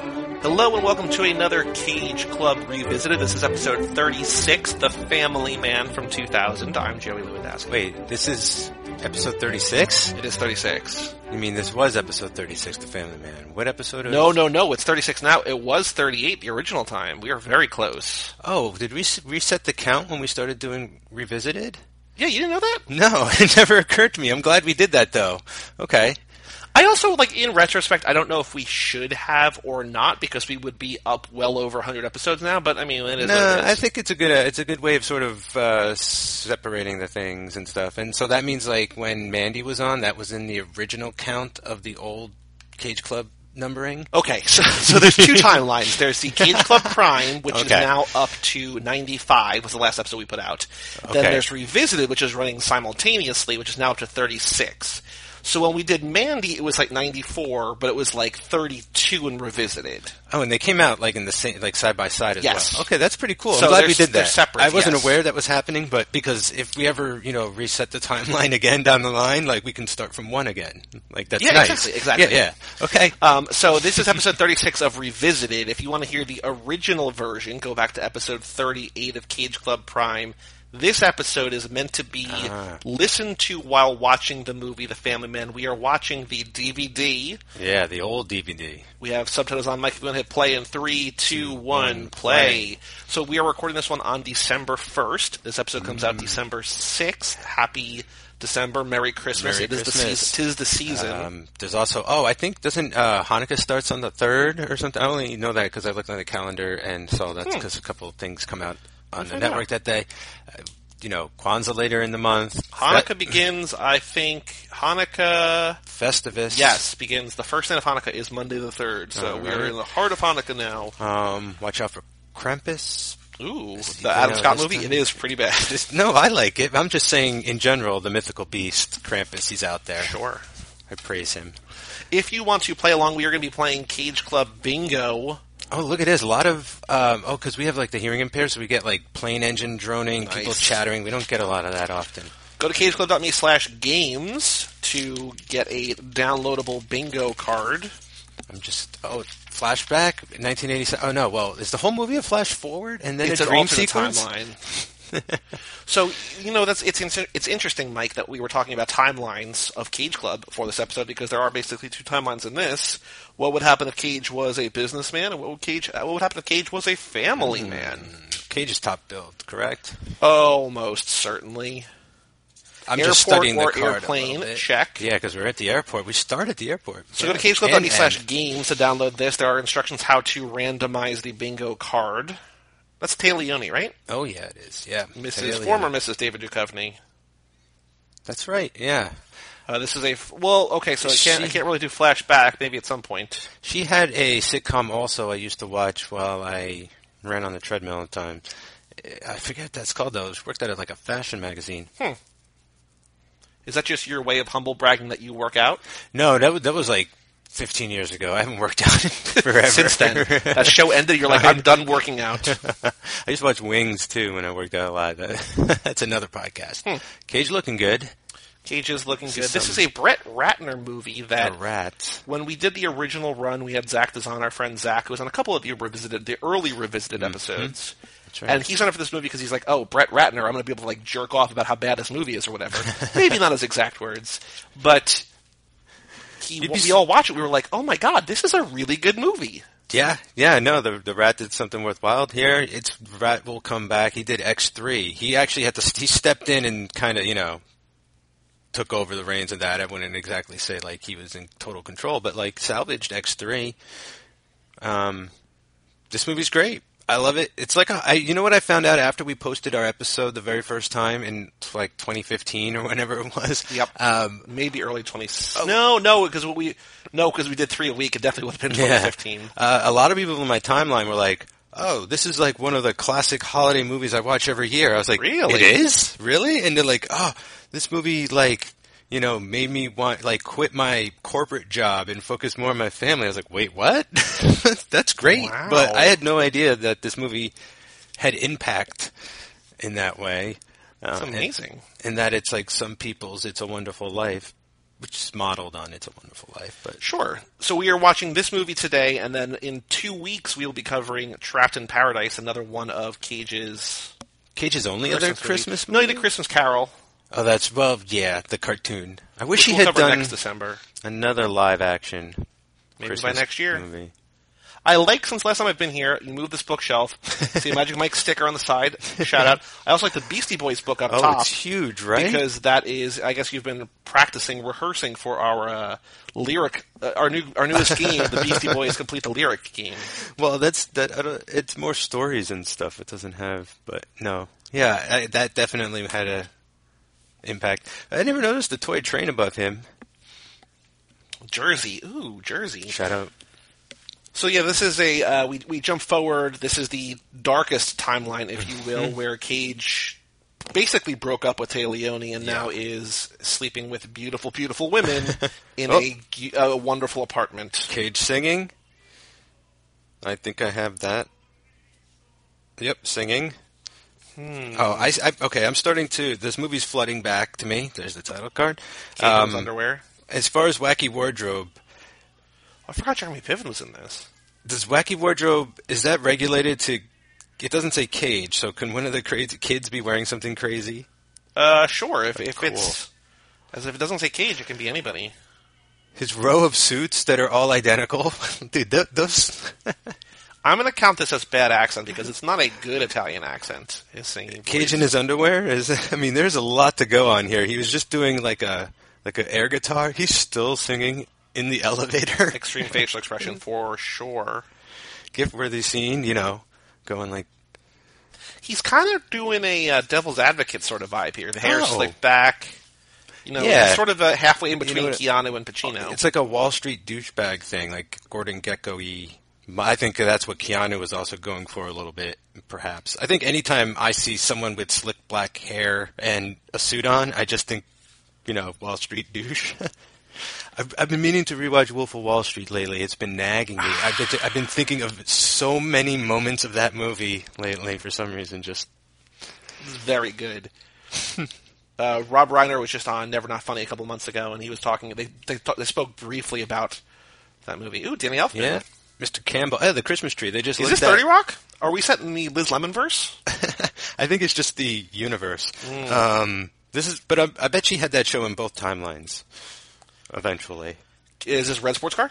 Hello and welcome to another Cage Club Revisited. This is episode 36, The Family Man from 2000. I'm Joey Lewandowski. Wait, this is episode 36? It is 36. You mean this was episode 36, The Family Man? What episode? Is... No, no, no, it's 36 now. It was 38 the original time. We are very close. Oh, did we s- reset the count when we started doing Revisited? Yeah, you didn't know that? No, it never occurred to me. I'm glad we did that though. Okay. I also, like, in retrospect, I don't know if we should have or not because we would be up well over 100 episodes now, but I mean, it is what No, it is. I think it's a good uh, it's a good way of sort of uh, separating the things and stuff. And so that means like when Mandy was on, that was in the original count of the old Cage Club numbering. Okay, so, so there's two timelines. There's the Cage Club Prime, which is Okay. now up to 95, was the last episode we put out. Then Okay. there's Revisited, which is running simultaneously, which is now up to 36. So when we did Mandy, it was like 94, but it was like 32 in Revisited. Oh, and they came out like in the same, like side by side as Yes. well. Okay, that's pretty cool. So I'm glad they're- we did they're that. separate, I wasn't yes. aware that was happening, but because if we ever, you know, reset the timeline again down the line, like we can start from one again. Like that's Yeah, nice. exactly, exactly. Yeah, yeah. Okay. Um, so this is episode 36 of Revisited. If you want to hear the original version, go back to episode 38 of Cage Club Prime. This episode is meant to be Ah. listened to while watching the movie The Family Man. We are watching the DVD. Yeah, the old DVD. We have subtitles on. Mike, if you want to hit play in three, two, one, play. So we are recording this one on December 1st. This episode comes Mm. out December 6th. Happy December. Merry Christmas. Merry it is the Christmas. season. Tis the season. Um, there's also oh, I think doesn't uh, Hanukkah starts on the third or something? I only know that because I looked on the calendar and saw that because a couple of things come out on the find out. network that day. Uh, you know, Kwanzaa later in the month. Hanukkah begins, I think. Hanukkah, Festivus. yes, begins. The first night of Hanukkah is Monday the 3rd. So All we are right. in the heart of Hanukkah now. Um, watch out for Krampus. Ooh, the yeah, Adam Scott that's movie, it kind of- is pretty bad. No, I like it. I'm just saying, in general, the mythical beast Krampus, he's out there. sure. I praise him. If you want to play along, we are going to be playing Cage Club Bingo. Oh, look at this! A lot of um, oh, because we have like the hearing impaired, so we get like plane engine droning, people Nice. chattering. We don't get a lot of that often. Go to cageclub.me slash games to get a downloadable bingo card. I'm just oh, flashback 1987. Oh no, well, is the whole movie a flash forward and then it's a an dream alternate sequence? timeline. so you know that's it's in- it's interesting, Mike, that we were talking about timelines of Cage Club for this episode because there are basically two timelines in this. What would happen if Cage was a businessman, and what would Cage uh, what would happen if Cage was a family Hmm. man? Cage is top billed, correct? Almost certainly. I'm Airport just studying the or card a little airplane, bit. check. Yeah, because we're at the airport. We start at the airport. So yeah. go to cageclub.me And- slash and- games to download this. There are instructions how to randomize the bingo card. That's Taleone, right? Oh yeah, it is. Yeah, Mrs. Totally. former Mrs. David Duchovny. That's right. Yeah, Uh, this is a f- well, okay. So I can't, I She- can't really do flashback. Maybe at some point. She had a sitcom also I used to watch while I ran on the treadmill all the time. I forget what that's called though. She worked at like a fashion magazine. Is that just your way of humble bragging that you work out? No, that was, that was like 15 years ago. I haven't worked out in forever. Since then, that show ended. You're like, I'm done working out. I used to watch Wings too when I worked out a lot. That- that's another podcast. Cage looking good. Cage is looking good. is This is a Brett Ratner movie A that rat. when we did the original run, we had Zach Dazan, our friend Zach, who was on a couple of the revisited, the early revisited episodes. Mm-hmm. right. And he's on it for this movie because he's like, "Oh, Brett Ratner, I'm going to be able to like jerk off about how bad this movie is or whatever." Maybe not his exact words, but he, be we s- all watched it. We were like, "Oh my god, this is a really good movie." Yeah, yeah, no, the the rat did something worthwhile here. It's rat will come back. He did X three. He actually had to he stepped in and kind of you know took over the reins of that. I wouldn't exactly say like he was in total control, but like salvaged X three. Um, this movie's great. I love it. It's like a, I, you know what I found out after we posted our episode the very first time in like 2015 or whenever it was. Yep. Um, Maybe early 20. Oh. No, no, because we no, because we did three a week. It definitely would have been 2015. Uh, a lot of people in my timeline were like, "Oh, this is like one of the classic holiday movies I watch every year." I was like, Really? It is really?" And they're like, "Oh, this movie like." You know, made me want like quit my corporate job and focus more on my family. I was like, "Wait, what? That's great!" Wow. But I had no idea that this movie had impact in that way. That's Uh, and- amazing. and that it's like some people's "It's a Wonderful Life" which is modeled on It's a Wonderful Life. But Sure. So we are watching this movie today, and then in two weeks we will be covering Trapped in Paradise, another one of Cage's Cage's only other Christmas movie. No, movie. he did Christmas Carol. Oh, that's well, yeah, the cartoon. I wish Which he we'll had cover done next December. another live action. Maybe by Christmas next year. Movie. I like since last time I've been here, you move this bookshelf. see a Magic Mike sticker on the side. Shout out. I also like the Beastie Boys book up Oh, top. it's huge, right? because that is I guess you've been practicing rehearsing for our uh, lyric uh, our new our newest game the Beastie Boys complete the lyric game. well, that's that. I don't, it's more stories and stuff. It doesn't have, but no, yeah, I, that definitely had a impact. I never noticed the toy train above him. Jersey, ooh, Jersey. Shout out. So yeah, this is a uh, we we jump forward. This is the darkest timeline, if you will, where Cage basically broke up with Leone and now is sleeping with beautiful, beautiful women in a, gu- a wonderful apartment. Cage singing. I think I have that. Yep, singing. Oh, I, I- okay. I'm starting to. This movie's flooding back to me. There's the title card. Cage in his Um, underwear. as far as wacky wardrobe, I forgot Jeremy Piven was in this. does wacky wardrobe is that regulated to? It doesn't say cage, so can one of the crazy kids be wearing something crazy? Uh, sure. If, if cool. it's as if it doesn't say Cage, it can be anybody. His row of suits that are all identical, dude. Th- those I'm going to count this as bad accent because it's not a good Italian accent. His singing. cage voice. in his underwear is. I mean, there's a lot to go on here. He was just doing like a like an air guitar. He's still singing in the elevator. extreme facial expression for sure. Gift worthy scene, you know, going like he's kind of doing a uh, devil's advocate sort of vibe here. The hair Oh. slicked back. You know, Yeah. it's sort of uh, halfway in between what- Keanu and Pacino. It's like a Wall Street douchebag thing, like Gordon Gecko y. I think that's what Keanu was also going for a little bit, perhaps. I think anytime I see someone with slick black hair and a suit on, I just think, you know, Wall Street douche. I've, I've been meaning to rewatch Wolf of Wall Street lately. It's been nagging me. I've been, I've been thinking of so many moments of that movie lately for some reason. Just very good. uh, Rob Reiner was just on Never Not Funny a couple months ago, and he was talking. They they, talk, they spoke briefly about that movie. Ooh, Danny Elfman. yeah, Mr. uh, Campbell. Oh, the Christmas tree. They just Is lit this that- Thirty Rock? Are we set in the Liz Lemon verse? I think it's just the universe. Hmm. Um, this is, but I, I bet she had that show in both timelines. Eventually, Is this Red Sports Car?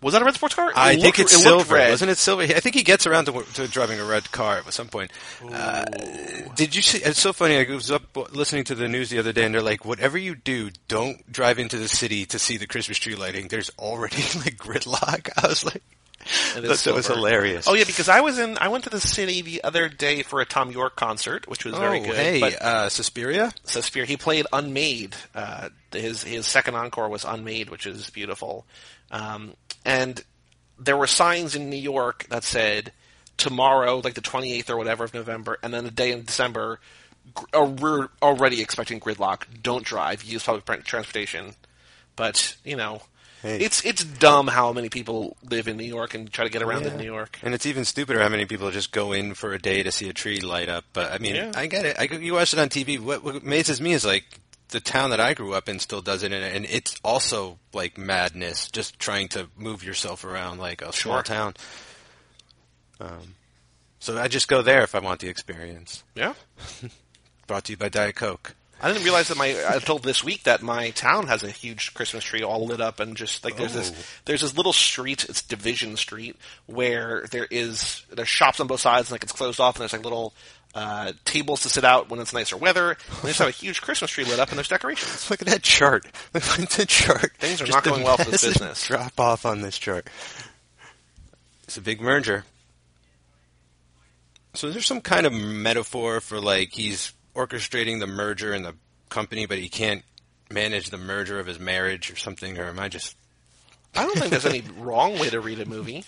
Was that a red sports car? I think it's silver, red. wasn't it silver? I think he gets around to, to driving a red car at some point. Uh, did you see? It's so funny. I was up listening to the news the other day, and they're like, "Whatever you do, don't drive into the city to see the Christmas tree lighting. There's already like gridlock." I was like, It "That is that was silver. hilarious." Oh yeah, because I was in. I went to the city the other day for a Tom York concert, which was very Oh, good. Hey, but uh, Suspiria. So Spear, he played Unmade. Uh, his his second encore was Unmade, which is beautiful. Um, and there were signs in New York that said tomorrow, like the 28th or whatever of November, and then the day in December. gr- uh, We're already expecting gridlock. Don't drive. Use public pr- transportation. But you know, Hey. it's it's dumb how many people live in New York and try to get around in New York. And it's even stupider how many people just go in for a day to see a tree light up. But I mean, Yeah. I get it. I, you watch it on TV. What, what amazes me is like the town that I grew up in still does it, and, and it's also like madness, just trying to move yourself around like a small Sure. town. Um, so I just go there if I want the experience. Yeah. Brought to you by Diet Coke. I didn't realize that my until this week that my town has a huge Christmas tree all lit up and just like there's this Oh. there's this little street it's Division Street where there is there's shops on both sides and like it's closed off and there's like little uh, tables to sit out when it's nicer weather and they just have a huge Christmas tree lit up and there's decorations. Look at that chart. Look at the chart. Things are Just not a going well for this massive business. Drop off on this chart. It's a big merger. So is there some kind of metaphor for like he's orchestrating the merger in the company, but he can't manage the merger of his marriage or something? Or am I just? I don't think there's any wrong way to read a movie.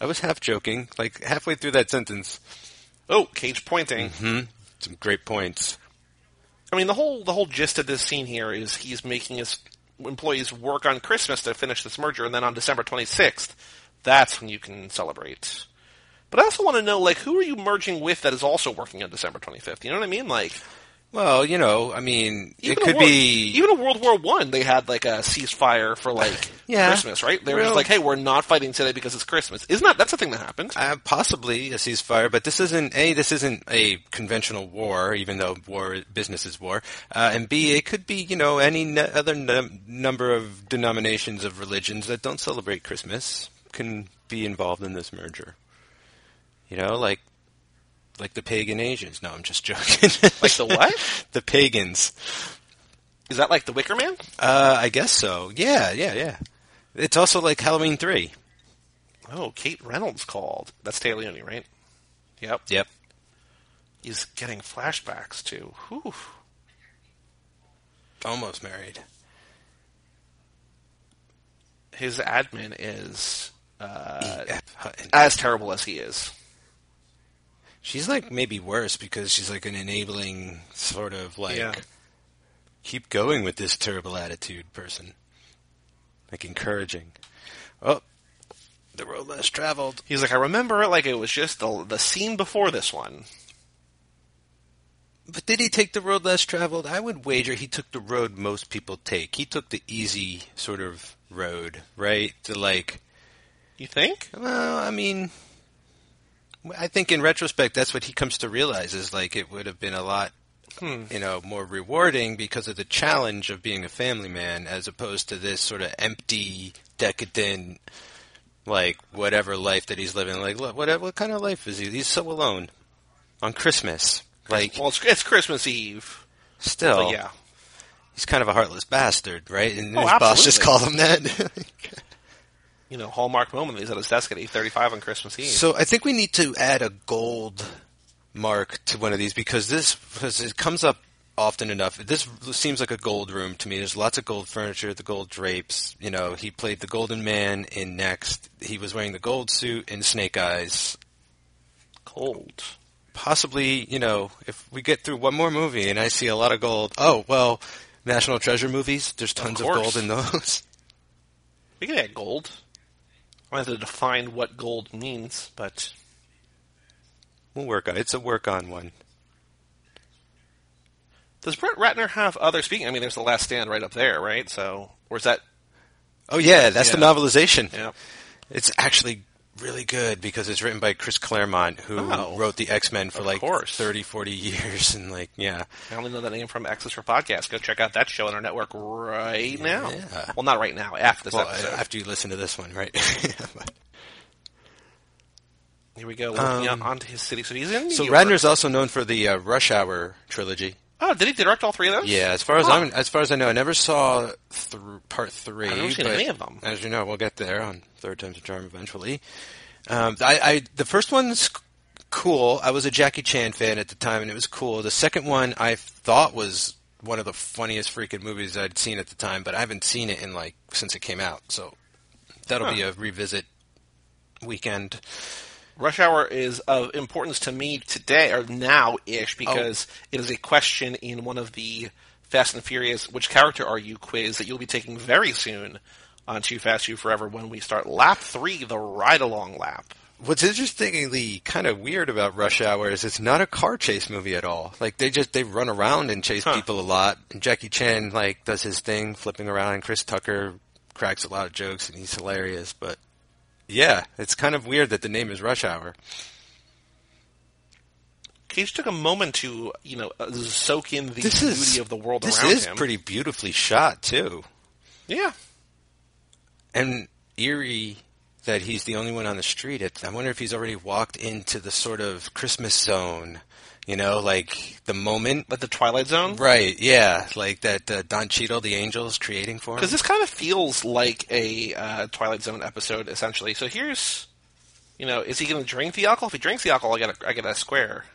I was half joking. Like halfway through that sentence, Oh, Cage pointing. some great points. I mean, the whole the whole gist of this scene here is he's making his employees work on Christmas to finish this merger, and then on December 26th, that's when you can celebrate. But I also want to know, like, who are you merging with that is also working on December 25th? You know what I mean? Like, Well, you know, I mean, Even it could a world, be. even in World War One, they had like a ceasefire for like Yeah. Christmas, right? They were just Real- like, "Hey, we're not fighting today because it's Christmas." Isn't that that's a thing that happened? Uh, possibly a ceasefire, but this isn't a this isn't a conventional war, even though war business is war, uh, and b it could be you know any n- other num- number of denominations of religions that don't celebrate Christmas can be involved in this merger. You know, like like the pagan Asians. No, I'm just joking. Like the what? the pagans. Is that like the Wicker Man? Uh, I guess so. Yeah, yeah, yeah. It's also like Halloween three. Oh, Kate Reynolds called. That's Taylor Leone, right? Yep. Yep. He's getting flashbacks too. Whew. Almost married. His admin is uh, F. Hutton. as terrible as he is. She's like maybe worse because she's like an enabling sort of like Yeah. keep going with this terrible attitude person. Like encouraging. Oh, the road less traveled. He's like, I remember it like it was just the the scene before this one. But did he take the road less traveled? I would wager he took the road most people take. He took the easy sort of road, right? To like, You think? well, I mean, I think in retrospect, that's what he comes to realize is like it would have been a lot Hmm. you know, more rewarding because of the challenge of being a family man as opposed to this sort of empty, decadent, like whatever life that he's living. Like, what what, what kind of life is he? He's so alone on Christmas. Like, Well, it's, it's Christmas Eve. still, But yeah. he's kind of a heartless bastard, right? And Oh, his boss just absolutely. called him that. You know, hallmark moment. He's at his desk at eight thirty-five on Christmas Eve. So I think we need to add a gold mark to one of these because this because it comes up often enough. This seems like a gold room to me. There's lots of gold furniture, the gold drapes. You know, he played the Golden Man in Next. He was wearing the gold suit in Snake Eyes. Cold. Possibly, you know, if we get through one more movie and I see a lot of gold. Oh well, National Treasure movies. There's tons of, course. gold in those. We can add gold. I have to define what gold means, but we'll work on. It's a work on one. does Brett Ratner have other speaking? I mean, there's the Last Stand right up there, right? So, or is that? Oh yeah, that's the Yeah. novelization. Yeah. It's actually really good because it's written by Chris Claremont, who Oh. wrote the X Men for like course. thirty, forty 30, 40 years. And like, yeah. I only know that name from Access for Podcast. Go check out that show on our network right now. Yeah. Well, not right now. After this Well, episode. after you listen to this one, right? Here we go. Working Um, out onto his city. So he's in. New so York. Radner's also known for the uh, Rush Hour trilogy. Oh, did he direct all three of those? Yeah, as far as Huh. I'm, as far as I know, I never saw thr part 3 I've never seen but any of them. As you know, we'll get there on third time's a charm eventually. Um, I, I the first one's c- cool. I was a Jackie Chan fan at the time, and it was cool. The second one I thought was one of the funniest freaking movies I'd seen at the time, but I haven't seen it in like since it came out. So that'll Huh. be a revisit weekend. Rush Hour is of importance to me today or now Oh. ish because it is a question in one of the Fast and Furious "Which character are you?" quiz that you'll be taking very soon on Too Fast, You Forever when we start lap three, the ride along lap. What's interestingly kind of weird about Rush Hour is it's not a car chase movie at all. Like they just they run around and chase Huh. people a lot. And Jackie Chan like does his thing, flipping around. And Chris Tucker cracks a lot of jokes and he's hilarious. But yeah, it's kind of weird that the name is Rush Hour. Cage took a moment to you know uh, soak in the This beauty is- of the world This around is him. pretty beautifully shot too, yeah, and eerie that he's the only one on the street. It, I wonder if he's already walked into the sort of Christmas zone. You know, like the moment like the Twilight Zone. Right, yeah, like that uh, Don Cheadle, the angel, is creating for him. Because this kind of feels like a uh, Twilight Zone episode, essentially. So here's, you know, is he going to drink the alcohol? If he drinks the alcohol, I get a, I get a square.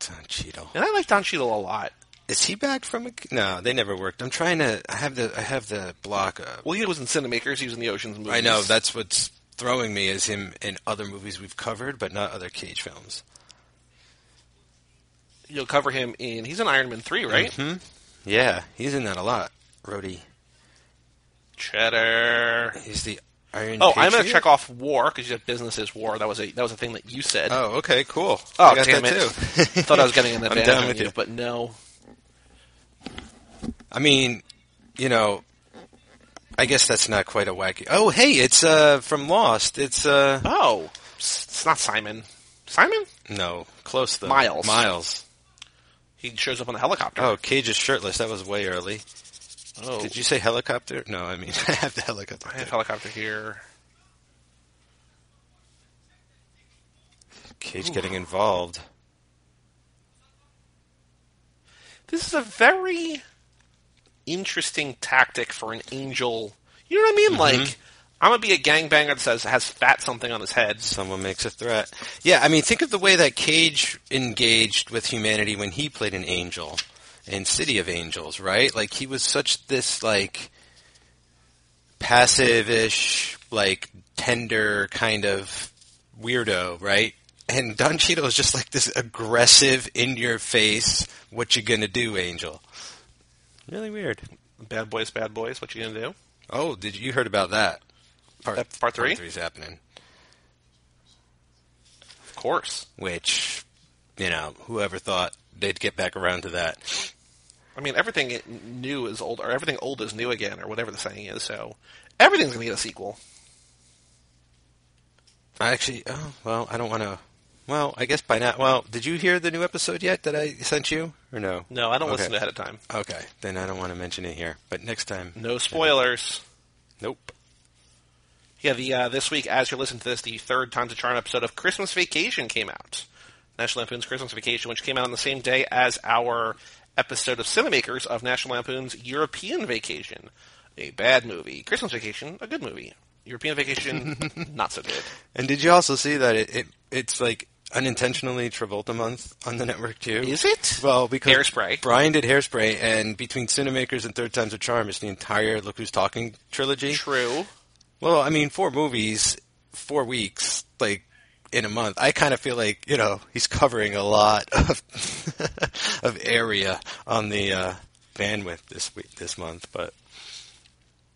Don Cheadle. And I like Don Cheadle a lot. Is he back from? A... No, they never worked. I'm trying to. I have the. I have the block. Of... Well, he was in Cinemakers. He was in the Ocean's movies. I know that's what's throwing me is him in other movies we've covered, but not other Cage films. You'll cover him in. He's in Iron Man three, right? Hmm. Yeah, he's in that a lot. Rhodey. Cheddar. He's the Iron oh, I'm going to Patriot? check off war because you said business is war. That was a that was a thing that you said. Oh, okay, cool. Oh, I got damn that it. too. Thought I was getting an I'm advantage down on with you, you. but no. I mean, you know, I guess that's not quite a wacky. Oh, hey, it's uh from Lost. It's uh Oh, s- it's not Simon. Simon? no, close though. Miles. Miles. He shows up on the helicopter. Oh, Cage is shirtless. That was way early. Oh, Did you say helicopter? No, I mean I have the helicopter. I have helicopter here. Cage getting involved. This is a very interesting tactic for an angel. You know what I mean? Like, I'm gonna be a gangbanger that says has fat something on his head. Someone makes a threat. Yeah, I mean, think of the way that Cage engaged with humanity when he played an angel in City of Angels, right? Like he was such this like passive-ish, like tender kind of weirdo, right? And Don Cheadle is just like this aggressive, in-your-face, "What you gonna do, angel?" Really weird. Bad boys, bad boys. What you gonna do? Oh, did you heard about that? Part, That part three? Part three's happening. Of course. which you know whoever thought they'd get back around to that I mean, everything i- new is old, or everything old is new again, or whatever the saying is. So everything's gonna get a sequel. i actually oh well i don't want to well i guess by now well did you hear the new episode yet that i sent you or no No, I don't Okay. listen ahead of time. okay then i don't want to mention it here but next time No spoilers. nope Yeah, the uh, this week, as you're listening to this, the third Time to Charm episode of Christmas Vacation came out. National Lampoon's Christmas Vacation, which came out on the same day as our episode of Cinemakers of National Lampoon's European Vacation. A bad movie. Christmas Vacation, a good movie. European Vacation, not so good. and did you also see that it, it it's like unintentionally travolta month on the network too Is it? well because Hairspray. brian did hairspray and between cinemakers and third times a charm it's the entire look who's talking trilogy True. Well, I mean, four movies, four weeks, like in a month. I kind of feel like you know he's covering a lot of of area on the uh, bandwidth this week, this month. But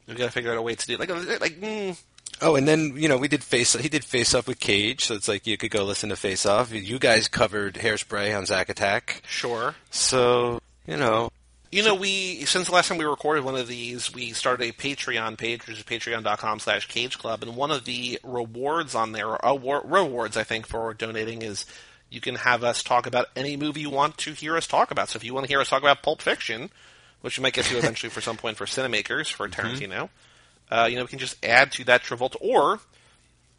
We've got to figure out a way to do it. Like, like mm, oh, and then you know we did face he did face off with Cage, so it's like you could go listen to Face Off. You guys covered Hairspray on Zack Attack, sure. so you know You know, we since the last time we recorded one of these, we started a Patreon page, which is patreon.com slash cage club, and one of the rewards on there, or award, rewards, I think, for donating is you can have us talk about any movie you want to hear us talk about. So if you want to hear us talk about Pulp Fiction, which we might get to eventually for some point for Cinemakers, for Mm-hmm. Tarantino, uh, you know, we can just add to that Travolta, or,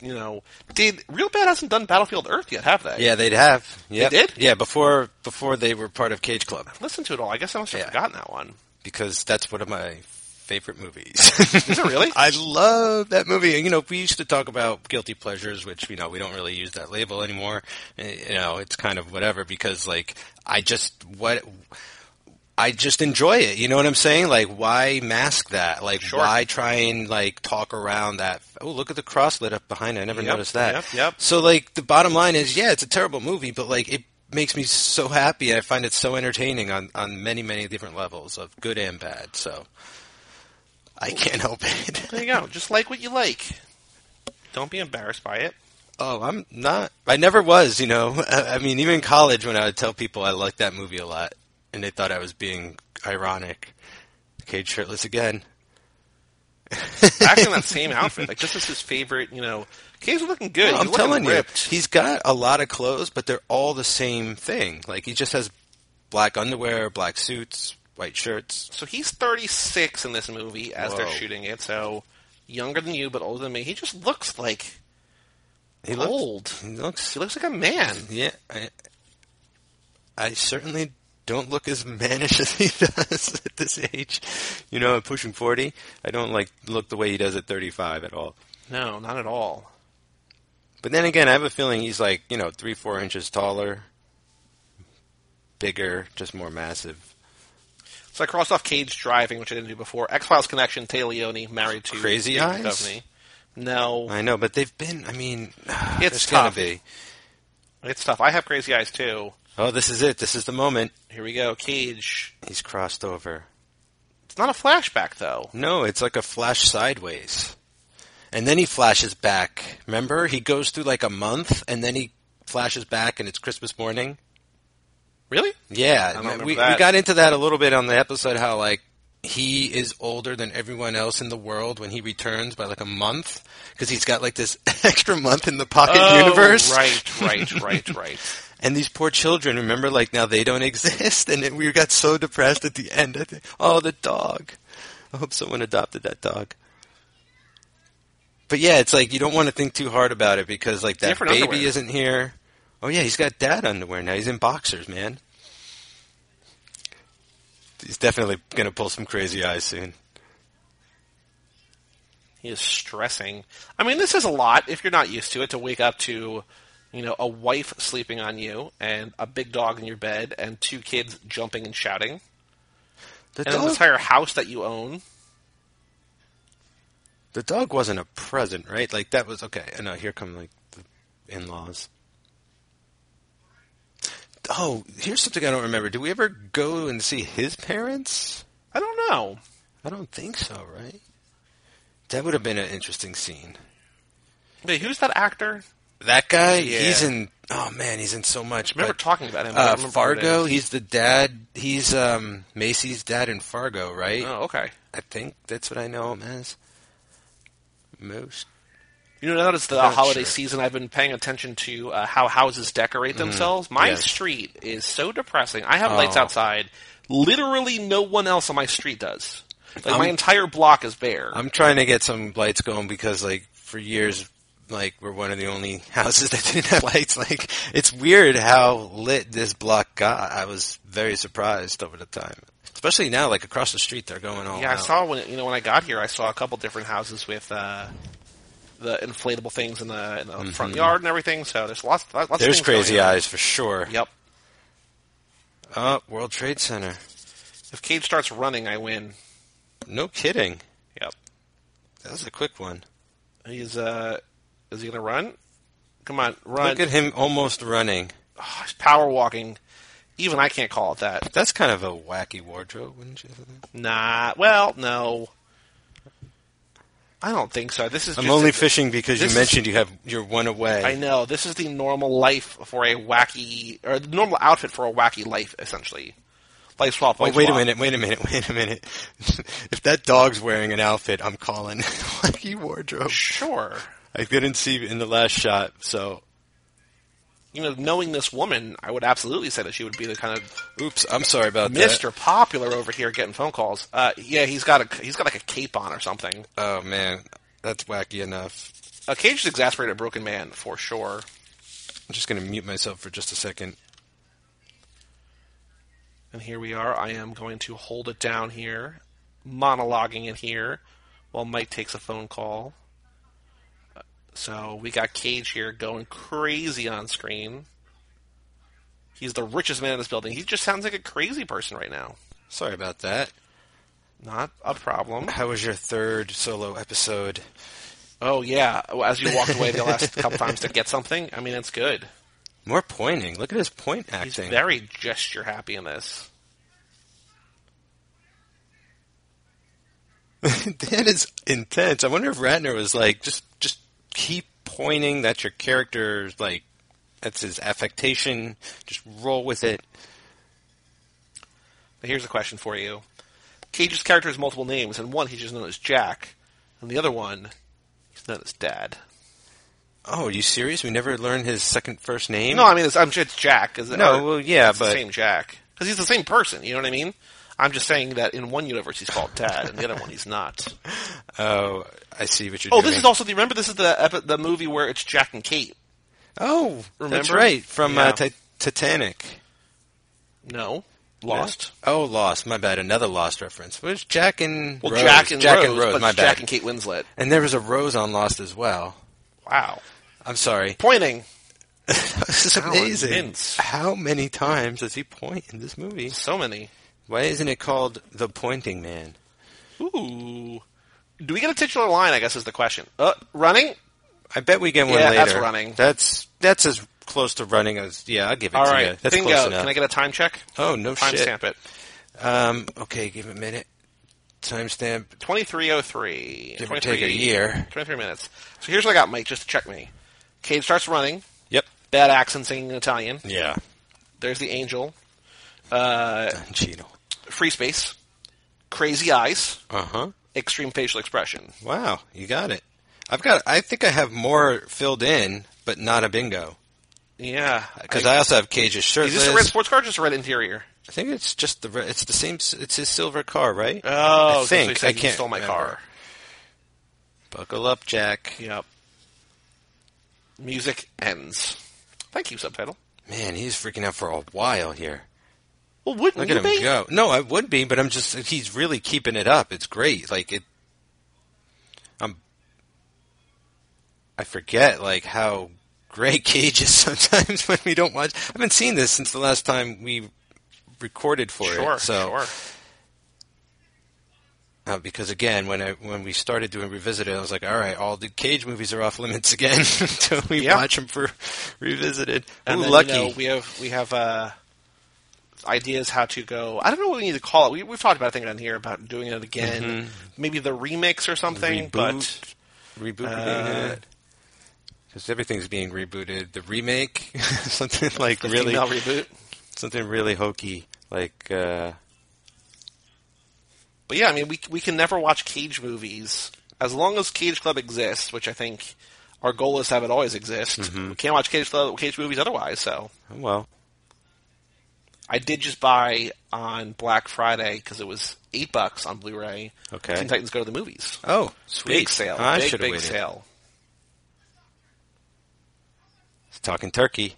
you know, did Real Bad hasn't done Battlefield Earth yet, have they? yeah they'd have yeah did? yeah before before they were part of Cage Club Listen to it all. I guess I must have Yeah. forgotten that one. because that's one of my favorite movies. Is it really? I love that movie. And, you know, we used to talk about guilty pleasures, which, you know, we don't really use that label anymore. Uh, You know, it's kind of whatever because like, I just, what, I just enjoy it. You know what I'm saying? Like, why mask that? Like, Sure. why try and like talk around that? Oh, look at the cross lit up behind it. I never Yep, noticed that. yep, yep. So like, the bottom line is, yeah, it's a terrible movie, but like, it makes me so happy. I find it so entertaining on, on many, many different levels of good and bad. So. I can't help it. There you go. Just like what you like. Don't be embarrassed by it. Oh, I'm not. I never was, you know. I I mean, even in college, when I would tell people I liked that movie a lot, and they thought I was being ironic. Cage shirtless again. Back in that same outfit. Like this is his favorite, you know Kay's looking good. He's I'm looking telling you, ripped. he's got a lot of clothes, but they're all the same thing. Like he just has black underwear, black suits, white shirts. So he's thirty six in this movie as they're Whoa. shooting it, so younger than you but older than me. He just looks like He looks. old. He looks. He looks like a man. Yeah, I, I certainly don't look as mannish as he does at this age. You know, I'm pushing forty. I don't like look the way he does at thirty-five at all. No, not at all. But then again, I have a feeling he's like you know three, four inches taller, bigger, just more massive. So I crossed off Cage Driving, which I didn't do before. X Files Connection, Tay Leone, married to Crazy David Eyes? Duchovny. No, I know, but they've been. I mean, It's there's gotta tough. be. it's tough. I have crazy eyes too. Oh, this is it. This is the moment. Here we go. Cage. He's crossed over. It's not a flashback though. No, it's like a flash sideways. And then he flashes back. Remember, he goes through like a month, and then he flashes back, and it's Christmas morning. Really? Yeah, don't man, remember we, we that. got into that a little bit on the episode how like he is older than everyone else in the world when he returns by like a month because he's got like this extra month in the pocket Oh, universe. Right, right, right, right. And these poor children, remember, like now they don't exist, and then we got so depressed at the end. I think, oh, the dog. I hope someone adopted that dog. But yeah, it's like you don't want to think too hard about it because like that Different baby underwear. isn't here. Oh yeah, he's got dad underwear now. He's in boxers, man. He's definitely gonna pull some crazy eyes soon. He is stressing. I mean, this is a lot if you're not used to it to wake up to, you know, a wife sleeping on you and a big dog in your bed and two kids jumping and shouting The and an dog, entire house that you own. the dog wasn't a present, right? Like that was okay. No, here come like the in-laws. Oh, here's something I don't remember. Did we ever go and see his parents? I don't know. I don't think so, right? That would have been an interesting scene. Wait, who's that actor? That guy, Yeah. he's in. Oh man, he's in so much. I remember but- talking about him. but I uh, don't remember who it Fargo. is. He's the dad. He's um, Macy's dad in Fargo, right? Oh, okay. I think that's what I know him as. Most. You know, now that it's the Not holiday sure. season, I've been paying attention to uh, how houses decorate themselves. My Mm-hmm. yes. street is so depressing. I have lights Oh. outside. Literally, no one else on my street does. Like my I'm- entire block is bare. I'm trying to get some lights going because, like, for years, like we're one of the only houses that didn't have lights. Like, it's weird how lit this block got. I was very surprised over the time, especially now. Like across the street, they're going all. yeah, I out. saw when you know when I got here, I saw a couple different houses with uh, the inflatable things in the, in the front yard and everything. So there's lots, lots. of Mm-hmm. There's things going crazy on. eyes for sure. Yep. Oh, World Trade Center. If Cage starts running, I win. No kidding. Yep. That was a quick one. He's uh, is he gonna run? Come on, run! Look at him almost running. Oh, he's power walking. Even I can't call it that. That's kind of a wacky wardrobe, wouldn't you? think? Nah. Well, no. I don't think so. This is. I'm just only a- fishing because you this is- mentioned you have you're one away. I know this is the normal life for a wacky, or the normal outfit for a wacky life, essentially. Life swap. Oh, Life wait a swap. minute, wait a minute, wait a minute. if that dog's wearing an outfit, I'm calling wacky wardrobe. Sure. I couldn't see in the last shot, so You know, knowing this woman, I would absolutely say that she would be the kind of oops, I'm sorry about Mister Popular over here getting phone calls. Uh, yeah, he's got a he's got like a cape on or something. that. Oh man, that's wacky enough. A caged, exasperated, broken man for sure. I'm just gonna mute myself for just a second. And here we are. I am going to hold it down here, monologuing it here while Mike takes a phone call. So we got Cage here going crazy on screen. He's the richest man in this building. He just sounds like a crazy person right now. Sorry about that. Not a problem. How was your third solo episode? Oh yeah, Well, as you walked away the last couple times to get something, I mean it's good. More pointing. Look at his point acting. He's very gesture happy in this. that is intense. I wonder if Ratner was like, just just keep pointing that your character like that's his affectation. Just roll with it. Now, Here's a question for you. Cage's character has multiple names, and one he's just known as Jack, and the other one he's known as Dad. Oh, are you serious? We never learned his second first name. No, I mean it's, I'm sure it's Jack. 'cause- no. or Well, yeah, it's the but same Jack because he's the same person. You know what I mean? I'm just saying that in one universe he's called Dad, and the other one he's not. oh, I see what you're Oh, doing. this is also the remember this is the epi- the movie where it's Jack and Kate. oh, that's Remember? right from Yeah. uh, Ti- Titanic. No, Lost. Oh, Lost. My bad. Another Lost reference. Was Jack and Well, Rose. Jack and Rose, but My it's Jack bad. and Kate Winslet. and there was a Rose on Lost as well. Wow, I'm sorry. pointing This is Alan amazing. Mintz. How many times does he point in this movie? so many. Why isn't it called The Pointing Man? Ooh, do we get a titular line? I guess is the question. Uh, running. I bet we get one Yeah, later. that's running. That's that's as close to running as yeah. I'll give it All to right, you. That's bingo. close enough. Can I get a time check? oh no shit. Timestamp it. Um. Okay, give it a minute. timestamp, 2303. give or take a year. 23 minutes. So here's what I got, Mike, just to check me. Cage starts running. Yep. Bad accent singing in Italian. Yeah. There's the angel. Chino. Free space. Crazy eyes. Uh huh. Extreme facial expression. Wow, you got it. I've got. I think I have more filled in, but not a bingo Yeah. because I also have Cage's Is this a red shirtless. sports car or just a red interior? I think it's just the. re- It's the same. s- It's his silver car, right? Oh, I so you're think saying I you can't stole my remember. car. Buckle up, Jack. Yep. Music ends. Thank you, subtitle. Man, he's freaking out for a while here. Well, wouldn't Look you at him be? go. No, I would be, but I'm just he's really keeping it up. It's great. Like it I'm I forget like how great Cage is sometimes when we don't watch. I've been seeing this since the last time we recorded for Sure, it. So sure. uh, because again, when I when we started doing revisit it, I was like, all right, all the Cage movies are off limits again until we Yeah. watch them for revisited. And Ooh, then, lucky. You know, we have we have uh, ideas how to go. I don't know what we need to call it. We, we've talked about a thing on here about doing it again. Maybe the remix or something. But Mm-hmm. Reboot. rebooting it because uh, everything's being rebooted. The remake, something like the really, female reboot. something really hokey. Like, uh, But yeah, I mean, we we can never watch Cage movies as long as Cage Club exists, which I think our goal is to have it always exist. Mm-hmm. We can't watch Cage Club Cage movies otherwise. So oh, well, I did just buy on Black Friday because it was eight bucks on Blu-ray. Okay. Teen Titans Go to the Movies. oh, Big sale. I big should big have waited. sale. It's talking turkey.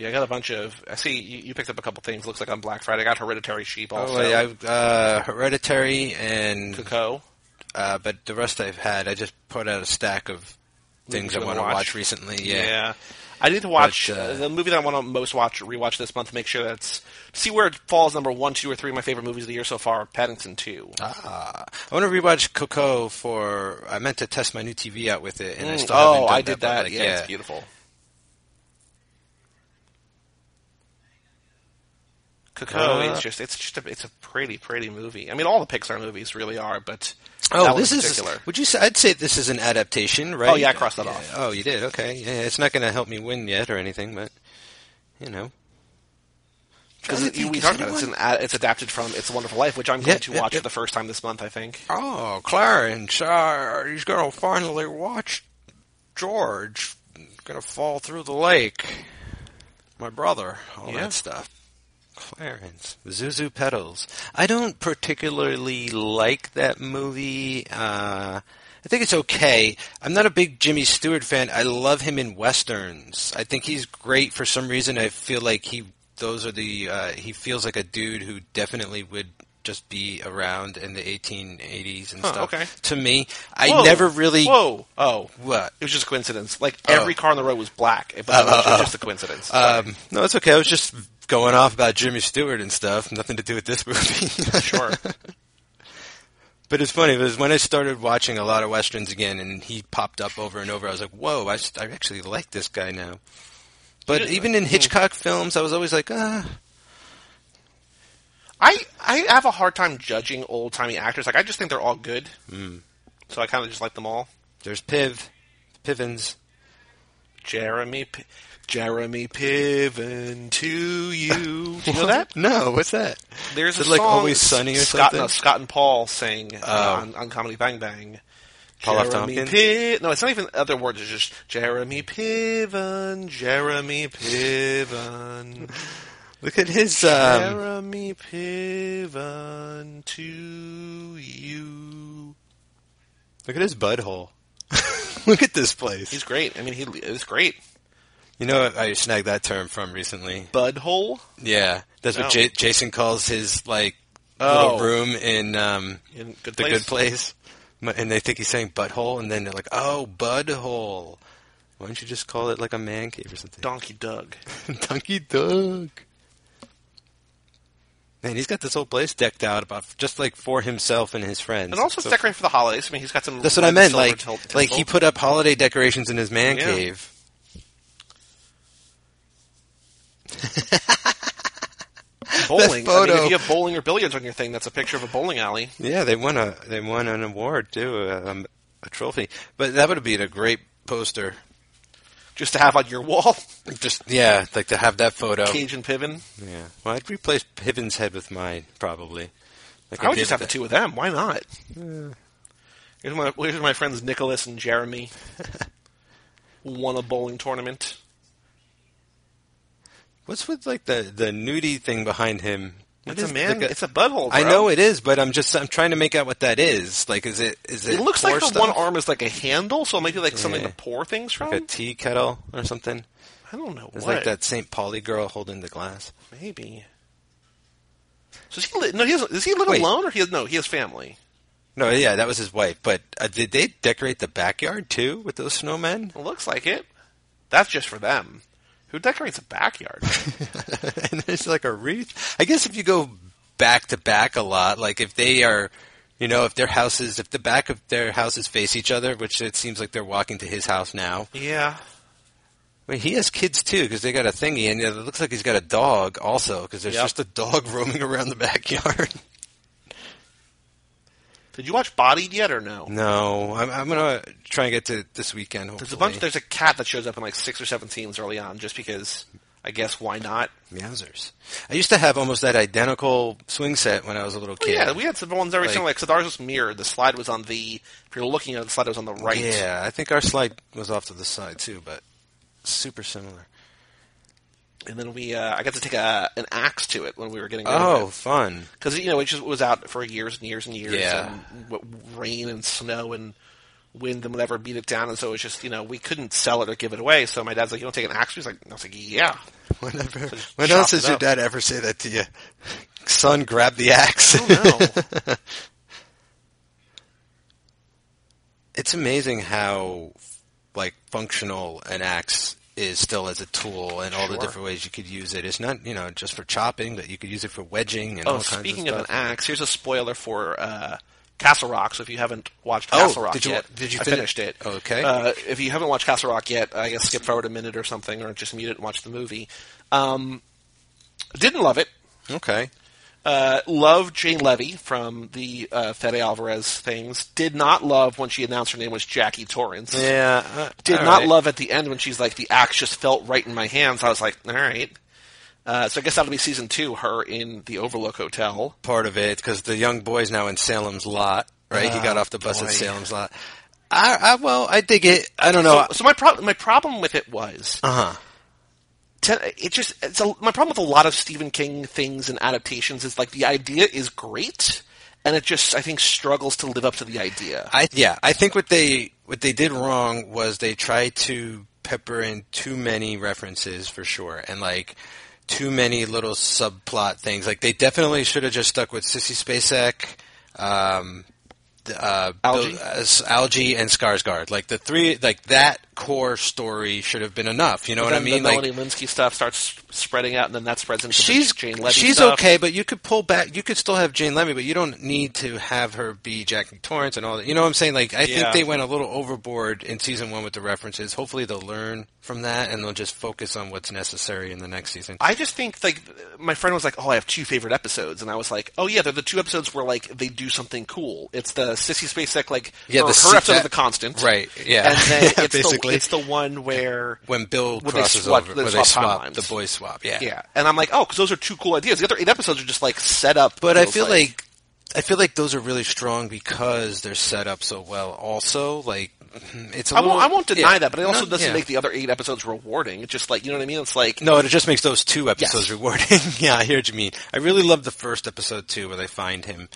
Yeah, I got a bunch of. I see you, you picked up a couple things. Looks like on Black Friday, I got Hereditary Sheep also. Oh, yeah, I, uh, Hereditary and, Coco. uh, but the rest I've had. I just put out a stack of things Movies I you want wanna to watch. watch. recently. Yeah. I need to watch But, uh, uh, the movie that I want to most watch, rewatch this month, to make sure that's see where it falls number one, two, or three of my favorite movies of the year so far. Paddington Two. Ah, I want to rewatch Coco for. I meant to test my new TV out with it, and I Mm, still haven't oh, done I did but, that. like, yeah, it's beautiful. Coco Uh, is just it's just a, it's a pretty pretty movie. I mean, all the Pixar movies really are, but that Oh, one this in is. particular. Would you say? I'd say this is an adaptation, right? Oh, yeah, I crossed that off. Oh, you did. Okay. Yeah, it's not going to help me win yet or anything, but you know. Because Trying to think, we is talked about it. it's, an, anyone- ad- it's adapted from It's a Wonderful Life, which I'm going Yeah, to yeah, watch yeah. for the first time this month, I think. Oh, Clarence, uh, he's going to finally watch George. Going to fall through the lake. My brother. All Yeah. that stuff. Clarence, Zuzu Petals. I don't particularly like that movie. Uh, I think it's okay. I'm not a big Jimmy Stewart fan. I love him in westerns. I think he's great for some reason. I feel like he those are the uh, he feels like a dude who definitely would just be around in the 1880s and Huh, stuff. okay. To me, I Whoa. never really Whoa! Oh, what. it was just a coincidence. Like Oh. every car on the road was black. It was oh, just a coincidence. Um, no, it's okay. I was just going off about Jimmy Stewart and stuff. Nothing to do with this movie. sure. But it's funny because when I started watching a lot of westerns again, and he popped up over and over, I was like, "Whoa, I, s- I actually like this guy now." But did- even in Hitchcock films, I was always like, "Ah, I I have a hard time judging old timey actors. Like I just think they're all good. So I kind of just like them all. there's Piv, Pivens." Jeremy, P- Jeremy Piven to you. Do you know that? No, what's that? There's Is a it like song, Always Sunny or Scott, something? Oh. no, Scott and Paul sang uh, on, on Comedy Bang Bang. Paul F. Jeremy Tompkins? Pi- no, it's not even other words. It's just Jeremy Piven, Jeremy Piven, Look at his. Um, Jeremy Piven to you. look at his butthole. look at this place. He's great. I mean, he is great. You know, what I snagged that term from recently. Budhole Yeah, that's No. what J- Jason calls his like Oh. little room in um, in good the place. good place. M- And they think he's saying butthole, and then they're like, oh, budhole. Why don't you just call it like a man cave or something? Donkey Doug. Donkey Doug. Man, he's got this whole place decked out about just like for himself and his friends. And also, it's So- decorated for the holidays. I mean, he's got some. that's what I red meant. silver Like, til- like tinsel. he put up holiday decorations in his man Yeah. cave. bowling. I mean, photo. if you have bowling or billiards on your thing, that's a picture of a bowling alley. Yeah, they won a they won an award too, um, a trophy. But that would be a great poster. Just to have on your wall, Just yeah, like to have that photo. Cajun Piven. Yeah. Well, I'd replace Piven's head with mine probably. Like I would did just have the with two of them. Why not? Here's my here's my friends Nicholas and Jeremy. Won a bowling tournament. What's with like the the nudie thing behind him? What It's is- a man. like it's a butthole. I bro. know it is, but I'm just I'm trying to make out what that is. Like, is it is it? It looks like pour the stuff? one arm is like a handle, so it might be like something Yeah. to pour things from. like a tea kettle or something. I don't know It's what. like that St. Pauli girl holding the glass. Maybe. So is he li- no? He has, is he live Wait. alone or he has no? He has family. No, yeah, that was his wife. But uh, did they decorate the backyard too with those snowmen? It looks like it. That's just for them. Who decorates a backyard? and there's like a wreath. I guess if you go back to back a lot, like if they are, you know, if their houses, if the back of their houses face each other, which it seems like they're walking to his house now. yeah. Wait, he has kids too because they got a thingy, and it looks like he's got a dog also because there's Yep. just a dog roaming around the backyard. Did you watch Bodied yet or no? no, I'm, I'm gonna try and get to it this weekend. Hopefully. There's a bunch. There's a cat that shows up in like six or seven scenes early on, just because. I guess why not? Meowsers. I used to have almost that identical swing set when I was a little But kid. yeah, we had some ones every Like- single. Like, so ours was mirrored. The slide was on the. If you're looking at it, the slide, was on the right. Yeah, I think our slide was off to the side too, but super similar. And then we, uh, I got to take a, an axe to it when we were getting. rid of Oh, it. fun! because you know it just was out for years and years and years, Yeah. and w- rain and snow and wind and whatever beat it down, and so it was just you know we couldn't sell it or give it away. So my dad's like, "You don't take an axe?" He's like, "I was like, yeah." Whenever, when else has your dad ever say that to you? Son, grab the axe. I don't know. it's amazing how like functional an axe is still as a tool and all the Sure. different ways you could use it. It's not you know just for chopping, but you could use it for wedging and all oh, kinds speaking of of, stuff. an axe, here's a spoiler for uh, Castle Rock. So if you haven't watched Oh, Castle Rock did you- yet, did you I fin- finished it? Okay. Uh, if you haven't watched Castle Rock yet, I guess skip forward a minute or something, or just mute it and watch the movie. Um, didn't love it. okay, Uh, love Jane Levy from the uh, Fede Alvarez things. Did not love when she announced her name was Jackie Torrance. yeah, uh, Did all not right. love at the end when she's like, the axe just felt right in my hands. I was like, all right. Uh, so I guess that'll be season two, her in the Overlook Hotel. part of it because the young boy's now in Salem's lot, right? he got off the bus boy. at Salem's lot. I, I well, I dig it. I don't know. So, so my problem, my problem with it was, uh huh. ten, it just, it's a, my problem with a lot of Stephen King things and adaptations is like the idea is great, and it just, I think, struggles to live up to the idea. I yeah, I think what they what they did wrong was they tried to pepper in too many references for sure, and like too many little subplot things. Like they definitely should have just stuck with Sissy Spacek, um, th- uh, Algie? Bill- uh, S- Algie, and Skarsgård. Like the three, like that core story should have been enough. You know what I then mean? the Like Melanie Linsky stuff starts spreading out, and then that spreads into she's the Jane Levy she's stuff. okay, but you could pull back. You could still have Jane Levy, but you don't need to have her be Jackie Torrance and all that. You know what I'm saying? Like I Yeah. think they went a little overboard in season one with the references. Hopefully they'll learn from that and they'll just focus on what's necessary in the next season. I just think like my friend was like, "Oh, I have two favorite episodes," and I was like, "Oh yeah, they're the two episodes where like they do something cool. It's the Sissy Spacek like Yeah, or her the se- episode that- of the Constant, right, yeah. And then Yeah, it's, the, basically. it's the one where when Bill When they crosses swap- over, they where swap they swap timelines. the boys swap, yeah, yeah, and I'm like, "Oh, because those are two cool ideas. The other eight episodes are just like set up." But I feels feel like I feel like those are really strong because they're set up so well. Also, like it's a I little, won't, I won't deny yeah. that, but it also No, doesn't yeah. make the other eight episodes rewarding. It's just like you know what I mean. It's like No, it just makes those two episodes Yes. rewarding. yeah, I hear what you mean. I really love the first episode too, where they find him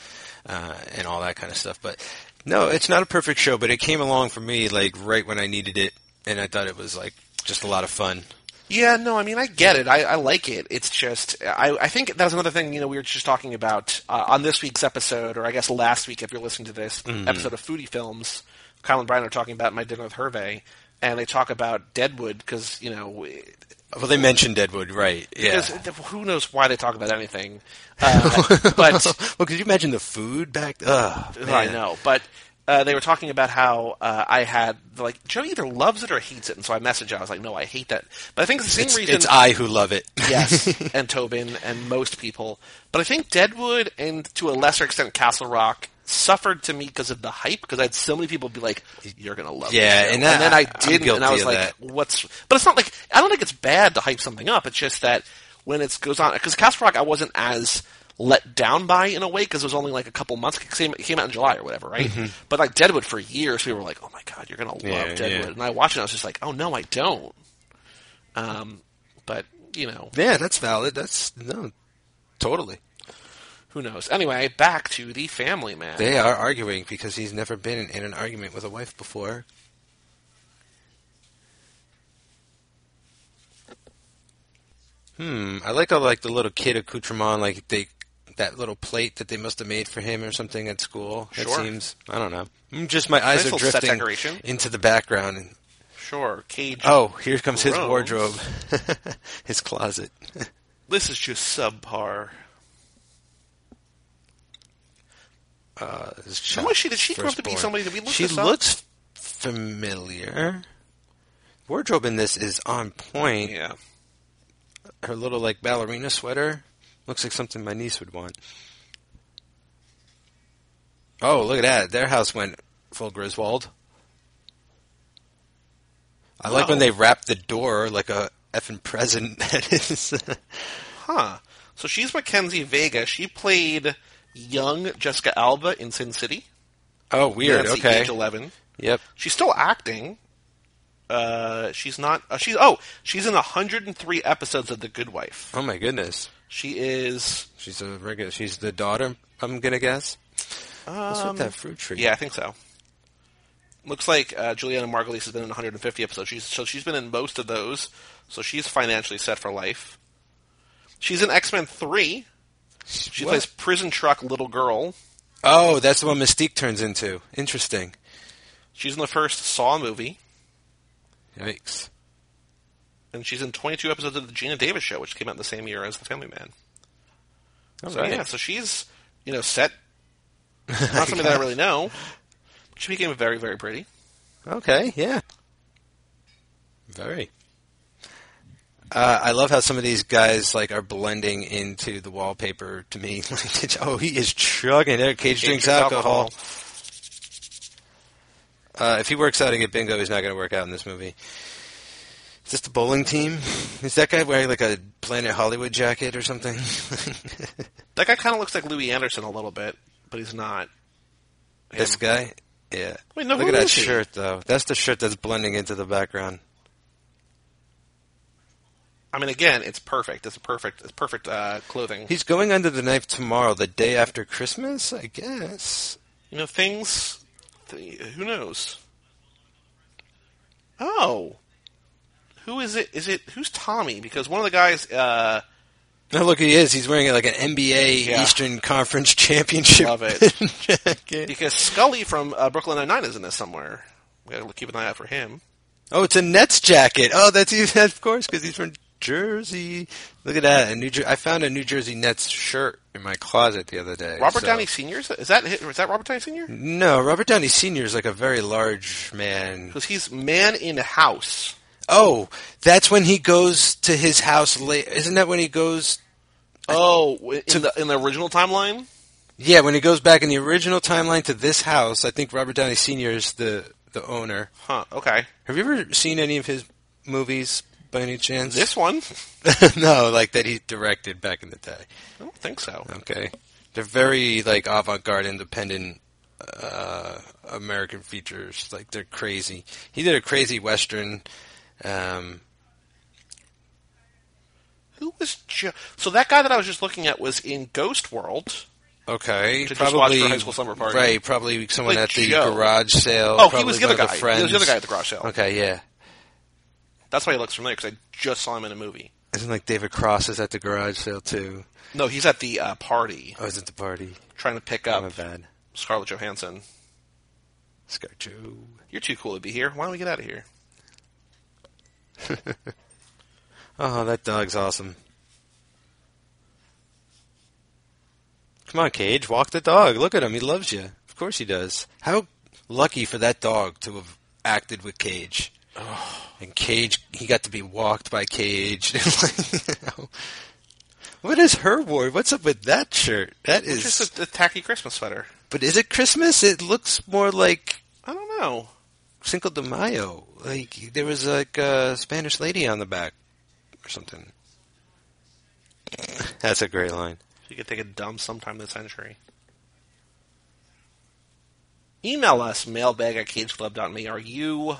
uh, and all that kind of stuff. But no, it's not a perfect show, but it came along for me like right when I needed it, and I thought it was like just a lot of fun. Yeah, no, I mean, I get it. I, I like it. It's just, I, I think that was another thing, you know, we were just talking about uh, on this week's episode, or I guess last week, if you're listening to this Mm-hmm. episode of Foodie Films, Kyle and Brian are talking about My Dinner with Hervey, and they talk about Deadwood, because, you know, it- Well, they mentioned Deadwood, right? Yeah. because who knows why they talk about anything. Uh, but well, could you imagine the food back? Ugh, Oh, I man. know, but uh, they were talking about how uh, I had like Joe either loves it or hates it, and so I messaged. I was like, "No, I hate that." But I think it's the same It's, reason. it's I who love it. yes, and Tobin and most people, but I think Deadwood and to a lesser extent Castle Rock suffered to me because of the hype because I had so many people be like, "You're gonna love Yeah, this show." and that- then I I'm didn't, and guilty I was of like, that. "What's?" But it's not like I don't think it's bad to hype something up. It's just that when it goes on because Castle Rock, I wasn't as let down by in a way because it was only like a couple months. 'cause It came- it came out in July or whatever, right? But like Deadwood for years, we were like, "Oh my god, you're gonna love Mm-hmm. Yeah, yeah. Deadwood," and I watched it, and I was just like, "Oh no, I don't." Um, but you know, yeah, that's valid. That's no, totally. who knows? Anyway, back to the family man. They are arguing because he's never been in, in an argument with a wife before. Hmm. I like how like the little kid accoutrement, like they that little plate that they must have made for him or something at school. That Sure. seems I don't know. Mm, Just my eyes Nice are little set drifting decoration. into the background. And, sure, Cage. oh, here comes his Gross. wardrobe, his closet. This is just subpar. Uh, his Who shop- is she? Did she grow up to be firstborn. somebody? Did we look She this up? looks familiar. Wardrobe in this is on point. Yeah. Her little like ballerina sweater looks like something my niece would want. Oh, look at that! Their house went full Griswold. I like when Wow. they wrap the door like a effing present. That is. Huh. So she's Mackenzie Vega. She played young Jessica Alba in Sin City. oh, weird. Nancy, okay. Age 11. Yep. She's still acting. Uh, she's not. Uh, she's oh, she's in 103 episodes of The Good Wife. Oh my goodness. She is. She's a regular. She's the daughter. I'm gonna guess. What's Um, with that fruit tree? Yeah, I think so. Looks like uh, Juliana Margulies has been in 150 episodes. She's, so she's been in most of those. So she's financially set for life. She's in X Men 3. She What? plays prison truck little girl. Oh, that's the one Mystique turns into. Interesting. She's in the first Saw movie. Yikes. And she's in 22 episodes of The Gina Davis Show, which came out in the same year as The Family Man. So Alright. Oh, yeah, so she's, you know, set. Not something that I really know. She became very, very pretty. Okay, yeah. Very. Uh, I love how some of these guys like are blending into the wallpaper to me. Like, oh, he is chugging. There, Cage drinks alcohol. Uh, if he works out and get bingo, he's not going to work out in this movie. Is this the bowling team? Is that guy wearing like a Planet Hollywood jacket or something? That guy kind of looks like Louis Anderson a little bit, but he's not. This Him. guy? Yeah. Wait, no, Look who at that is he? shirt, though. That's the shirt that's blending into the background. I mean, again, it's perfect. It's perfect. It's perfect uh, clothing. He's going under the knife tomorrow, the day after Christmas, I guess. you know, things. Th- who knows? Oh, who is it? Is it who's Tommy? Because one of the guys. Uh, No, look, he is. He's wearing like an NBA Yeah. Eastern Conference Championship Love it. jacket. because Scully from uh, Brooklyn Nine Nine is in this somewhere. We gotta keep an eye out for him. Oh, it's a Nets jacket. Oh, that's even, of course, because he's from Jersey. Look at that. A New Jer- I found a New Jersey Nets shirt in my closet the other day. Robert so- Downey Senior is that is that, is that Robert Downey Senior? No, Robert Downey Sr. is like a very large man. Because he's man in house. Oh, that's when he goes to his house late. Isn't that when he goes Oh, in the in the original timeline. Yeah, when it goes back in the original timeline to this house, I think Robert Downey Sr. is the, the owner. Huh. Okay. Have you ever seen any of his movies by any chance? This one. no, like that he directed back in the day. I don't think so. Okay. They're very like avant-garde independent uh, American features. Like they're crazy. He did a crazy western um, Who was Joe? So that guy that I was just looking at was in Ghost World. Okay, To just watch probably for high school summer party. Right, probably someone Like at the Joe. garage sale. Oh, he probably was the other one guy. of He was the friends. other guy at the garage sale. Okay, yeah. That's why he looks familiar because I just saw him in a movie. Isn't like David Cross is at the garage sale too? No, he's at the uh, party I was at the party. trying to pick My up bad. Scarlett Johansson. Scar Joe. You're too cool to be here. Why don't we get out of here? Oh, that dog's awesome. Come on, Cage, walk the dog. Look at him. He loves you. Of course he does. How lucky for that dog to have acted with Cage. And Cage, he got to be walked by Cage. you know. What is her ward? What's up with that shirt? That is. It's just a, a tacky Christmas sweater. but is it Christmas? It looks more like I don't know. Cinco de Mayo. Like there was like a Spanish lady on the back or something. That's a great line. You could take a dump sometime this century. Email us, mailbag at cageclub.me. Are you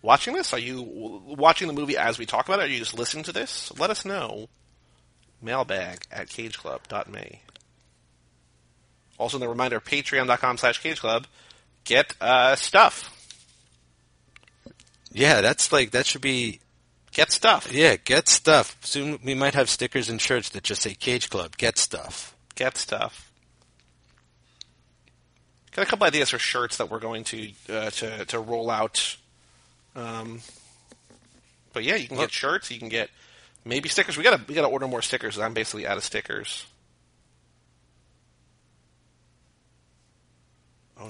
watching this? Are you w- watching the movie as we talk about it? Are you just listening to this? Let us know. Mailbag at cageclub.me. Also, the reminder, patreon.com slash cageclub. Get uh, stuff. Yeah, that's like that should be. Get stuff. Yeah, get stuff. Soon we might have stickers and shirts that just say Cage Club. Get stuff. Get stuff. Got a couple ideas for shirts that we're going to uh, to to roll out. Um, but yeah, you can Look. get shirts. You can get maybe stickers. We gotta we gotta order more stickers. I'm basically out of stickers.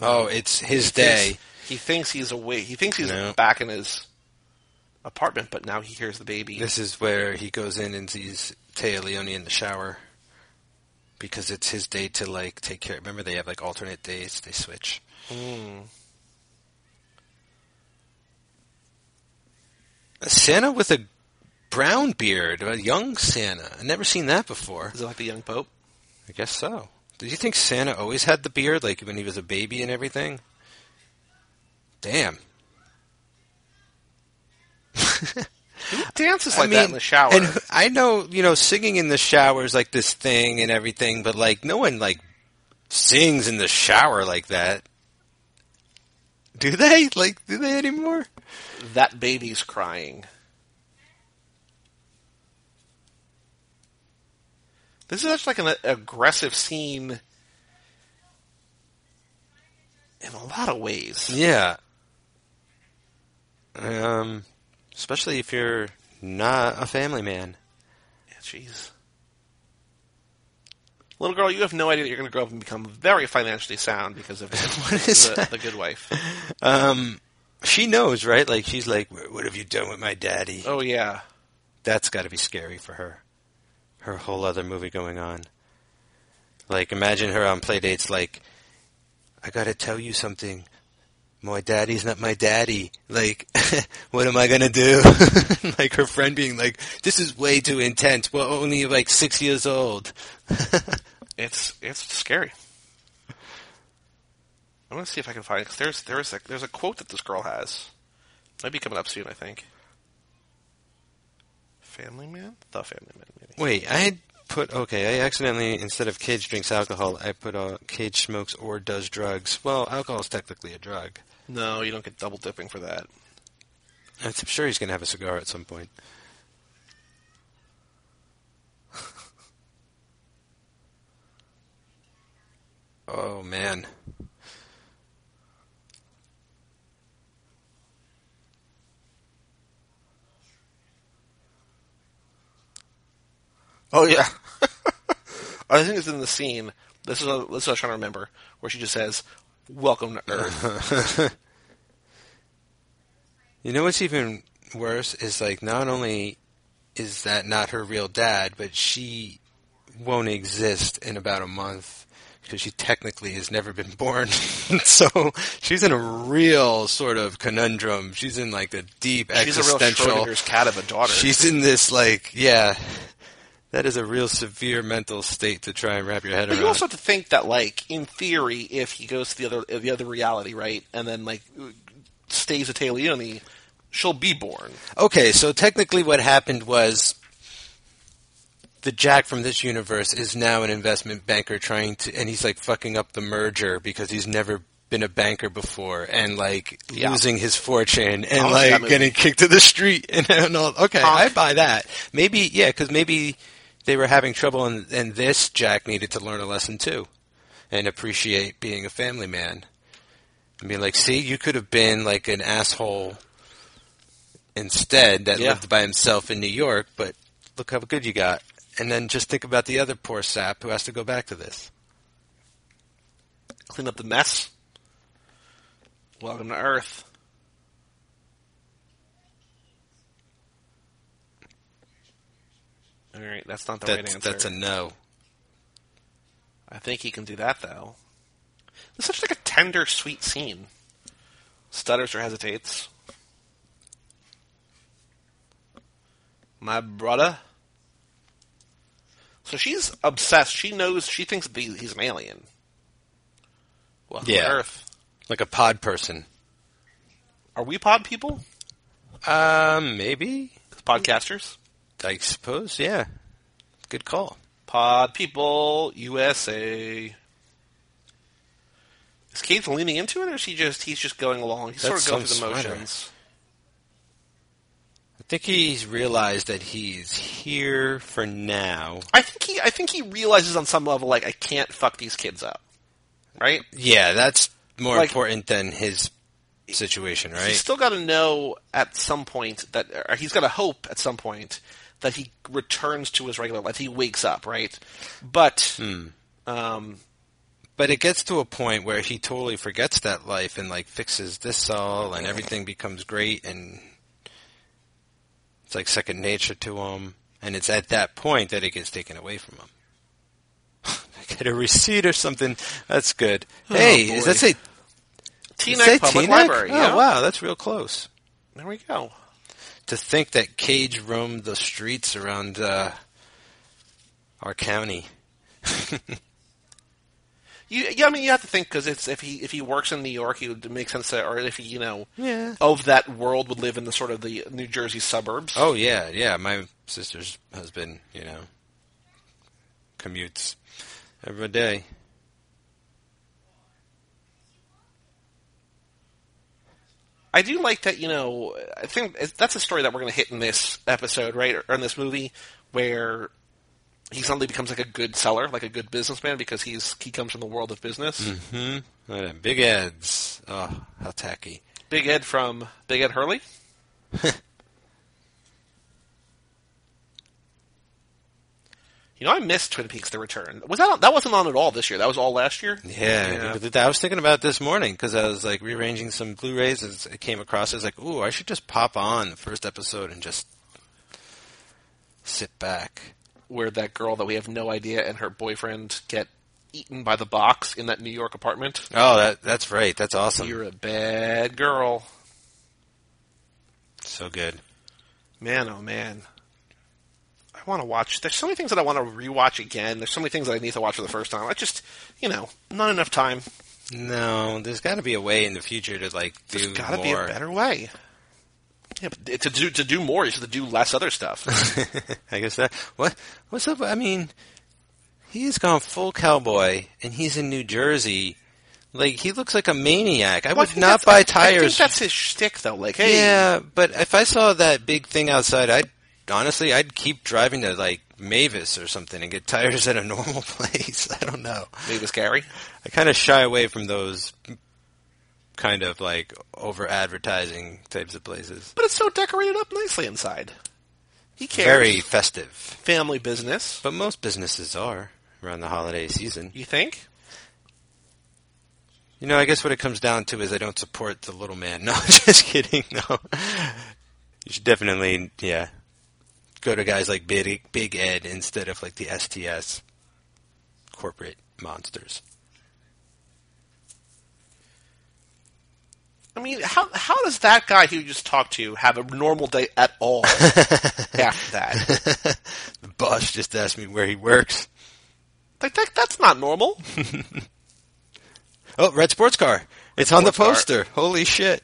Oh, it's his He day. thinks- He thinks he's away. He thinks he's No. back in his apartment, but now he hears the baby. This is where he goes in and sees Taya Leone in the shower because it's his day to like take care. Remember, they have like alternate days; they switch. Hmm. A Santa with a brown beard, a young Santa. I never seen that before. Is it like the young pope? I guess so. Did you think Santa always had the beard, like when he was a baby and everything? Damn. Dances like that in the shower. And who- I know, you know, singing in the shower is like this thing and everything, but like no one like sings in the shower like that. Do they? Like, do they anymore? that baby's crying. This is actually like an aggressive scene in a lot of ways. Yeah. Um, especially if you're not a family man. Yeah, Jeez. Little girl, you have no idea that you're going to grow up and become very financially sound because of What is the, that? the good wife. Um, she knows, right? Like, she's like, "Wh- "What have you done with my daddy?" Oh, yeah. that's got to be scary for her. Her whole other movie going on. Like, imagine her on playdates. Like, I gotta tell you something. My daddy's not my daddy. Like, what am I gonna do? like her friend being like, "This is way too intense." We're only like six years old. It's it's scary. I'm gonna see if I can find because there's there's a there's a quote that this girl has. Might be coming up soon, I think. Family man, the Family Man, maybe. Wait, I had put okay. I accidentally instead of Cage drinks alcohol, I put uh, Cage smokes or does drugs. Well, alcohol is technically a drug. No, you don't get double dipping for that. I'm sure he's gonna have a cigar at some point. oh man. Oh yeah. I think it's in the scene. This is what, this is what I was trying to remember, where she just says, "Welcome to Earth." You know what's even worse is like not only is that not her real dad, but she won't exist in about a month because she technically has never been born. so she's in a real sort of conundrum. She's in like a deep She's a real existential. Schrodinger's cat of a daughter. She's in this like yeah. That is a real severe mental state to try and wrap your head But around. you also have to think that, like, in theory, if he goes to the other the other reality, right, and then like stays with Talioni, she'll be born. Okay, so technically what happened was the Jack from this universe is now an investment banker trying to and he's like fucking up the merger because he's never been a banker before and like Yeah. losing his fortune and wanna see that like movie. getting kicked to the street and, and all. Okay, Honk. I buy that. Maybe yeah, cuz maybe they were having trouble and and this Jack needed to learn a lesson too and appreciate being a family man. I mean, like, see, you could have been like an asshole instead that Yeah. lived by himself in New York, but look how good you got. And then just think about the other poor sap who has to go back to this. Clean up the mess. Welcome to Earth. All right, that's not the right That's, answer. that's a no. I think he can do that though. It's such like a tender, sweet scene. Stutters or hesitates. My brother. So she's obsessed. She knows. She thinks that he- he's an alien. Welcome to Yeah. Earth. Like a pod person. Are we pod people? Um, maybe. Podcasters. I suppose. Yeah. Good call. Pod people USA. Is Keith leaning into it, or is he just he's just going along? He's That's sort of going some through the sweater. motions. I think he's realized that he's here for now. I think he I think he realizes on some level like I can't fuck these kids up. Right? Yeah, that's more Like- important than his situation, right? He's still got to know at some point that or he's got to hope at some point that he returns to his regular life. He wakes up, right? But Hmm. um, But it gets to a point where he totally forgets that life and like fixes this all and everything becomes great and it's like second nature to him. And it's at that point that it gets taken away from him. Get a receipt or something. That's good. hey, is Oh, boy. that say, is Teaneck that Public Teaneck? Library. Oh, yeah? wow, that's real close. There we go. To think that Cage roamed the streets around uh, our county. You, yeah, I mean, you have to think because it's if he if he works in New York, it would make sense that, or if he you know Yeah. of that world would live in the sort of the New Jersey suburbs. Oh yeah, yeah. My sister's husband, you know, commutes every day. I do like that, you know, I think that's a story that we're going to hit in this episode, right? Or in this movie, where he suddenly becomes like a good seller, like a good businessman, because he's he comes from the world of business. Hmm. Look at them, Big Ed's. Oh, how tacky. Big Ed from Big Ed Hurley. you know, I missed Twin Peaks: The Return. Was that on, that wasn't on at all this year? That was all last year. Yeah, I was thinking about it this morning because I was like rearranging some Blu-rays and it came across. I was like, "Ooh, I should just pop on the first episode and just sit back." where that girl that we have no idea and her boyfriend get eaten by the box in that New York apartment. Oh, that that's right. That's awesome. You're a bad girl. so good. Man, oh man. I want to watch. There's so many things that I want to rewatch again. There's so many things that I need to watch for the first time. I just, you know, not enough time. No, there's got to be a way in the future to like do There's got to more. be a better way. Yeah, but to do to do more is to do less other stuff. I guess that what what's up? I mean, he has gone full cowboy, and he's in New Jersey. Like he looks like a maniac. I Well, would think not that's- buy I think tires. that's his shtick, though. Like, hey, yeah, but if I saw that big thing outside, I'd honestly I'd keep driving to like Mavis or something and get tires at a normal place. I don't know. Mavis Gary. I kind of shy away from those kind of like over advertising types of places. But it's so decorated up nicely inside. He cares. Very festive, family business. but most businesses are around the holiday season. You think? You know, I guess what it comes down to is I don't support the little man. No, just kidding. No, you should definitely, yeah, go to guys like Big Big Ed instead of like the STS corporate monsters. I mean, how how does that guy who you just talked to have a normal day at all after that? The boss just asked me where he works. Like that, that's not normal. Oh, red sports car. It's on the Sports poster. Holy shit!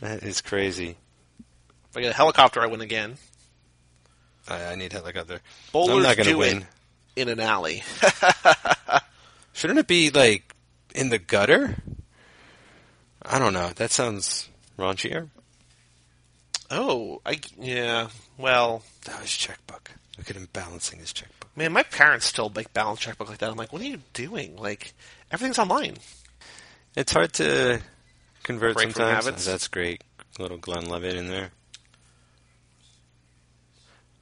That is crazy. If I get a helicopter, I win again. I, I need helicopter. I'm Bowlers not going to do win. it in an alley. Shouldn't it be like in the gutter? I don't know. That sounds raunchier. Oh, I yeah. Well, Oh, his checkbook. Look at him balancing his checkbook. man, my parents still make balance checkbook like that. I'm like, what are you doing? Like everything's online. It's hard to convert Break from sometimes. Oh, habits. That's great. Little Glenn Levitt in there.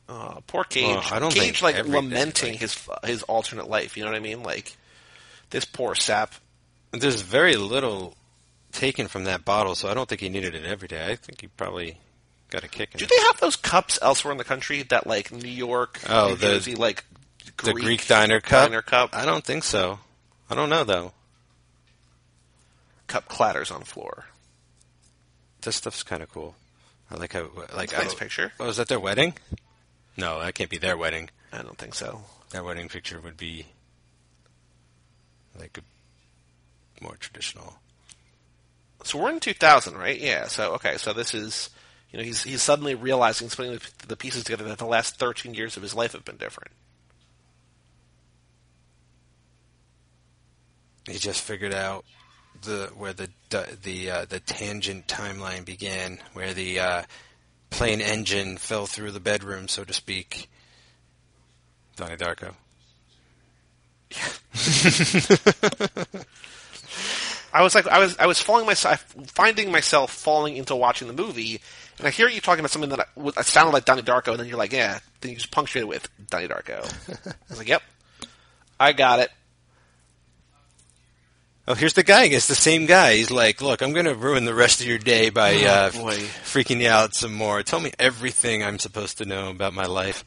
Uh, poor Cage. Well, I don't Cage think like every day, lamenting like- his his alternate life. You know what I mean? Like this poor sap There's very little taken from that bottle, so I don't think he needed it every day. I think he probably got a kick. In Do it. they have those cups elsewhere in the country that like New York, Oh, New the- Jersey, like the Greek, Greek diner cup? diner cup, I don't think so. I don't know though. cup clatters on floor. This stuff's kind of cool. I like how like Nice I don't- picture. Oh, is that their wedding? No, that can't be their wedding. I don't think so. Their wedding picture would be like a more traditional. So we're in 2000, right? Yeah. So okay. So this is, you know, he's he's suddenly realizing, he's putting the- the pieces together that the last 13 years of his life have been different. He just figured out the where the the the, uh, the tangent timeline began, where the uh, plane engine fell through the bedroom, so to speak. Donnie Darko. I was like, I was, I was falling myself, finding myself falling into watching the movie, and I hear you talking about something that, I, was- that sounded like Donnie Darko, and then you're like, yeah, then you just punctuate it with Donnie Darko. I was like, yep, I got it. Oh, here's the guy. It's the same guy. He's like, look, I'm going to ruin the rest of your day by uh, Oh, boy. freaking you out some more. Tell me everything I'm supposed to know about my life.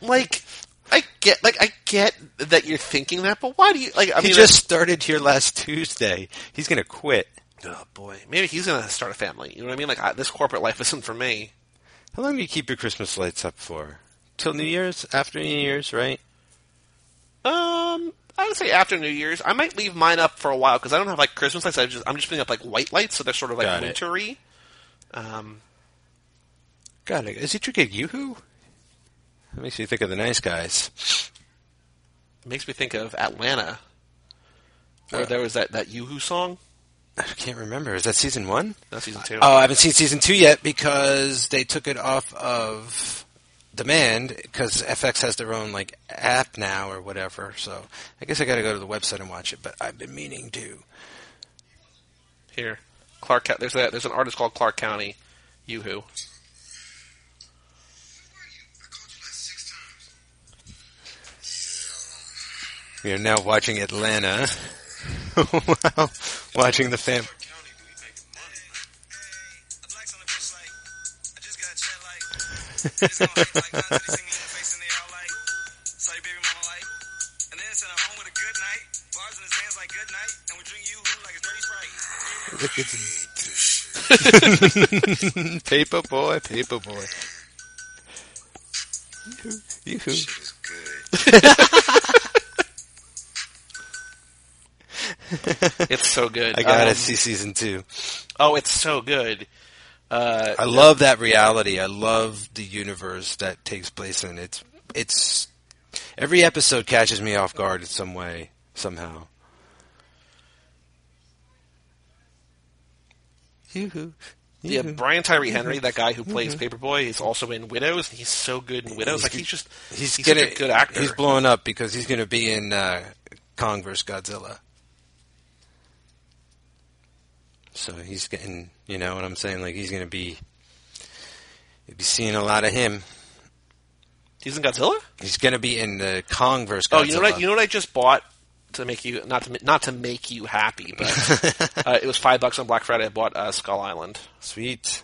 Like, I get, like, I get that you're thinking that, but why do you, like, I he mean, just started here last Tuesday. He's going to quit. oh boy, maybe he's gonna start a family. You know what I mean? Like, I, this corporate life isn't for me. How long do you keep your Christmas lights up for? Till New Year's? After New Year's, right? Um, I would say after New Year's, I might leave mine up for a while because I don't have like Christmas lights. I just, I'm just putting up like white lights, so they're sort of like Got it. wintery. Um, God, is he drinking Yoo-Hoo? That makes me think of the nice guys. It makes me think of Atlanta, where Uh. there was that that Yoo-Hoo song. I can't remember. Is that season one? That's season two. Oh, I haven't seen season two yet because they took it off of demand because FX has their own like app now or whatever. So I guess I got to go to the website and watch it. But I've been meaning to. Here, Clark. Coun- There's a, there's an artist called Clark County, Yoo-Hoo. We are now watching Atlanta. wow, watching the fam. Look, it's paper boy, paper boy. Yoo-hoo. It's so good. I gotta Um, see season two. Oh, it's so good. Uh, I love that reality. I love the universe that takes place in. It's it's every episode catches me off guard in some way somehow. Yoo-hoo. yeah, Yoo-hoo. Mm-hmm. Brian Tyree Henry, that guy who plays Paperboy, he's also in Widows. and He's so good in Widows. He's Like good- he's just he's, he's gonna, such a good actor. He's blowing up because he's going to be in uh, Kong vs. Godzilla. So he's getting, you know what I'm saying? Like he's going to be, you'll be seeing a lot of him. He's in Godzilla. He's going to be in the Kong vs. Godzilla. Oh, you know what? I, you know what I just bought to make you not to not to make you happy, but uh, it was five bucks on Black Friday. I bought uh, Skull Island. Sweet. So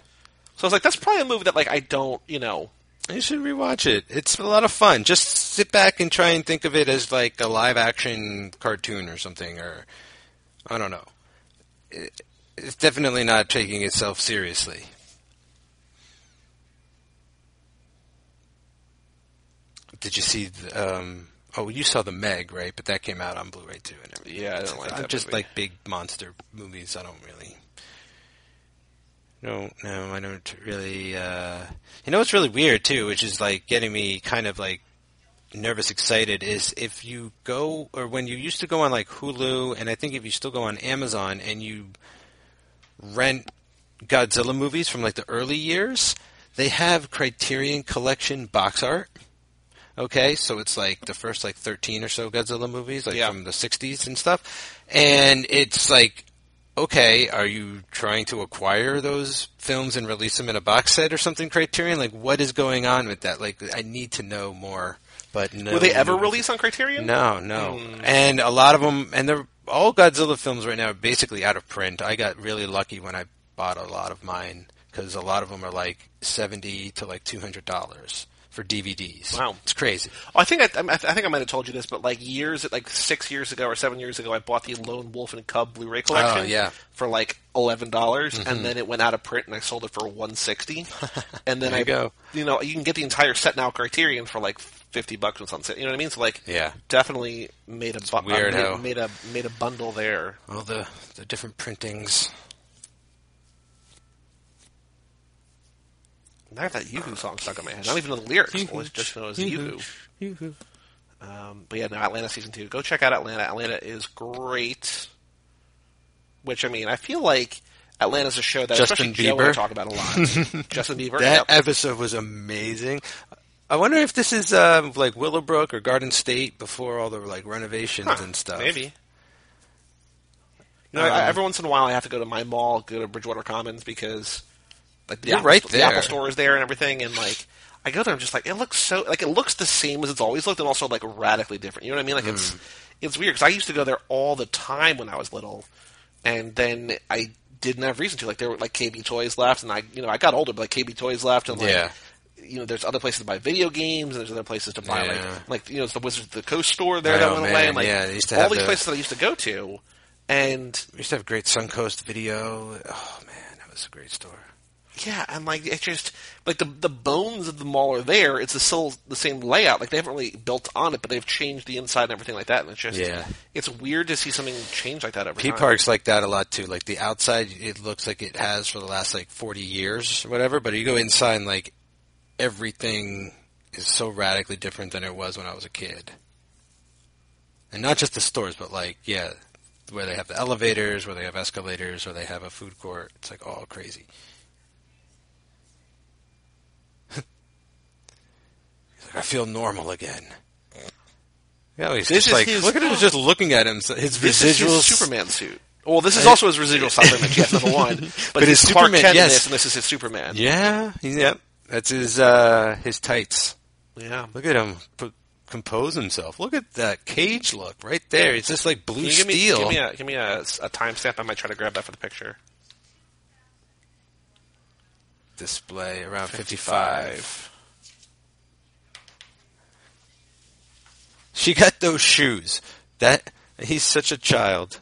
I was like, that's probably a movie that like I don't, you know. You should rewatch it. It's a lot of fun. Just sit back and try and think of it as like a live action cartoon or something, or I don't know. It, it's definitely not taking itself seriously. Did you see? The, um, oh, you saw the Meg, right? But that came out on Blu-ray too, and everything. Yeah, I don't like I'm that just movie. like big monster movies. I don't really. No, no, I don't really. Uh... You know, what's really weird too, which is like getting me kind of like nervous, excited. Is if you go or when you used to go on like Hulu, and I think if you still go on Amazon and you rent Godzilla movies from like the early years, they have Criterion Collection box art. Okay, so it's like the first like 13 or so Godzilla movies, like Yeah. from the 60s and stuff. And it's like okay, are you trying to acquire those films and release them in a box set or something? Criterion, like what is going on with that? Like I need to know more. But no, Were they ever released on Criterion? No, no. Hmm. And a lot of them, and they're all Godzilla films right now are basically out of print. I got really lucky when I bought a lot of mine because a lot of them are like seventy to like two hundred dollars for DVDs. Wow. it's crazy. Oh, I think I, I think I might have told you this, but like years, like six years ago or seven years ago, I bought the Lone Wolf and Cub Blu-ray collection. Oh, yeah. Mm-hmm. for like eleven dollars, and then it went out of print, and I sold it for one sixty. And then There I you go. You know, you can get the entire set now, Criterion, for like fifty bucks or something. You know what I mean? So like, Yeah. definitely made a bu- weird made- how- made a made a bundle there. All the the different printings. And I have that Oh, Yoo-Hoo song stuck in my head. I don't even know the lyrics. I always just know it as Yoo-Hoo. Um, but yeah, no, Atlanta season two. Go check out Atlanta. Atlanta is great. Which I mean, I feel like Atlanta's a show that Justin especially Joe and I Bieber. talk about a lot. Justin Bieber. That yep. episode was amazing. I wonder if this is um, like Willowbrook or Garden State before all the like renovations Huh, and stuff. Maybe. You know, I- Um, every once in a while, I have to go to my mall, go to Bridgewater Commons because like the You're Apple, right the Apple there. Store is there and everything, and like I go there, I'm just like it looks so like it looks the same as it's always looked, and also like radically different. You know what I mean? Like Hmm. it's it's weird because I used to go there all the time when I was little, and then I didn't have reason to. Like there were like KB Toys left, and I you know I got older, but like KB Toys left, and like. Yeah. You know, there's other places to buy video games, and there's other places to buy Yeah. like, like you know, it's the Wizards of the Coast store there that Oh, went man, away, and like yeah, they used to all have these the- places that I used to go to, and We used to have great Suncoast video. Oh man, that was a great store. yeah, and like it just like the the bones of the mall are there. It's still the same layout. Like they haven't really built on it, but they've changed the inside and everything like that. And it's just Yeah. it's weird to see something change like that over P time. Park's like that a lot too. Like the outside, it looks like it has for the last like 40 years or whatever, but you go inside and like everything is so radically different than it was when I was a kid. And not just the stores, but like, yeah, where they have the elevators, where they have escalators, or they have a food court. It's like all crazy. He's like, I feel normal again. Yeah, he's This just is like, his- look at him just looking at him. His This is residual his Superman suit. Well, this is also his residual Superman. Yes, number one. But, But his his Clark Superman, Kent in yes. this, and this is his Superman. Yeah, yep. That's his uh his tights. Yeah. Look at him p- compose himself. Look at that cage look right there. It's just like blue Can you give me, steel. give me a give me a, a timestamp? I might try to grab that for the picture. Display around 55. She got those shoes. That he's such a child.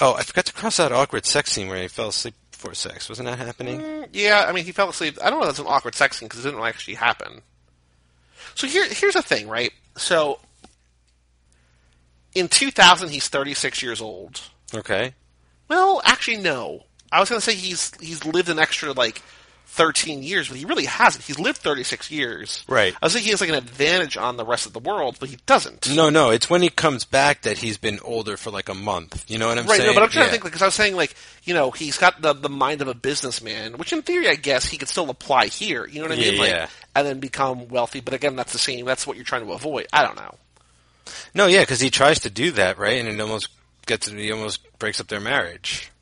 Oh, I forgot to cross out awkward sex scene where he fell asleep before sex. Wasn't that happening? Mm, Yeah, I mean, he fell asleep. I don't know. if That's an awkward sex scene because it didn't actually happen. So here, here's the thing, right? So in 2000, he's 36 years old. Okay. Well, actually, no. I was going to say he's he's lived an extra like 13 years, but he really hasn't. He's lived 36 years. Right. I was thinking he has like an advantage on the rest of the world, but he doesn't. No, no, it's when he comes back that he's been older for like a month. You know what I'm Right, saying? no, but I'm trying Yeah. to think because I was saying like you know he's got the the mind of a businessman, which in theory I guess he could still apply here. You know what I Yeah, mean? Like, yeah. And then become wealthy, but again, that's the same. That's what you're trying to avoid. I don't know. No, yeah, because he tries to do that, right? And it almost gets he almost breaks up their marriage.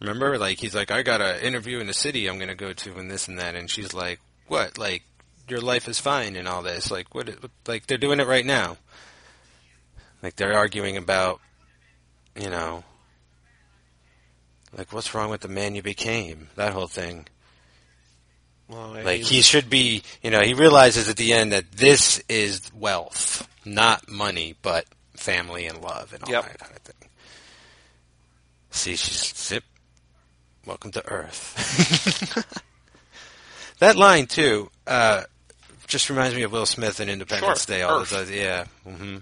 Remember, like he's like, I got an interview in the city I'm going to go to, and this and that, and she's like, What? Like your life is fine and all this. Like what? what- Like they're doing it right now. Like they're arguing about, you know, like what's wrong with the man you became? That whole thing. Well, Like he should be, you know, he realizes at the end that this is wealth, not money, but family and love and all Yep. that kind of thing. See, she's zip. Welcome to Earth. that line too uh, just reminds me of Will Smith in Independence Sure, Day. All Earth. those, yeah. hmm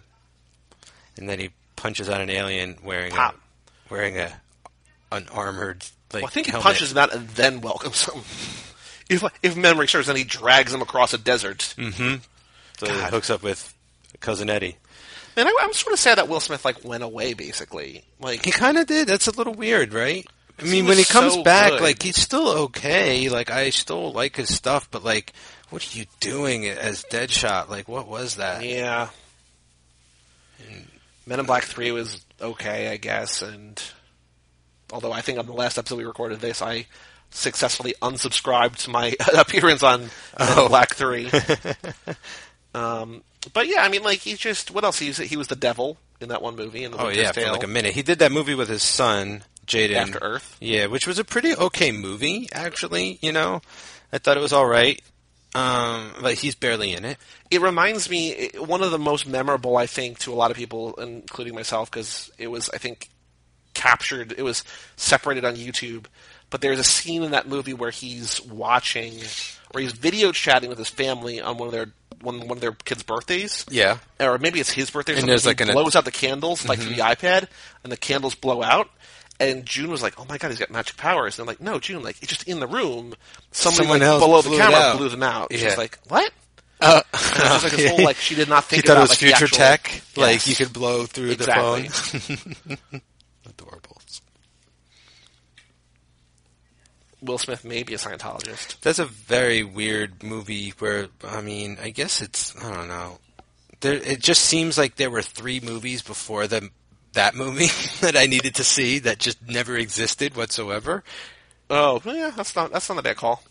And then he punches out an alien wearing a, Pop. wearing a an armored like. Well, I think helmet. he punches him out and then welcomes him. If if memory serves, then he drags him across a desert. Hmm. So he God. hooks up with cousin Eddie. And I, I'm sort of sad that Will Smith like went away basically. Like He kind of did. That's a little weird, right? I He mean, was when he comes so back, good. like he's still okay. Like I still like his stuff, but like, what are you doing as Deadshot? Like, what was that? Yeah. Men in Black Three was okay, I guess, and although I think on the last episode we recorded this, I successfully unsubscribed to my appearance on Men in Oh. Black Three. um, but yeah, I mean, like he just what else? He was, he was the devil in that one movie. In the Oh Winter's yeah, for Tale, like a minute. He did that movie with his son, Jaden. After Earth. Yeah, which was a pretty okay movie, actually. You know, I thought it was all right, um, but he's barely in it. it reminds me it- one of the most memorable I think to a lot of people, including myself, because it was I think captured. It was separated on YouTube, but there's a scene in that movie where he's watching or he's video chatting with his family on one of their one one of their kids' birthdays. Yeah. Or maybe it's his birthday. Or something. there's he like an- Mm-hmm. blows out the candles like through the iPad, and the candles blow out. And June was like, "Oh my god, he's got magic powers!" And I'm like, "No, June, like it's just in the room. Somebody Someone like, else below the blew it camera out." blew them out." She's Yeah. like, "What?" Uh, And it was just like this whole like she did not he think thought about it was like, the future actual- tech. Like Yes. you could blow through Exactly. the phone. Adorable. Will Smith may be a Scientologist. That's a very weird movie where I mean, I guess it's I don't know. There, it just seems like there were three movies before the that movie that I needed to see that just never existed whatsoever. Oh well, yeah, that's not that's not a bad call.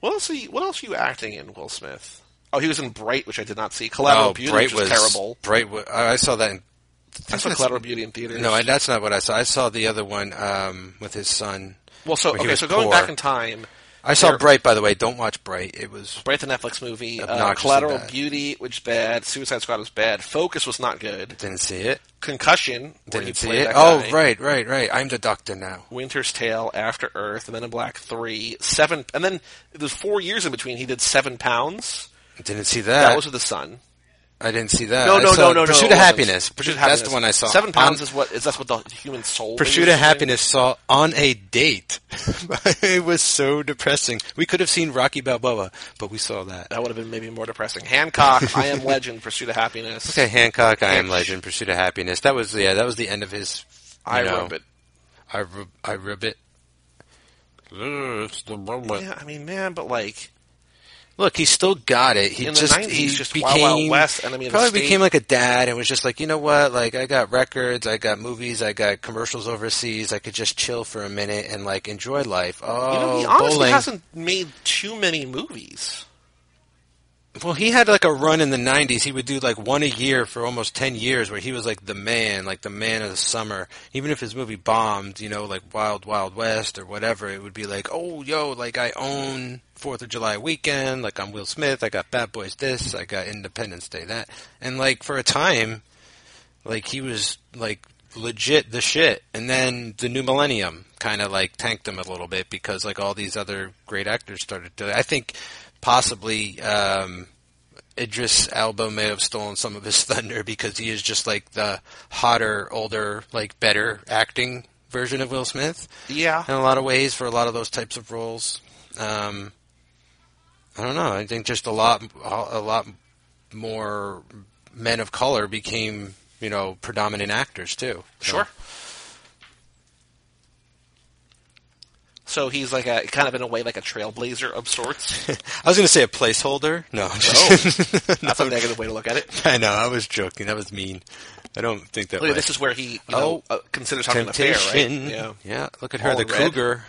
What else? Are you, what else are you acting in, Will Smith? Oh, he was in Bright, which I did not see. Collateral Beauty, which was, terrible. Bright Oh, was, I saw that. In, I saw Collateral Beauty in theaters. No, I, that's not what I saw. I saw the other one um, with his son. well, so where he okay, was so going poor. back in time, I saw There- Bright, by the way. Don't watch Bright. It was Bright the Netflix movie, uh, Obnoxiously Collateral bad. Beauty, which is bad, Suicide Squad was bad, Focus was not good, didn't see it. Concussion where he Didn't see played it. that Oh, guy. right, right, right. I'm the doctor now. Winter's Tale, After Earth, and then in Black Three, Seven, and then there's four years in between. He did Seven Pounds. Didn't see that. That was with the sun. I didn't see that. No, I no, saw no, no, no. Uh, Pursuit it of wasn't. Happiness. Pursuit of That's Happiness. the one I saw. Seven pounds On- is what is that's what the human soul. thing Pursuit is of doing? Happiness saw on a date. it was so depressing. We could have seen Rocky Balboa, but we saw that. That would have been maybe more depressing. Hancock, I Am Legend, Pursuit of Happiness. Okay, Hancock, I Am Legend, Pursuit of Happiness. That was yeah, that was the end of his. you I know, rub it. I rub, I rub it. It's the moment. Yeah, I mean, man, but like, Look, he still got it. He In the just 90s, he just became Wild Wild West, Enemy of the probably State. became like a dad and was just like, you know what? Like I got records, I got movies, I got commercials overseas. I could just chill for a minute and like enjoy life. Oh, you know, he honestly bowling. hasn't made too many movies. Well, he had like a run in the '90s. He would do like one a year for almost ten years, where he was like the man, like the man of the summer. Even if his movie bombed, you know, like Wild Wild West or whatever, it would be like, oh, yo, like I own Fourth of July weekend. Like I'm Will Smith. I got Bad Boys this. I got Independence Day that. And like for a time, like he was like legit the shit. And then the new millennium kind of like tanked him a little bit because like all these other great actors started to. I think possibly um, Idris Elba may have stolen some of his thunder because he is just like the hotter, older, like better acting version of Will Smith Yeah, in a lot of ways for a lot of those types of roles. Um, I don't know. I think just a lot, a lot more men of color became, you know, predominant actors too. So- sure. So he's like a kind of in a way like a trailblazer of sorts. I was going to say a placeholder. No, I'm just- Oh, that's a negative way to look at it. I know. I was joking. That was mean. I don't think that. Look, way. this is where he you know, Oh, uh, considers having an affair, right? temptation. Yeah. Look at her, All the in red. cougar.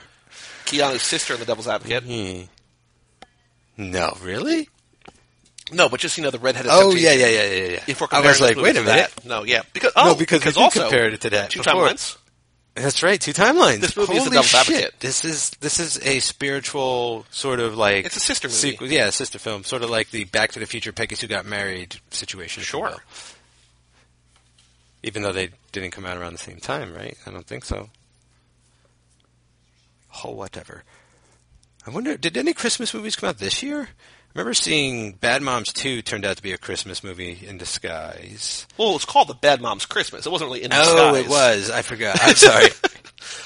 Keanu's sister in The Devil's Advocate. Hmm. No, really? No, but just you know the redheaded. Mm-hmm. Oh temptation. yeah, yeah, yeah, yeah, yeah. If we're I comparing was like, Clue wait to a minute. that- No, yeah, because oh, no, because we also compared it to that two before. timelines. That's right, two timelines. This movie Holy is The Devil's shit. Advocate. This is this is a spiritual sort of like It's a sister movie. sequel. Yeah, a sister film, sort of like the Back to the Future Peggy's Who Got Married situation. if you Sure. will. Even though they didn't come out around the same time, right? I don't think so. Oh, whatever. I wonder, did any Christmas movies come out this year? I remember seeing Bad Moms 2 turned out to be a Christmas movie in disguise. Well, it's called The Bad Mom's Christmas. It wasn't really in Oh, disguise. it was. I forgot. I'm sorry.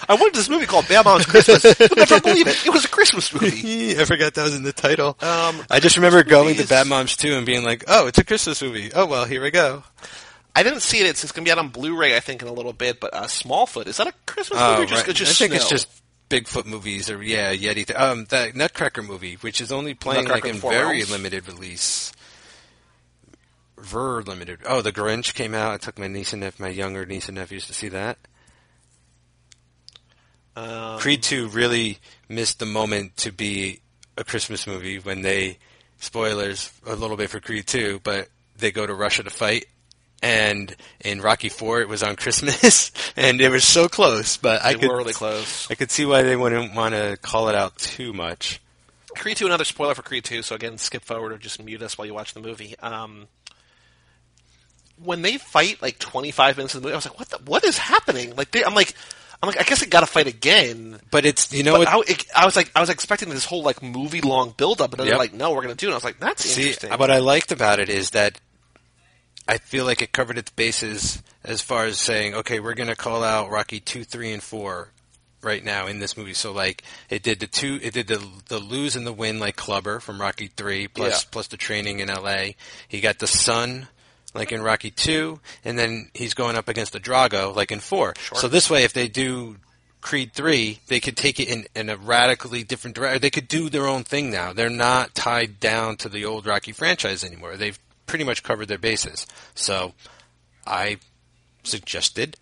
I wanted this movie called Bad Mom's Christmas. You'll never believe it. It was a Christmas movie. I forgot that was in the title. Um, I just remember going to movies- Bad Moms 2 and being like, oh, it's a Christmas movie. Oh, well, here we go. I didn't see it. It's, it's going to be out on Blu-ray, I think, in a little bit. But uh, Smallfoot is that a Christmas movie? Or just, it's just Uh, I think it's snow? just Bigfoot movies or, yeah, Yeti. Th- um, that Nutcracker movie, which is only playing like Nutcracker in Four very Realms. limited release. Ver limited. Oh, The Grinch came out. I took my niece and nephew, my younger niece and nephews to see that. Um, Creed 2 really missed the moment to be a Christmas movie when they, spoilers a little bit for Creed 2, but they go to Russia to fight. And in Rocky 4, it was on Christmas, and they were so close, but I they could, were really close. I could see why they wouldn't want to call it out too much. Creed 2, another spoiler for Creed 2, so again, skip forward or just mute us while you watch the movie. Um, when they fight like 25 minutes of the movie, I was like, what the, what is happening? Like, they, I'm like, I'm like, I guess they gotta fight again. But it's, you know, But what- I, it, I was like, I was expecting this whole like movie long build up, and then Yep. they're like, no, we're gonna do it. And I was like, that's See, interesting. what I liked about it is that I feel like it covered its bases as far as saying, okay, we're going to call out Rocky two, three, and four right now in this movie. So like, it did the two, it did the the lose and the win like Clubber from Rocky three, plus Yeah. plus the training in L.A. He got the son. Like in Rocky two, and then he's going up against the Drago, like in four. So this way, if they do Creed three, they could take it in, in a radically different direction. They could do their own thing now. They're not tied down to the old Rocky franchise anymore. They've pretty much covered their bases. So I suggested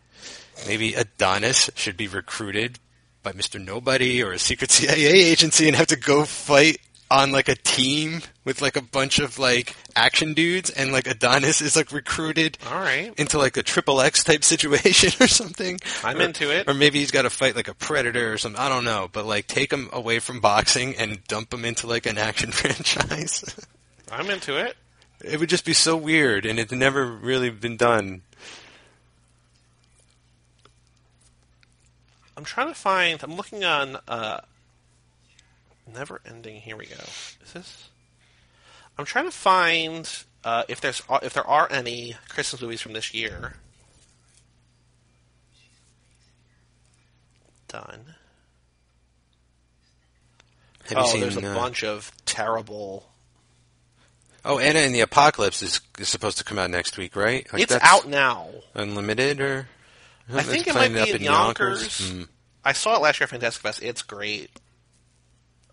maybe Adonis should be recruited by Mr. Nobody or a secret CIA agency and have to go fight on like a team with like a bunch of like action dudes and like Adonis is like recruited All right. into like a triple X type situation or something. I'm Or- into it. Or maybe he's got to fight like a predator or something. I don't know, but like take him away from boxing and dump him into like an action franchise. I'm into it. it would just be so weird and it's never really been done. I'm trying to find, I'm looking on, uh, never ending. Here we go. Is this? I'm trying to find, uh, if there's, if there are any Christmas movies from this year. Done. Have oh, you seen there's a uh, bunch of terrible. Oh, Anna and the Apocalypse is, is supposed to come out next week, right? Like it's that's out now. Unlimited or I think It's it might playing be up in Yonkers. Hmm. I saw it last year at Fantastic Fest. It's great.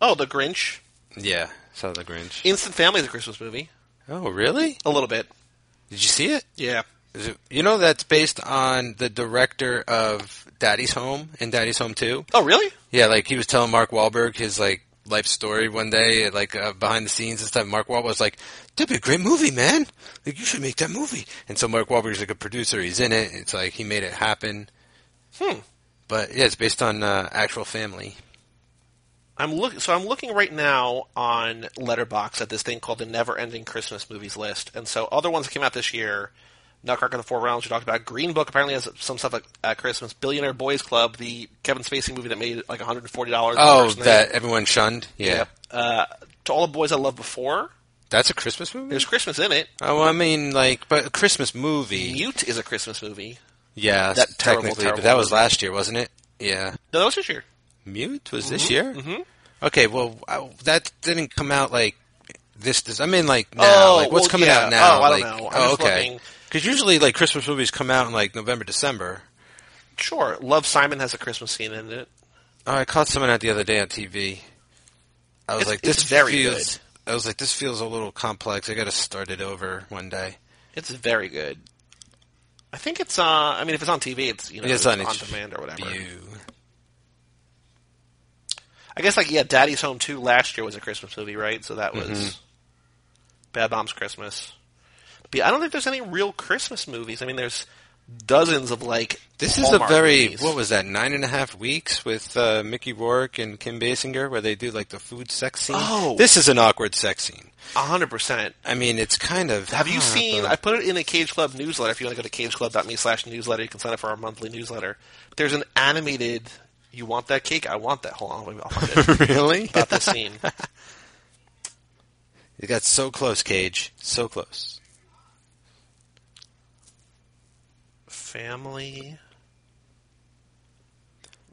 Oh, The Grinch. Mm, Yeah, saw the Grinch. Instant Family is a Christmas movie. Oh, really? A little bit. Did you see it? Yeah. Is it? You know that's based on the director of Daddy's Home and Daddy's Home Two. Oh, really? Yeah, like he was telling Mark Wahlberg his like life story one day, like uh, behind the scenes and stuff. Mark Wahlberg was like, "That'd be a great movie, man. Like you should make that movie." And so Mark Wahlberg's like a producer. He's in it. It's like he made it happen. Hmm. But yeah, it's based on uh, actual family. I'm look so I'm looking right now on Letterbox at this thing called the Never Ending Christmas Movies list, and so other ones that came out this year, Nutcracker and the Four Realms. We talked about Green Book. Apparently has some stuff like at Christmas. Billionaire Boys Club, the Kevin Spacey movie that made like 140 dollars. Oh, that everyone shunned. Yeah, Uh, to all the boys I loved before. that's a Christmas movie. There's Christmas in it. Oh, I mean, like, but a Christmas movie. Mute is a Christmas movie. Yeah, That s- terrible, technically, terrible but that was last year, wasn't it? Yeah. No, that was this year. Mute was this year. Mm-hmm. Okay, well, I, that didn't come out like this. this I mean, like now, Oh, like what's well, coming yeah. out now? Oh, I don't like, know. I'm Oh, just okay. looking. Because usually, like Christmas movies come out in like November, December. Sure, Love Simon has a Christmas scene in it. Oh, I caught someone out the other day on TV. I was It's- like, it's this very feels. I was like, this feels a little complex. I got to start it over one day. It's very good. I think it's. Uh, I mean, if it's on TV, it's you know It's on, on its demand or whatever. View. I guess like yeah, Daddy's Home Two last year was a Christmas movie, right? So that was Mm-hmm. Bad Moms Christmas. But yeah, I don't think there's any real Christmas movies. I mean, there's dozens of like This is Hallmark a very movies. what was that nine and a half weeks with uh, Mickey Rourke and Kim Basinger where they do like the food sex scene. Oh. this is an awkward sex scene. hundred percent. I mean, it's kind of. Have you hot, seen? Ah, but- I put it in the Cage Club newsletter. If you want to go to cageclub.me/newsletter, you can sign up for our monthly newsletter. There's an animated. You want that cake? I want that. Hold on, wait, I'll find it. really? About this scene. It got so close, Cage. So close. Family.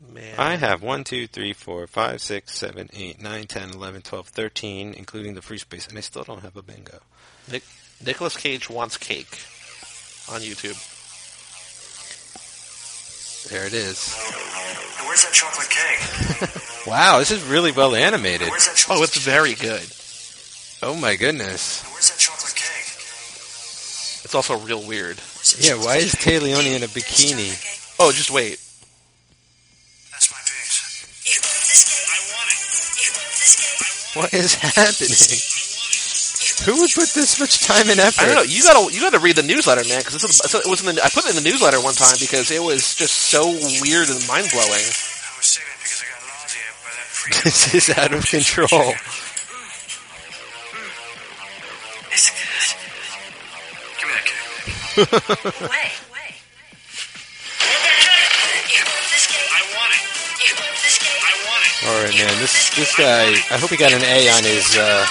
Man. I have one, two, three, four, five, six, seven, eight, nine, ten, eleven, twelve, thirteen, including the free space, and I still don't have a bingo. Nic- Nicholas Cage wants cake on YouTube. There it is. Now, Where's that chocolate cake? Wow, this is really well animated. Where's that chocolate Oh, it's very good. Oh my goodness. Where's that chocolate cake? It's also real weird. Yeah, why is Tay Leone in a bikini? Oh, just wait. That's my piece. You love this cake? I want it. You love this cake? What is happening? Who would put this much time and effort? I don't know. You gotta you gotta read the newsletter, man. Because it was in the I put it in the newsletter one time because it was just so weird and mind blowing. I was sick because I got nauseated by that freak. This is out of control. It's good. Give me that cake. Away. Away. You love this cake? I want it. You love this cake? I want it. All right, man. This this guy. I hope he got an A on his uh,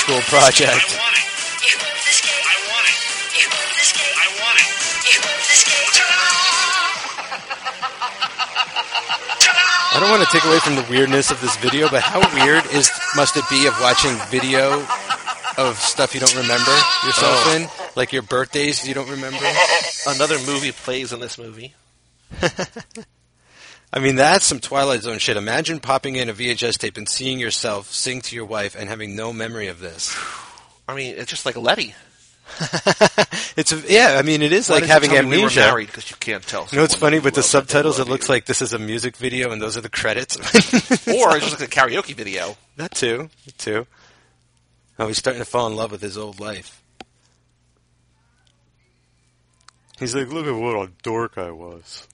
school I project. want it. You love this cake? I want it. You love this cake? I want it. You love this cake? I don't want to take away from the weirdness of this video, but how weird is must it be of watching video of stuff you don't remember yourself Oh. in, like your birthdays you don't remember? Another movie plays in this movie. I mean, that's some Twilight Zone shit. Imagine popping in a VHS tape and seeing yourself sing to your wife and having no memory of this. I mean, it's just like Letty. It's a, yeah. I mean, it is Why like did you having tell me we were amnesia. married because you can't tell. you know, it's someone funny you with the love that they subtitles. It love looks you. like this is a music video, and those are the credits. or it's just like a karaoke video. That too. That too. Oh, he's starting to fall in love with his old life. He's like, look at what a dork I was.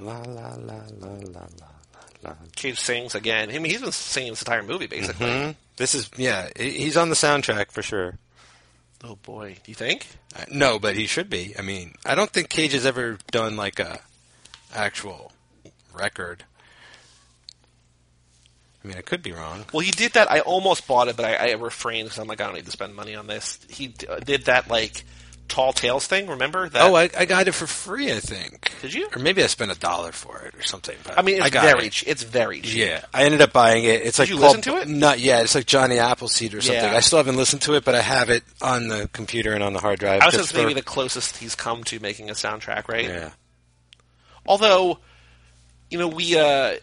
La la la la la la la. Cage sings again. I mean, he's been singing this entire movie basically. Hmm? This is yeah. he- He's on the soundtrack for sure. Mm. Oh boy, do you think? Uh, No, but he should be. I mean, I don't think Cage has ever done like a actual record. I mean, I could be wrong. Well, he did that. I almost bought it, but I, I refrained because I'm like, I don't need to spend money on this. He d- uh, did that like tall tales thing. Remember that? Oh, I, I got it for free, I think. Did you? Or maybe I spent a dollar for it or something. But I mean, it's I got very, it. che- it's very cheap. Yeah, I ended up buying it. It's like you called- listen to it? Not yet. It's like Johnny Appleseed or something. Yeah. I still haven't listened to it, but I have it on the computer and on the hard drive. I was just just maybe for- the closest he's come to making a soundtrack, right? yeah. Although, you know, we uh, uh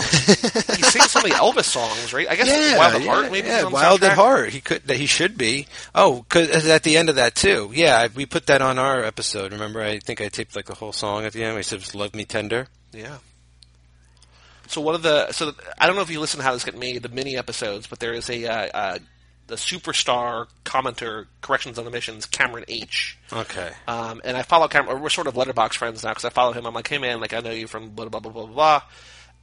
he sings so many Elvis songs, right? I guess Wild at yeah, Heart, maybe. yeah, is on the Wild soundtrack. at Heart. He could that he should be. Oh, 'cause at the end of that too. Yeah, we put that on our episode. Remember, I think I taped like the whole song at the end. We said it was "Love Me Tender." Yeah. So one of the so I don't know if you listen to how this got made the mini episodes, but there is a uh, uh, the superstar commenter corrections on omissions Cameron H. Okay. Um, and I follow Cameron. Or we're sort of letterbox friends now because I follow him. I'm like, hey man, like I know you from blah blah blah blah blah,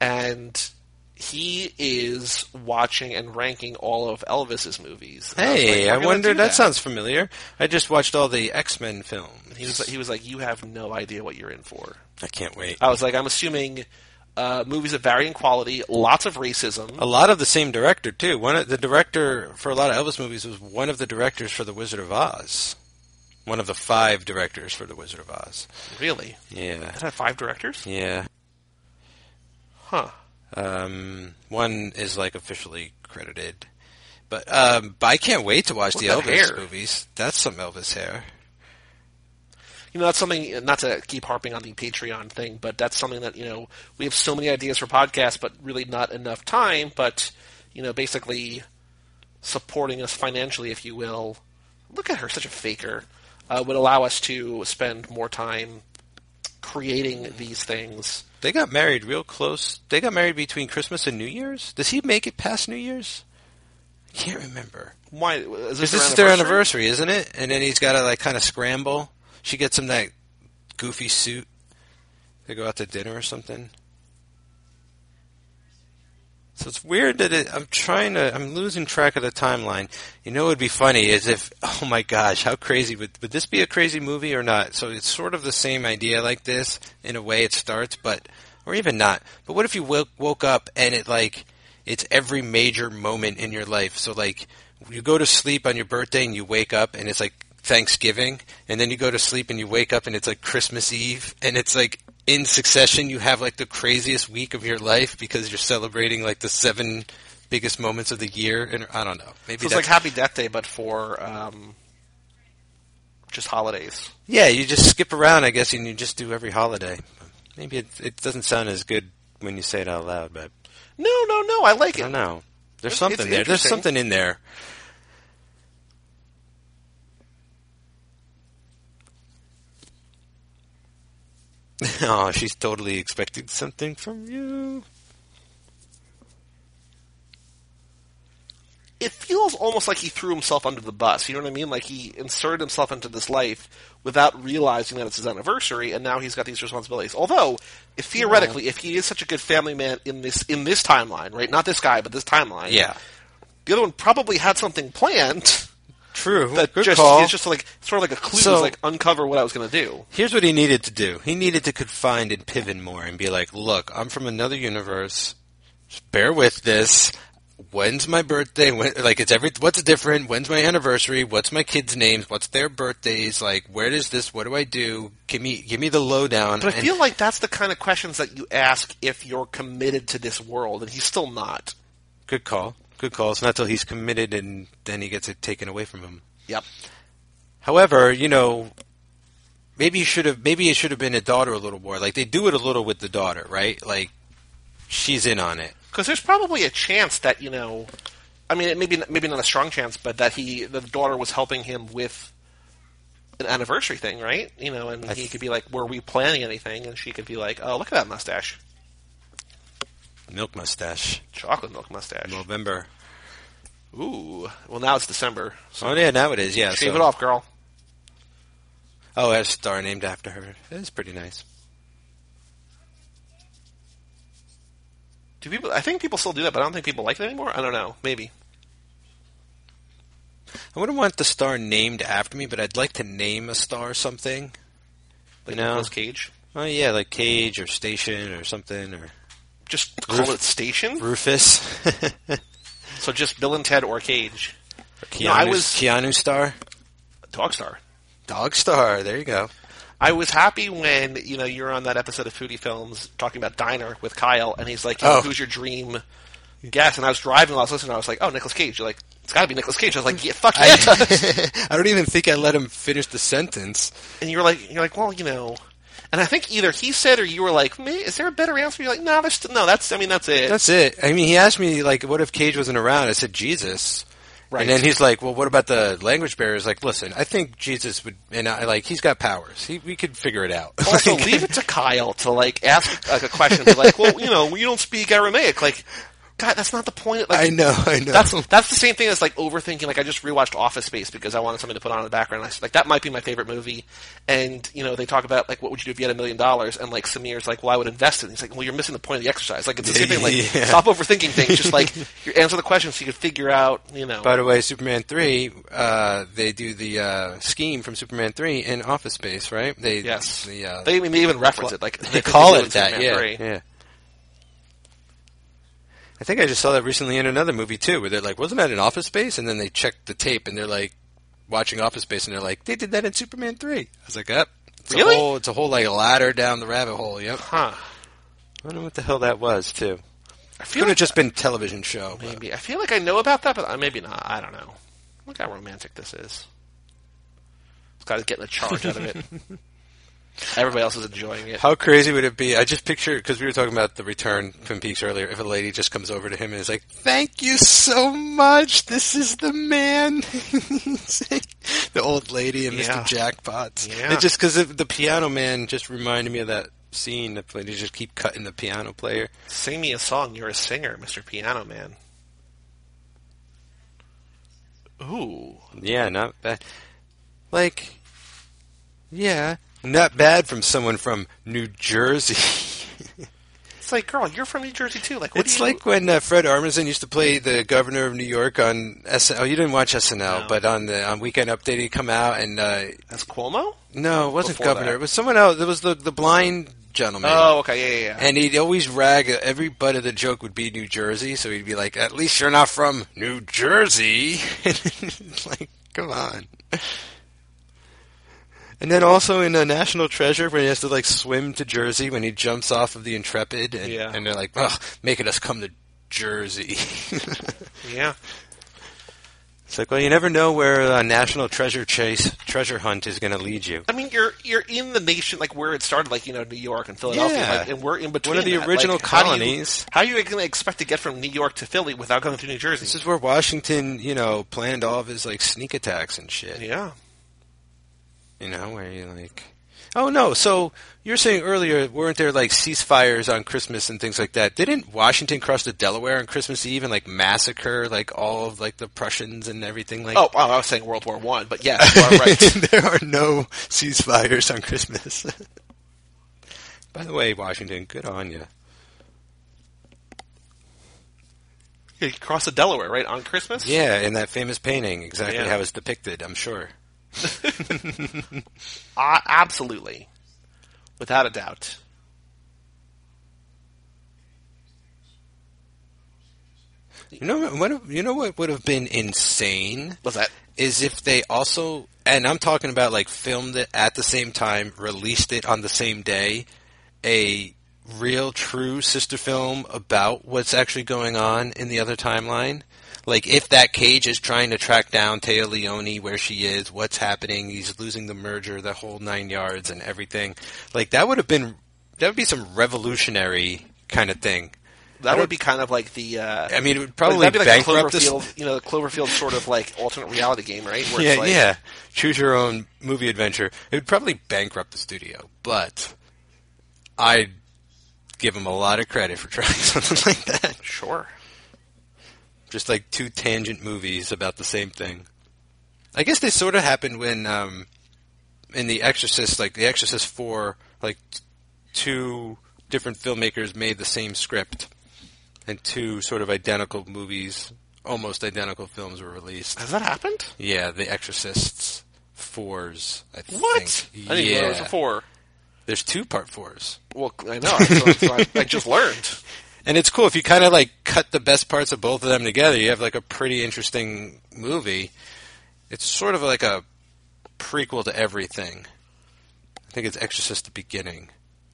and he is watching and ranking all of Elvis's movies. And was Hey, like, I "We're gonna wonder. do That. sounds familiar. I just watched all the X Men films. He was he was like, you have no idea what you're in for. I can't wait. I was like, I'm assuming uh, movies of varying quality, lots of racism. a lot of the same director too. One of the director for a lot of Elvis movies was one of the directors for The Wizard of Oz. One of the five directors for The Wizard of Oz. Really? Yeah, Is that five directors? yeah. Hmm. Huh. Um, one is like officially credited, but um, but I can't wait to watch Look the at that Elvis hair. movies. That's some Elvis hair. You know, that's something, not to keep harping on the Patreon thing, but that's something that, you know, we have so many ideas for podcasts, but really not enough time. But, you know, basically supporting us financially, if you will. Look at her, such a faker. Uh, would allow us to spend more time creating these things. They got married real close. They got married between Christmas and New Year's. Does he make it past New Year's? I can't remember. Why? Is Because this is their anniversary, isn't it? And then he's got to like kind of scramble. She gets him that goofy suit. They go out to dinner or something. So it's weird that it, I'm trying to. I'm losing track of the timeline. You know, what would be funny is if. Oh my gosh, how crazy would would this be a crazy movie or not? So it's sort of the same idea like this in a way. It starts, but or even not. But what if you woke, woke up and it like it's every major moment in your life. So like you go to sleep on your birthday and you wake up and it's like Thanksgiving, and then you go to sleep and you wake up and it's like Christmas Eve, and it's like in succession you have like the craziest week of your life because you're celebrating like the seven biggest moments of the year, and I don't know. Maybe So it's like that's, Happy Death Day, but for um, just holidays. yeah, you just skip around, I guess, and you just do every holiday. Maybe it, it doesn't sound as good when you say it out loud, but No, no, no, I like I it. don't know. There's It's- it's something there. There's interesting. something in there. oh, she's totally expecting something from you. It feels almost like he threw himself under the bus. You know what I mean? Like he inserted himself into this life without realizing that it's his anniversary, and now he's got these responsibilities. Although, if theoretically, if he is such a good family man in this in this timeline, right? Not this guy, but this timeline. Yeah. The other one probably had something planned. True. That Good just call. it's just like sort of like a clue So- to like uncover what I was going to do. Here's what he needed to do. He needed to confide in Piven more and be like, "Look, I'm from another universe. Just bear with this. When's my birthday? When, like, it's every what's different? When's my anniversary? What's my kids' names? What's their birthdays? Like, where does this? What do I do? Give me, give me the lowdown." But I And- feel like that's the kind of questions that you ask if you're committed to this world, and he's still not. good call. Good call. It's not till he's committed and then he gets it taken away from him. Yep. However, you know, maybe you should have maybe it should have been a daughter a little more. Like they do it a little with the daughter, right? Like she's in on it. Because there's probably a chance that you know, I mean, it maybe maybe not a strong chance, but that he that the daughter was helping him with an anniversary thing, right? You know, and he could be like, "Were we planning anything?" And she could be like, "Oh, look at that mustache, Milk mustache. chocolate milk mustache." November. Ooh, well now it's December. So Oh yeah, now it is. Yeah. shave so- it off, girl. Oh, I have a star named after her. It's pretty nice. Do people? I think people still do that, but I don't think people like it anymore. I don't know. Maybe. I wouldn't want the star named after me, but I'd like to name a star something. Like You know. Nicolas Cage. Oh yeah, like Cage or Station or something or Just call Roof- it Station. Rufus. So just Bill and Ted or Cage. Keanu, No, I was- Keanu Star. Dogstar. Dog Star. There you go. I was happy when you know you're on that episode of Foodie Films talking about Diner with Kyle, and he's like, you know, Oh. "Who's your dream guest?" And I was driving, while I was listening, I was like, "Oh, Nicolas Cage." You're like, "It's got to be Nicolas Cage." I was like, "Yeah, fuck yeah!" I, I don't even think I let him finish the sentence. and you're like, "You're like, well, you know." And I think either he said or you were like, "Me? Is there a better answer?" You're like, "No, there's st- no. That's I mean, that's it." That's it. I mean, he asked me like, "What if Cage wasn't around?" I said, "Jesus." Right. And then he's like, "Well, what about the language barriers?" Like, listen, I think Jesus would, and I like, he's got powers. He, we could figure it out. also, Like, leave it to Kyle to like ask like a question, be like, "Well, you know, you don't speak Aramaic." Like, God, that's not the point. Like, I know. I know. That's that's the same thing as like overthinking. Like I just rewatched Office Space because I wanted something to put on in the background. I, s- like that might be my favorite movie. And you know they talk about like what would you do if you had a million dollars? And like Samir's like, well, I would invest it. And he's like, well, you're missing the point of the exercise. Like it's the same thing. Like Yeah. stop overthinking things. Just like you answer the question so you can figure out. You know, By the way, Superman three, uh, they do the uh, scheme from Superman three in Office Space, right? They yes, the, uh, they, I mean, they even reference it. Like they call do it in that. Superman Yeah, three. yeah. I think I just saw that recently in another movie too, where they're like, "Wasn't that in Office Space?" And then they checked the tape, and they're like, watching Office Space, and they're like, "They did that in Superman 3. I was like, "Up." It's Really? A whole, it's a whole like ladder down the rabbit hole. Yep. Huh. I don't know what the hell that was too. I feel Could have like just been television show. but- maybe I feel like I know about that, but uh, maybe not. I don't know. Look how romantic this is. This guy's getting a charge out of it. Everybody else is enjoying it. How crazy would it be? I just picture because we were talking about the return Twin Peaks earlier. If a lady just comes over to him and is like, "Thank you so much. This is the man." the old lady and Yeah. Mr. Jackpots. Yeah. It just because the piano man just reminded me of that scene. The lady just keep cutting the piano player. Sing me a song. You're a singer, Mr. Piano Man. Ooh. Yeah, not bad. Like, yeah, not bad from someone from New Jersey. It's like, girl, you're from New Jersey too. Like, what It's do you like when uh, Fred Armisen used to play the governor of New York on SNL. Oh, you didn't watch SNL, No. but on the on Weekend Update, he'd come out and uh, That's Cuomo? no, it wasn't Before governor. that. It was someone else. It was the the blind gentleman. Oh, okay, yeah, yeah, yeah. And he'd always rag. Every butt of the joke would be New Jersey, so he'd be like, "At least you're not from New Jersey." It's like, come on. And then also in uh, National Treasure, when he has to like swim to Jersey when he jumps off of the Intrepid, and, Yeah. and they're like, "Oh, making us come to Jersey." yeah. it's like, well, you never know where a national treasure chase, treasure hunt is going to lead you. I mean, you're you're in the nation, like where it started, like you know, New York and Philadelphia, Yeah. like, and we're in between. One of the that. Like, original how do you- colonies. How are you, going to expect to get from New York to Philly without going through New Jersey? This is where Washington, you know, planned all of his like sneak attacks and shit. yeah. You know, where you like. Oh no! So you're saying earlier, weren't there like ceasefires on Christmas and things like that? Didn't Washington cross the Delaware on Christmas Eve and like massacre like all of like the Prussians and everything? Like, Oh, wow, I was saying World War One, but yes, you are right. there are no ceasefires on Christmas. By the way, Washington, good on you. You cross the Delaware, right, on Christmas? Yeah, in that famous painting, exactly Yeah. how it's depicted. I'm sure. Ah, absolutely. Without a doubt. You know what? You know what would have been insane Was that? is if they also, and I'm talking about like filmed it at the same time, released it on the same day, a real true sister film about what's actually going on in the other timeline. Like if that cage is trying to track down Taya Leone where she is, what's happening, he's losing the merger, the whole nine yards and everything. Like that would have been that would be some revolutionary kind of thing. That would be kind of like the. Uh, I mean it would probably that'd be like the bankrupt this- Cloverfield, you know, the Cloverfield sort of like alternate reality game, right? Where yeah, it's like, yeah. Choose your own movie adventure. It would probably bankrupt the studio, but I give them a lot of credit for trying something like that. Sure. Just like two tangent movies about the same thing. I guess they sort of happened when um, in The Exorcist, like The Exorcist Four, like t- two different filmmakers made the same script, and two sort of identical movies, almost identical films were released. Has that happened? Yeah, The Exorcists fours. I What? Think. I didn't even know there was yeah, a four. there's two part fours, Well, I know. So, so I, I just learned. and it's cool if you kind of like cut the best parts of both of them together. You have like a pretty interesting movie. It's sort of like a prequel to everything. I think it's Exorcist: The Beginning.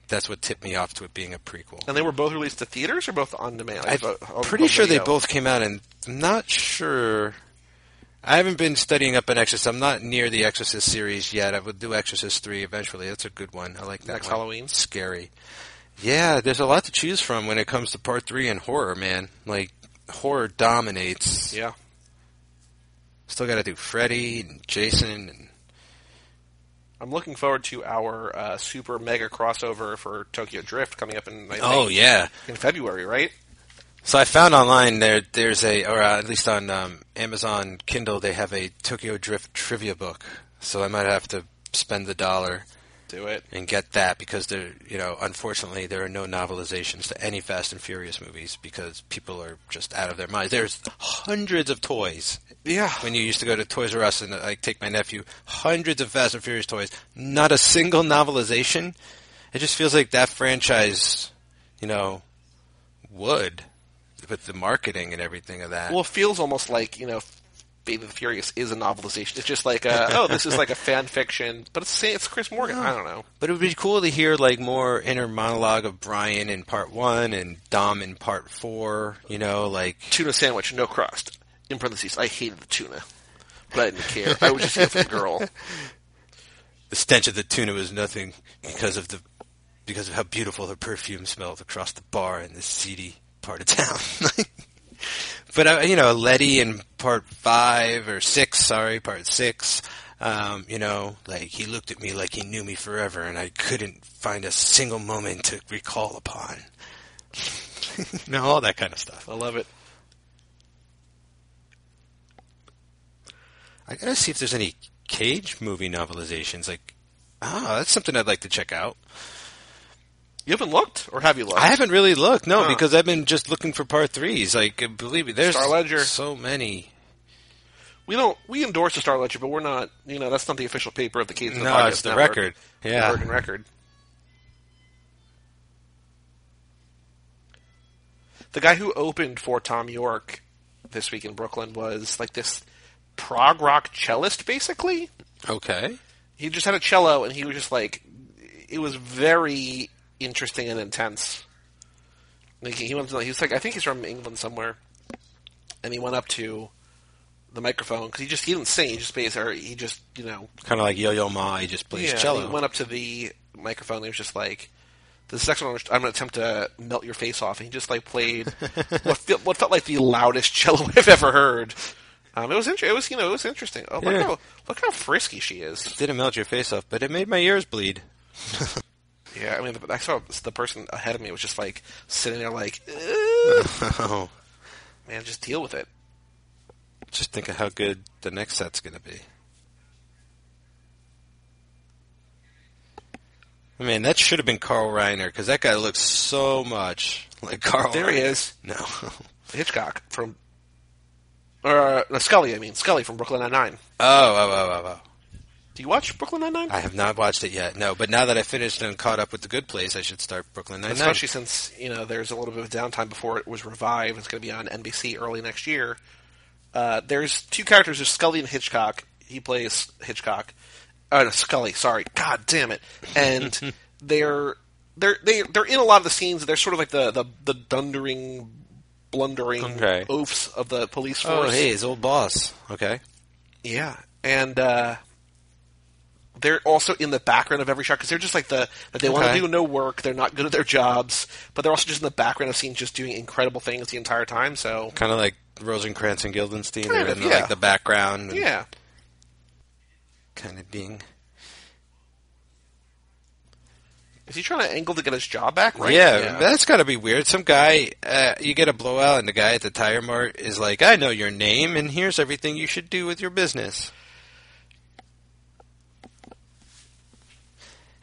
That's what tipped me off to it being a prequel. And they were both released to theaters or both on demand? Like, I'm both- on- pretty on sure they video? both came out, and I'm not sure. I haven't been studying up on Exorcist. I'm not near the Exorcist series yet. I would do Exorcist three eventually. That's a good one. I like that. Next one. Halloween? scary. Yeah, there's a lot to choose from when it comes to part three and horror. Man, like horror dominates. Yeah. Still got to do Freddy and Jason and I'm looking forward to our uh, super mega crossover for Tokyo Drift coming up in I think, oh yeah. in February, right? So I found online there there's a or uh, at least on um, Amazon Kindle they have a Tokyo Drift trivia book. So I might have to spend the dollar Do it. and get that because there you know unfortunately there are no novelizations to any Fast and Furious movies because people are just out of their minds. There's hundreds of toys. Yeah. When you used to go to Toys R Us and uh, like take my nephew, hundreds of Fast and Furious toys, not a single novelization. It just feels like that franchise, you know, would with the marketing and everything of that. Well, it feels almost like you know, Fate of the Furious is a novelization. It's just like uh oh, this is like a fan fiction, but it's sa- it's Chris Morgan. I don't know. But it would be cool to hear like more inner monologue of Brian in part one and Dom in part four. You know, like Tuna sandwich, no crust. In parentheses, I hated the tuna, but I didn't care. I was just here for the girl. the stench of the tuna was nothing because of the because of how beautiful the perfume smelled across the bar in this seedy part of town. but uh, you know, Letty in part five or six, sorry, part six. Um, you know, like he looked at me like he knew me forever, and I couldn't find a single moment to recall upon. you know, all that kind of stuff. I love it. I gotta see if there's any Cage movie novelizations. Like, ah, that's something I'd like to check out. You haven't looked, or have you looked? I haven't really looked, no, Huh. because I've been just looking for part threes. Like, believe me, there's Star Ledger. so many. We don't. We endorse the Star Ledger, but we're not. You know, that's not the official paper of the Cage. of the No, Podcast it's the Network. record. The Yeah. Oregon record. The guy who opened for Tom York this week in Brooklyn was like this prog rock cellist, basically. Okay. He just had a cello, and he was just like, it was very interesting and intense. Like he went, to, he was like, I think he's from England somewhere, and he went up to the microphone because he just he didn't sing, he just basically, or he just you know Kind of like Yo Yo Ma, he just plays yeah, cello. He went up to the microphone. and He was just like, "This next one, I'm going to attempt to melt your face off." And he just like played what, felt, what felt like the loudest cello I've ever heard. Um, it was inter- it was you know it was interesting. Oh, look Yeah. how look how frisky she is. Didn't melt your face off, but it made my ears bleed. Yeah, I mean, I saw the person ahead of me was just like sitting there, like, "Ugh." Oh, man, just deal with it. just think of how good the next set's going to be. I mean, that should have been Carl Reiner because that guy looks so much like Carl. There he Reiner. is, No, Oh, Hitchcock from, or uh, no, Scully. I mean, Scully from Brooklyn Nine Nine. oh, oh, oh, oh, oh. Do you watch Brooklyn Nine Nine? I have not watched it yet. No, but now that I finished and caught up with the Good Place, I should start Brooklyn Nine Nine. Especially since you know there's a little bit of downtime before it was revived. It's going to be on NBC early next year. Uh, there's two characters: there's Scully and Hitchcock. He plays Hitchcock. Uh, no, Scully. Sorry, God damn it. And they're they're they they're in a lot of the scenes. They're sort of like the the, the dundering, blundering Okay. oafs of the police Oh, force. hey, his old boss. Okay. Yeah, and uh, they're also in the background of every shot because they're just like the that they want to Okay. do no work. They're not good at their jobs, but they're also just in the background of scenes, just doing incredible things the entire time. So Kind of like Rosencrantz and Guildenstein. Kind They're of, in the, yeah. like the background. And yeah, Kind of being. is he trying to angle to get his job back? Right? Yeah, that's got to be weird. Some guy, uh, you get a blowout, and the guy at the tire mart is like, "I know your name, and here's everything you should do with your business."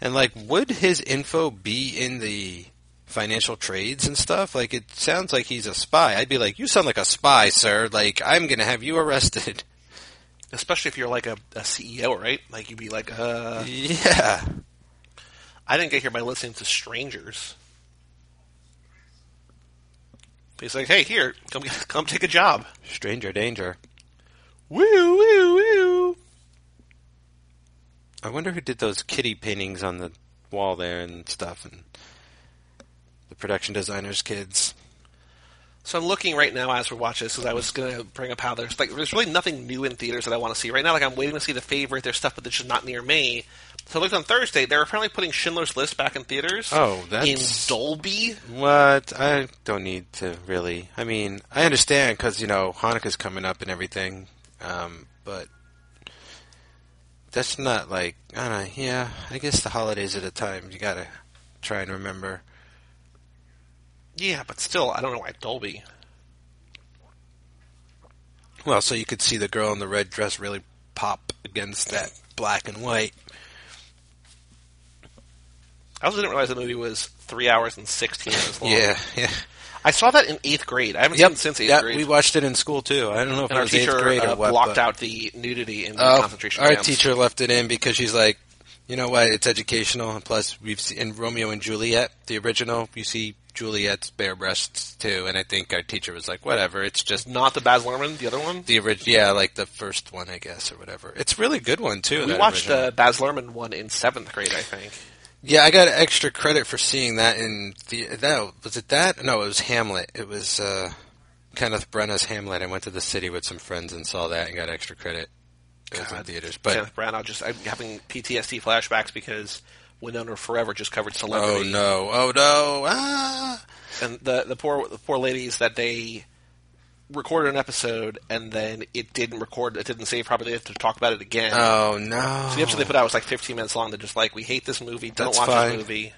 And like, would his info be in the financial trades and stuff? Like, it sounds like he's a spy. I'd be like, "You sound like a spy, sir. Like, I'm gonna have you arrested." especially if you're like a, a CEO, right? Like you'd be like, uh, yeah. I didn't get here by listening to strangers. He's like, hey, here, come get- come take a job. Stranger danger. Woo woo woo. I wonder who did those kitty paintings on the wall there and stuff, and the production designer's kids. So I'm looking right now as we're watching this because I was going to bring up how there's like there's really nothing new in theaters that I want to see right now. Like I'm waiting to see The Favorite. There's stuff, but it's just not near me. So I looked on Thursday. They're apparently putting Schindler's List back in theaters. Oh, that's- in Dolby. What? I don't need to really. I mean, I understand because you know Hanukkah's coming up and everything, um, but that's not like I don't know. Yeah, I guess the holidays are the time you gotta try and remember. Yeah, but still, I don't know why Dolby. Well, so you could see the girl in the red dress really pop against that black and white. I also didn't realize the movie was three hours and sixteen minutes long. Yeah, yeah. I saw that in eighth grade. I haven't seen it since eighth yep, grade. We watched it in school too. I don't know if and it our was eighth teacher grade uh, or what. blocked but- out the nudity in the Oh, concentration our camps. teacher left it in because she's like, you know what? It's educational. And plus, we've seen in Romeo and Juliet, the original. You see Juliet's bare breasts too, and I think our teacher was like, whatever. It's just Not the Baz Luhrmann, the other one. the original. Yeah, like the first one, I guess, or whatever. It's a really good one too. We that watched uh, original. the Baz Luhrmann one in seventh grade, I think. Yeah, I got extra credit for seeing that in the that was it that no, it was Hamlet. It was uh, Kenneth Branagh's Hamlet. I went to the city with some friends and saw that and got extra credit. It was in God. theaters, but Kenneth Branagh just I'm having PTSD flashbacks because Winona Forever just covered oh celebrity, no, oh no, ah. and the the poor the poor ladies that they recorded an episode and then it didn't record, it didn't save properly. They have to talk about it again. Oh no! so the episode they put out was like 15 minutes long. They're just like, we hate this movie. Don't That's watch fine. this movie.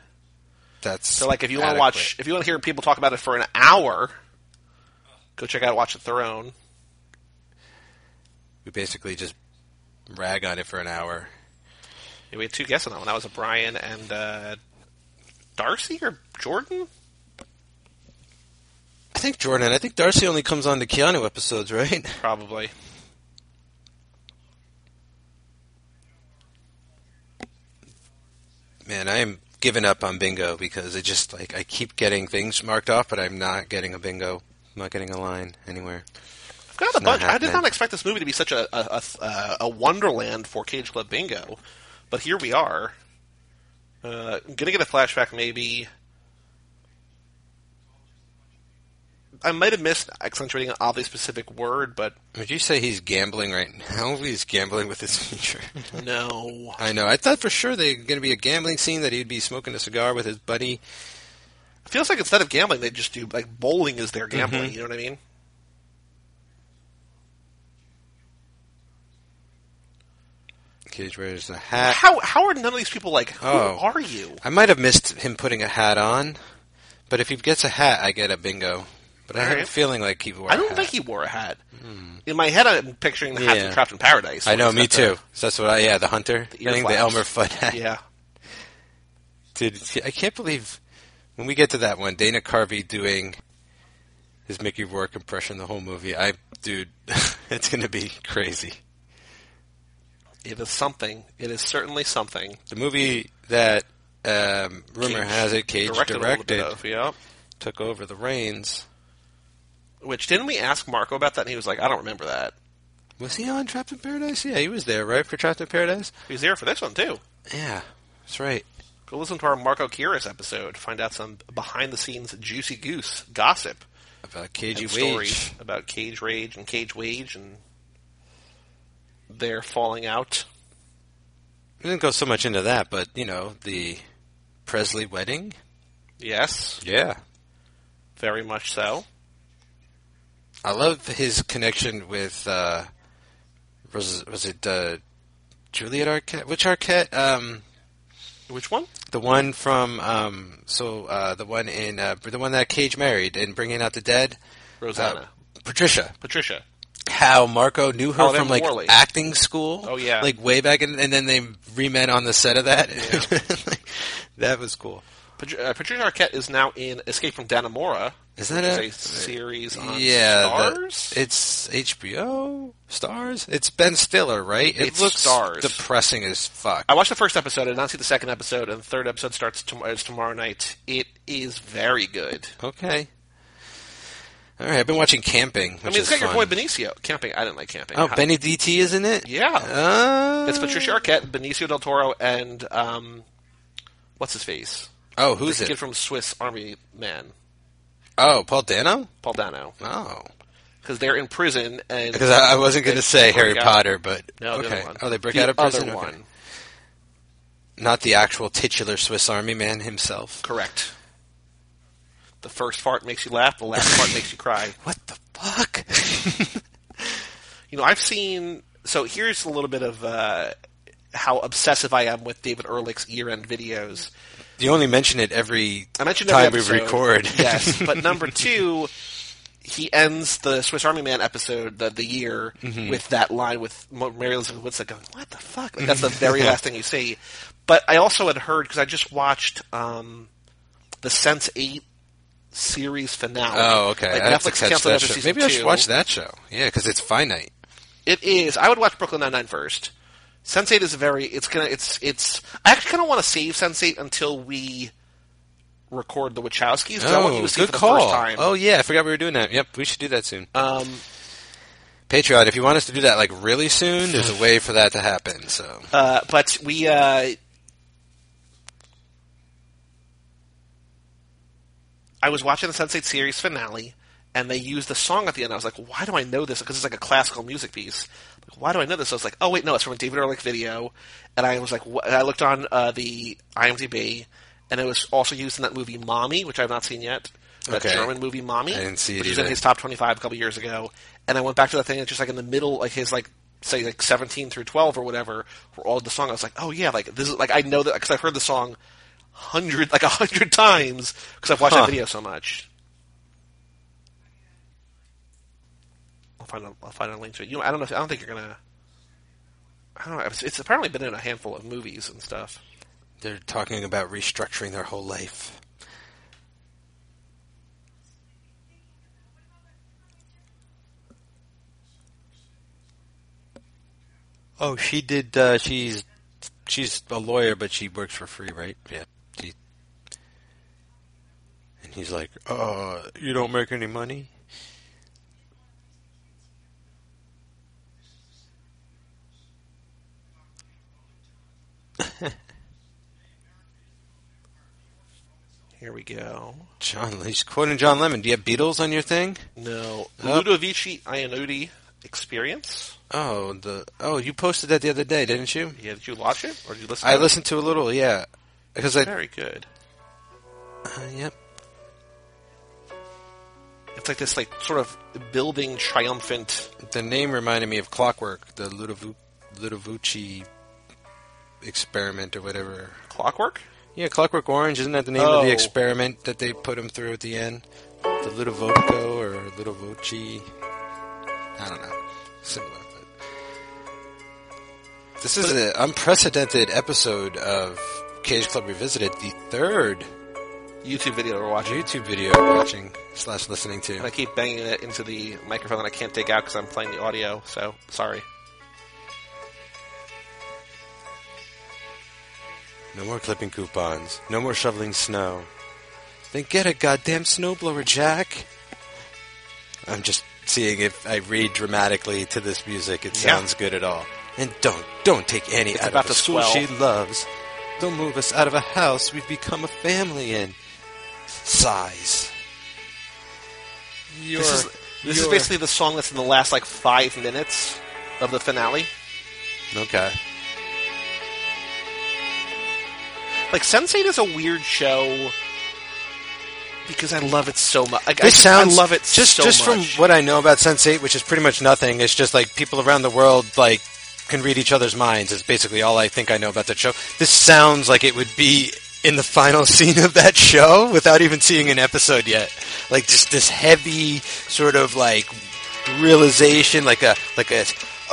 That's So like, if you want to adequate. watch, if you want to hear people talk about it for an hour, go check out Watch the Throne. we basically just rag on it for an hour. Yeah, we had two guests on that one. That was a Brian and uh, Darcy or Jordan. I think Jordan. I think Darcy only comes on the Keanu episodes, right? Probably. Man, I am giving up on bingo because it just like I keep getting things marked off, but I'm not getting a bingo. I'm not getting a line anywhere. Got a not bunch. I did happening. not expect this movie to be such a a, a- a a wonderland for Cage Club Bingo, but here we are. Uh, I'm gonna get a flashback. Maybe I might have missed accentuating an oddly specific word, but Would you say he's gambling right now? He's gambling with his future. no. I know. I thought for sure they were going to be a gambling scene that he'd be smoking a cigar with his buddy. It feels like instead of gambling, they just do like bowling is their gambling. Mm-hmm. You know what I mean? Cage wears a hat. How how are none of these people like? Who Uh, Oh. are you? I might have missed him putting a hat on, but if he gets a hat, I get a bingo. But I have a Alright. feeling like he wore. I a don't hat. Hmm. think he wore a hat. In my head, I'm picturing the hat Yeah. from Trapped in Paradise. I know, It's me got the- too. So that's what I. Yeah, the hunter The thing, the earflaps. Elmer Fudd hat. Yeah, Dude, see, I can't believe when we get to that one, Dana Carvey doing his Mickey Rourke impression the whole movie. I, dude, it's gonna be crazy. it is something. It is certainly something. The movie that um, rumor Cage has it Cage directed, directed, a little bit of, yeah. took over the reins. Which didn't we ask Marco about that? And he was like, I don't remember that. Was he on Trapped in Paradise? Yeah, he was there, right, for Trapped in Paradise. He was there for this one too. Yeah, that's right. Go listen to our Marco Kiris episode. Find out some behind the scenes juicy goose gossip About and Cagey stories Wage. about Cage Rage and Cage Wage and their falling out. We didn't go so much into that, but you know the Presley wedding. Yes, Yeah, very much so. I love his connection with uh, was was it uh, Juliet Arquette? Which Arquette? Um, Which one? the one from um, so uh, the one in uh, the one that Cage married in Bringing Out the Dead. Uh, Rosanna. Patricia. Patricia. How Marco knew her Oh, Evan from like Morley. acting school. Oh, yeah. like way back, in, and then they re-met on the set of that. that was cool. Pat- uh, Patricia Arquette is now in Escape from Danamora. Is that which a- is series on yeah, the- Stars? it's HBO Stars. It's Ben Stiller, right? It It's looks Stars. depressing as fuck. I watched the first episode. I did not see the second episode, and the third episode starts tom- is tomorrow night. It is very good. Okay. All right, I've been watching Camping, which I mean, is it's got fun. your boy Benicio. Camping. I didn't like camping. oh, Hi- Benny DT is in it. Yeah. Uh, It's Patricia Arquette, Benicio del Toro, and um, what's his face? Oh, who's the it? kid from Swiss Army Man, oh, Paul Dano. Paul Dano, Oh, because they're in prison and because I, I wasn't going to say break Harry out. Potter, but No, the okay. other one. Oh, they break The out of prison. Other Okay. one, Not the actual titular Swiss Army man himself. correct. The first fart makes you laugh. The last fart makes you cry. What the fuck? You know, I've seen. So here's a little bit of uh, how obsessive I am with David Ehrlich's year-end videos. you only mention it every I mentioned time every we episode. record. yes, but number two, he ends the Swiss Army Man episode the, the year Mm-hmm. with that line with Mo- Mary Elizabeth Winstead going, "What the fuck?" Like, that's the very last thing you see. But I also had heard because I just watched um, the Sense Eight series finale. Oh, okay. Like, I have to Netflix catch canceled that after show. season Maybe I should two. watch that show. Yeah, because it's finite. It is. I would watch Brooklyn Nine Nine first. Sense Eight is a very. It's gonna. It's. It's. I actually kind of want to save Sense Eight until we record the Wachowskis. 'cause I want you to see it good for the call. first time. Oh yeah, I forgot we were doing that. Yep, we should do that soon. Um, Patreon, if you want us to do that like really soon, there's a way for that to happen. So uh, but we. Uh, I was watching the Sense Eight series finale, and they used the song at the end. I was like, "Why do I know this?" Because it's like a classical music piece. Like, why do I know this? I was like, "Oh wait, no, it's from a David Ehrlich video." And I was like, wh- and I looked on uh, the IMDb, and it was also used in that movie "Mommy," which I've not seen yet. That Okay. German movie "Mommy," I didn't see it which was either. in his top twenty-five a couple years ago. And I went back to that thing, and just like in the middle, like his like say like seventeen through twelve or whatever, were all the song. I was like, "Oh yeah, like this is like I know that because I've heard the song." Hundred like a hundred times because I've watched Huh. that video so much. I'll find a, I'll find a link to it. You know, I don't know. If, I don't think you're gonna. I don't know. It's, it's apparently been in a handful of movies and stuff. they're talking about restructuring their whole life. Oh, she did. Uh, she's she's a lawyer, but she works for free, right? Yeah. She, and he's like, "Uh, you don't make any money." Here we go. John, he's quoting John Lemon. Do you have Beatles on your thing? No, Up. Ludovici Iannuti experience. Oh, the oh, you posted that the other day, didn't you? Yeah, did you watch it or did you listen? I to it? listened to a little, yeah, because I Very good. uh, yep. It's like this, like sort of building triumphant. The name reminded me of Clockwork, the Ludovu- Ludovici experiment or whatever. Clockwork? Yeah, Clockwork Orange isn't that the name of Oh. the experiment that they put him through at the end? The Little Vodko or Little Voci? I don't know. Similar. but- This is an unprecedented episode of Cage Club Revisited, the third YouTube video we're watching. YouTube video I'm watching slash listening And I to. keep banging it into the microphone that I can't take out because I'm playing the audio, so sorry. No more clipping coupons. No more shoveling snow. Then get a goddamn snowblower, Jack. I'm just seeing if I read dramatically to this music. It Yeah. sounds good at all. And don't, don't take any out about of the to school swell. she loves. Don't move us out of a house we've become a family in. Sighs. You're, This is this is basically the song that's in the last like five minutes of the finale. okay. Like Sense8 is a weird show because I love it so much. Like, I This just sounds I love it just so just much. from what I know about Sense Eight, which is pretty much nothing. It's just like people around the world like can read each other's minds. Is basically all I think I know about that show. This sounds like it would be in the final scene of that show without even seeing an episode yet. Like just this heavy sort of like realization, like a like a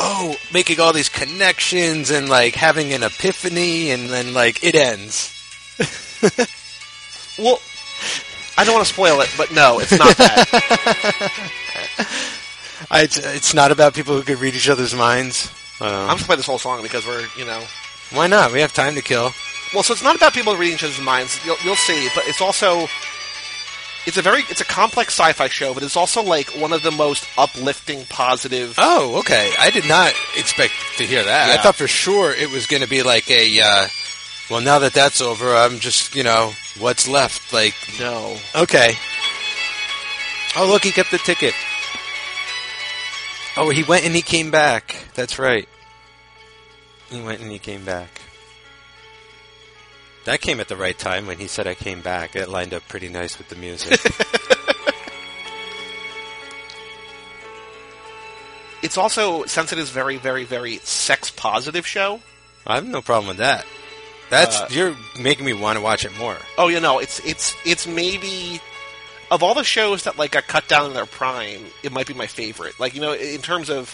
oh, making all these connections and like having an epiphany, and then like it ends. well, I don't want to spoil it, but no, it's not that. I, it's, it's not about people who could read each other's minds. Um, I'm just playing this whole song because we're you know. Why not? We have time to kill. Well, so it's not about people reading each other's minds. You'll, you'll see, but it's also it's a very it's a complex sci-fi show, but it's also like one of the most uplifting, positive. Oh, okay. I did not expect to hear that. I Yeah. thought for sure it was going to be like a. Uh, well, now that that's over, I'm just you know what's left. Like No, okay. Oh look, he kept the ticket. Oh, he went and he came back. That's right. He went and he came back. That came at the right time when he said I came back. It lined up pretty nice with the music. it's also since it is very, very, very sex positive show. I have no problem with that. That's Uh, you're making me want to watch it more. Oh, you know, it's it's it's maybe of all the shows that like got cut down in their prime, it might be my favorite. Like you know, in terms of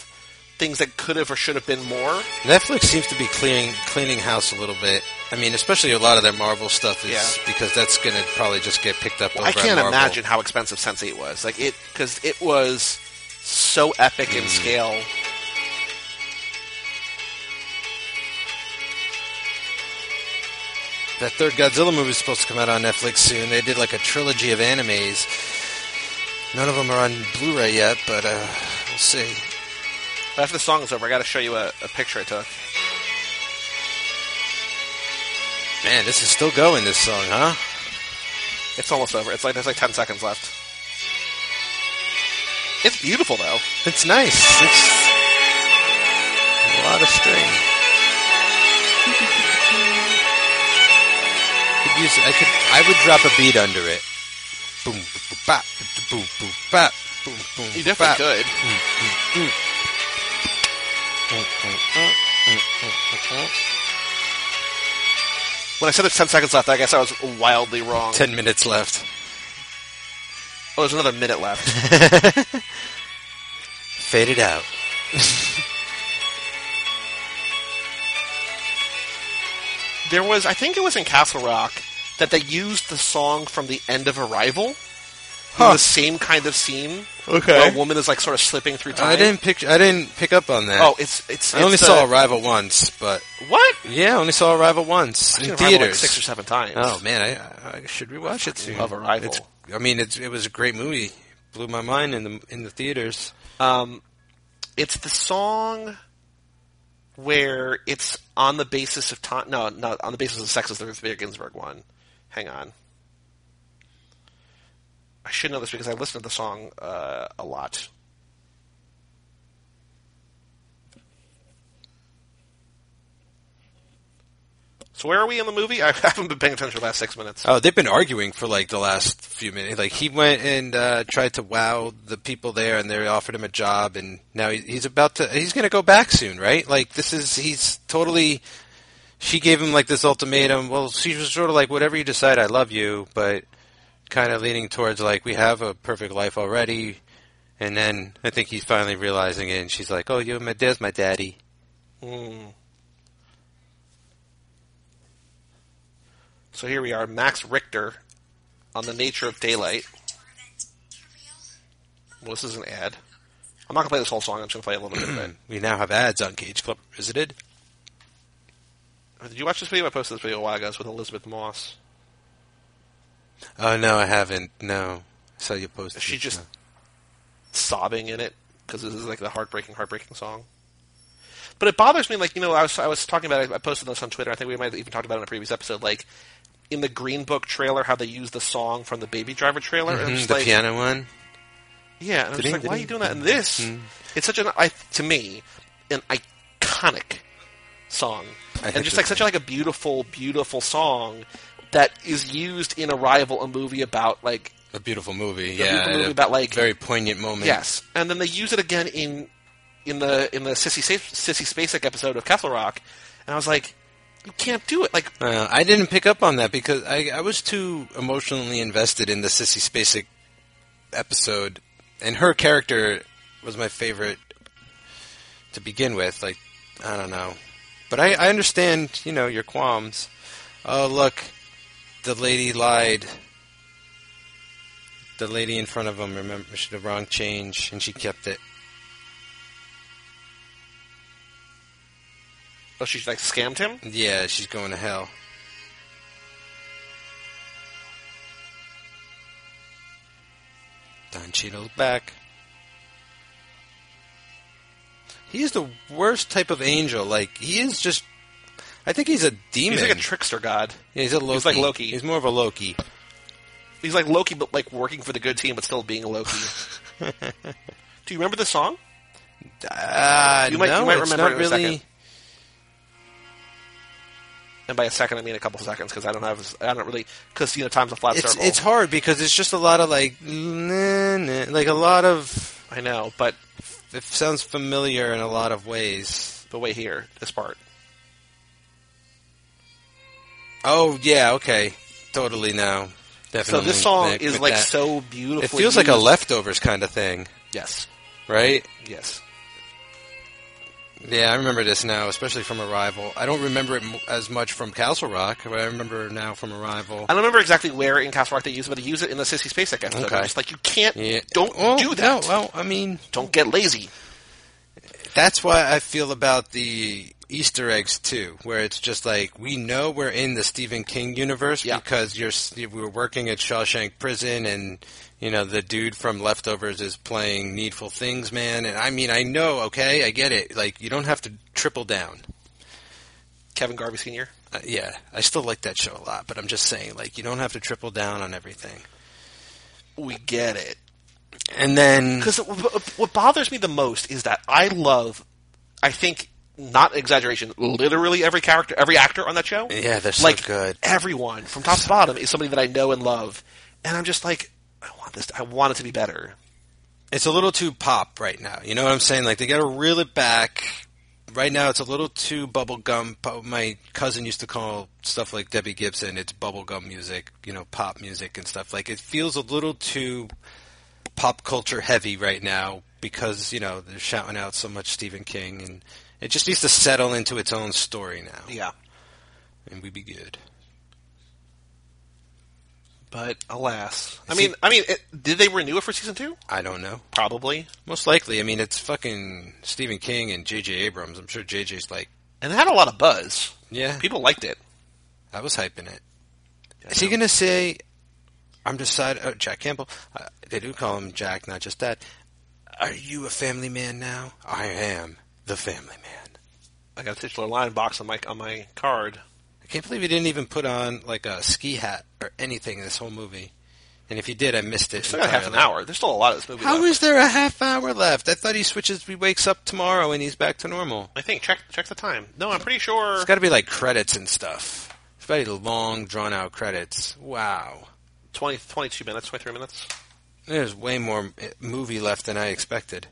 things that could have or should have been more. Netflix seems to be cleaning cleaning house a little bit. I mean, especially a lot of their Marvel stuff is Yeah. because that's going to probably just get picked up. over I at can't Marvel. imagine how expensive Sense Eight was. Like it because it was so epic Mm. in scale. that third Godzilla movie is supposed to come out on Netflix soon. They did like a trilogy of animes. None of them are on Blu-ray yet, but uh, we'll see. But after the song is over, I got to show you a, a picture I took. Man, this is still going. This song, huh? It's almost over. It's like there's like ten seconds left. It's beautiful though. It's nice. It's a lot of string. Could use- I could. I would drop a beat under it. Boom, boom, boom, bop, boom, boom, bop, boom, boom. You definitely bop. could. When I said there's ten seconds left, I guess I was wildly wrong. Ten minutes left. Oh, there's another minute left. Fade it out. there was, I think it was in Castle Rock that they used the song from the end of Arrival. Huh. In the same kind of scene. Okay. Where a woman is like sort of slipping through time. I didn't pick. I didn't pick up on that. Oh, it's it's. I only it's the- saw Arrival once, but what? uh, yeah, I only saw Arrival once I've seen in Arrival, like, theaters. six or seven times. Oh man, I, I should rewatch it soon. love Arrival. It's, I mean, it's, it was a great movie. Blew my mind in the in the theaters. Um, it's the song where it's on the basis of time. No, not on the basis of sex is the Ruth Bader Ginsburg one. Hang on. I should know this because I listened to the song uh, a lot. So where are we in the movie? I haven't been paying attention for the last six minutes. Oh, they've been arguing for like the last few minutes. Like he went and uh, tried to wow the people there, and they offered him a job, and now he, he's about to. He's going to go back soon, right? Like this is he's totally she gave him like this ultimatum. Well, she was sort of like, whatever you decide, I love you, but kind of leaning towards like, we have a perfect life already. And then I think he's finally realizing it, and she's like, oh, you're my, there's my daddy. Hmm. So here we are, Max Richter on the nature of daylight. Well, this is an ad. I'm not gonna play this whole song. I'm just gonna play a little bit of it. We now have ads on Cage Club Revisited. Did you watch this video? I posted this video a while ago. It's with Elizabeth Moss. Oh no, I haven't. No, I saw you posted. She it. just sobbing in it because this is like the heartbreaking, heartbreaking song. But it bothers me, like you know, I was I was talking about it. I posted this on Twitter. I think we might have even talked about it in a previous episode. Like in the Green Book trailer, how they use the song from the Baby Driver trailer. and I'm Mhm, just the like, piano one. Yeah, and I'm just like, why are you doing that? And this, it's such an I, to me, an iconic song, I and think just so. like such a, like a beautiful, beautiful song that is used in Arrival, a movie about like A beautiful movie. A yeah, beautiful and movie a about, like- very poignant moment. yes, and then they use it again in in the in the sissy Sa- sissy Spacek episode of Castle Rock, and I was like, you can't do it. Like Uh, I didn't pick up on that because I, I was too emotionally invested in the Sissy Spacek episode, and her character was my favorite to begin with. Like, I don't know, but I, I understand, you know, your qualms. Oh, look, the lady lied. The lady in front of him remember she the wrong change, and she kept it. oh, she like scammed him. Yeah, she's going to hell. Don Cheadle's back. He is the worst type of angel. Like he is just. I think he's a demon. He's like a trickster god. yeah, he's a Loki. like Loki. He's more of a Loki. He's like Loki, but like working for the good team, but still being a Loki. do you remember the song? Uh, You might- no, you might it's remember not it in a really. second. and by a second I mean a couple seconds because I don't have I don't really because you know time's a flat It's circle. it's hard because it's just a lot of like nah, nah, like a lot of. I know, but It sounds familiar in a lot of ways. but wait here this part. Oh yeah, okay, totally now. Definitely. So this song connect is with like that. so beautiful. It feels like a leftovers kind of thing, yes, right? yes. Yeah, I remember this now, especially from Arrival. I don't remember it m- as much from Castle Rock, but I remember now from Arrival. I don't remember exactly where in Castle Rock they use it, but they use it in the Sissy Spacek episode. Okay. I'm just like you can't, Yeah. don't Well, do that. No, well, I mean, don't get lazy. that's why I feel about the Easter eggs too, where it's just like we know we're in the Stephen King universe Yeah. because you're s- we were working at Shawshank Prison, and you know the dude from Leftovers is playing Needful Things Man, and I mean I know, okay, I get it. Like you don't have to triple down. Kevin Garvey Senior. Uh, yeah, I still like that show a lot, but I'm just saying, like you don't have to triple down on everything. We get it. And then Because what bothers me the most is that I love, I think, not exaggeration, literally every character, every actor on that show. Yeah, they're so like, good. Everyone from top to bottom is somebody that I know and love, and I'm just like, I want this. I want it to be better. it's a little too pop right now. You know what I'm saying? Like they got to reel it back. Right now, it's a little too bubblegum. po- My cousin used to call stuff like Debbie Gibson. It's bubblegum music, you know, pop music and stuff. Like it feels a little too pop culture heavy right now because you know they're shouting out so much Stephen King, and it just needs to settle into its own story now. Yeah, and we be good. but alas, I Is mean, he- I mean, it, did they renew it for season two? I don't know. Probably. Most likely, I mean, it's fucking Stephen King and J.J. Abrams. I'm sure J.J.'s like, And it had a lot of buzz. yeah, People liked it. I was hyping it. Is he gonna say, "I'm decided"? Oh, Jack Campbell. Uh, they do call him Jack, not just that. Are you a family man now? I am the family man. I got a titular line box on my on my card. I can't believe he didn't even put on like a ski hat or anything in this whole movie. And if he did, I missed it. Still got half an entirely. hour. There's still a lot of this movie. How left. is there a half hour left? I thought he switches. He wakes up tomorrow and he's back to normal. I think check check the time. No, I'm pretty sure. It's got to be like credits and stuff. It's got to be long, drawn out credits. Wow. 20, 22 minutes, 23 minutes. There's way more eh, movie left than I expected.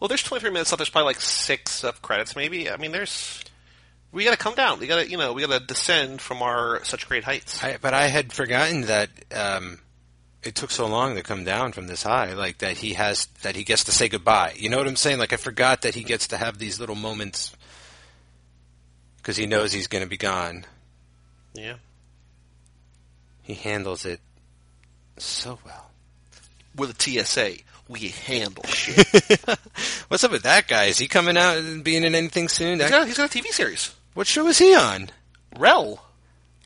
Well, there's 23 minutes left. There's probably like six of credits, maybe. I mean, there's. We gotta come down. We gotta, you know, we gotta descend from our such great heights. I, but I had forgotten that um, it took so long to come down from this high. Like that he has that he gets to say goodbye. You know what I'm saying? Like I forgot that he gets to have these little moments because he knows he's going to be gone. yeah. He handles it so well. We're the TSA. We handle shit. What's up with that guy? Is he coming out and being in anything he's, soon? That- got, he's got a TV series. what show is he on? Rel.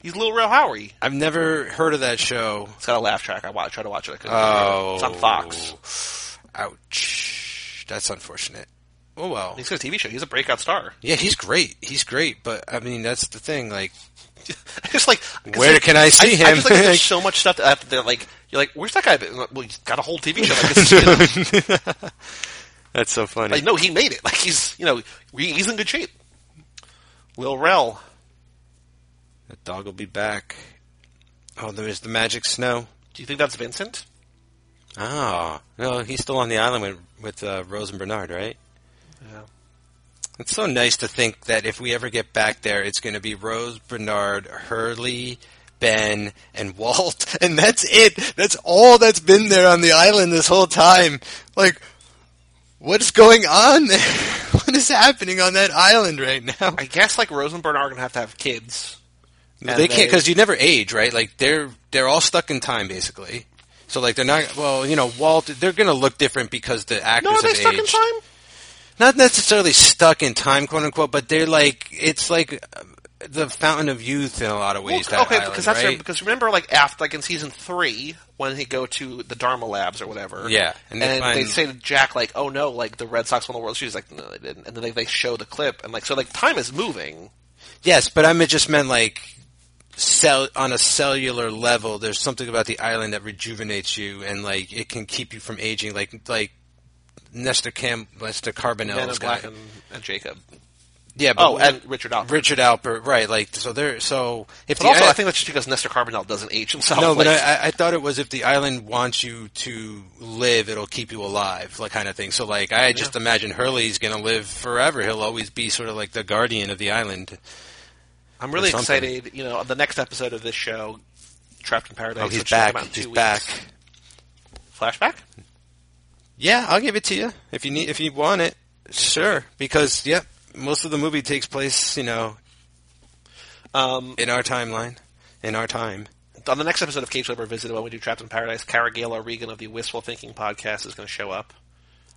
He's Little Rel Howery. I've never heard of that show. It's got a laugh track. I watch, try to watch it. I couldn't. Oh, It's on Fox. Ouch. That's unfortunate. Oh well. He's got a TV show. He's a breakout star. Yeah, he's great. He's great, but I mean, that's the thing. Like, I just like Where can I see I him? just like that there's so much stuff that they're like. You're like, where's that guy? Been? Well, he's got a whole TV show. Like, it's, that's so funny. like, no, he made it. Like he's you know he- he's in good shape. Lil Rel. The dog will be back. Oh, there's the magic snow. Do you think that's Vincent? Oh no, he's still on the island with with uh, Rose and Bernard, right? Yeah. It's so nice to think that if we ever get back there, it's going to be Rose, Bernard, Hurley, Ben, and Walt, and that's it. That's all that's been there on the island this whole time. Like, what's going on there? what is happening on that island right now? I guess like Rose and Bernard are gonna have to have kids. Well, And they can't they- because you never age, right? Like they're they're all stuck in time basically. So like they're not well, you know, Walt. They're gonna look different because the actors No, are they have stuck in aged. time? Not necessarily stuck in time, quote unquote, but they're like it's like uh, the fountain of youth in a lot of ways. Well, that okay, island, because that's right? right? because remember like after like in season three when he go to the Dharma Labs or whatever. Yeah, and, and they they find- say to Jack like, "Oh no, like the Red Sox won the World Series." Like, no, they didn't. And then they, they show the clip and like so like time is moving. yes, but I mean, just meant like cell on a cellular level. There's something about the island that rejuvenates you, and like it can keep you from aging. Like like Nestor Cam, Nestor Men in Carbonell's Oh, guy. Black and, and Jacob. Yeah, but Oh, and Richard Alpert. Richard Alpert, right? Like, so there. So if But the also, i- I think that's just because Nestor Carbonell doesn't age himself. no, but like- I, I- I thought it was if the island wants you to live, it'll keep you alive, like kind of thing. So like, I just imagine Hurley's gonna live forever. He'll always be sort of like the guardian of the island. I'm really or something. excited. You know, the next episode of this show, Trapped in Paradise. Oh, he's which should come back. out in He's two back. weeks. Flashback. Yeah, I'll give it to you if you need if you want it. Sure, because yep, most of the movie takes place, you know, Um, in our timeline, in our time. on the next episode of Cage Labor Visited, when we do Trapped in Paradise, Cara Gayle Regan of the Wistful Thinking podcast is going to show up.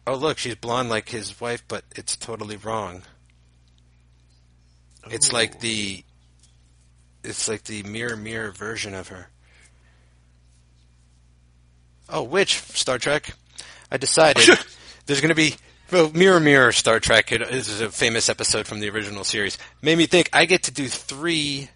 Oh look, she's blonde like his wife, but it's totally wrong. It's like the it's like the mirror mirror version of her. Oh, which Star Trek? I decided there's going to be well, mirror mirror Star Trek. It is a famous episode from the original series. Made me think I get to do three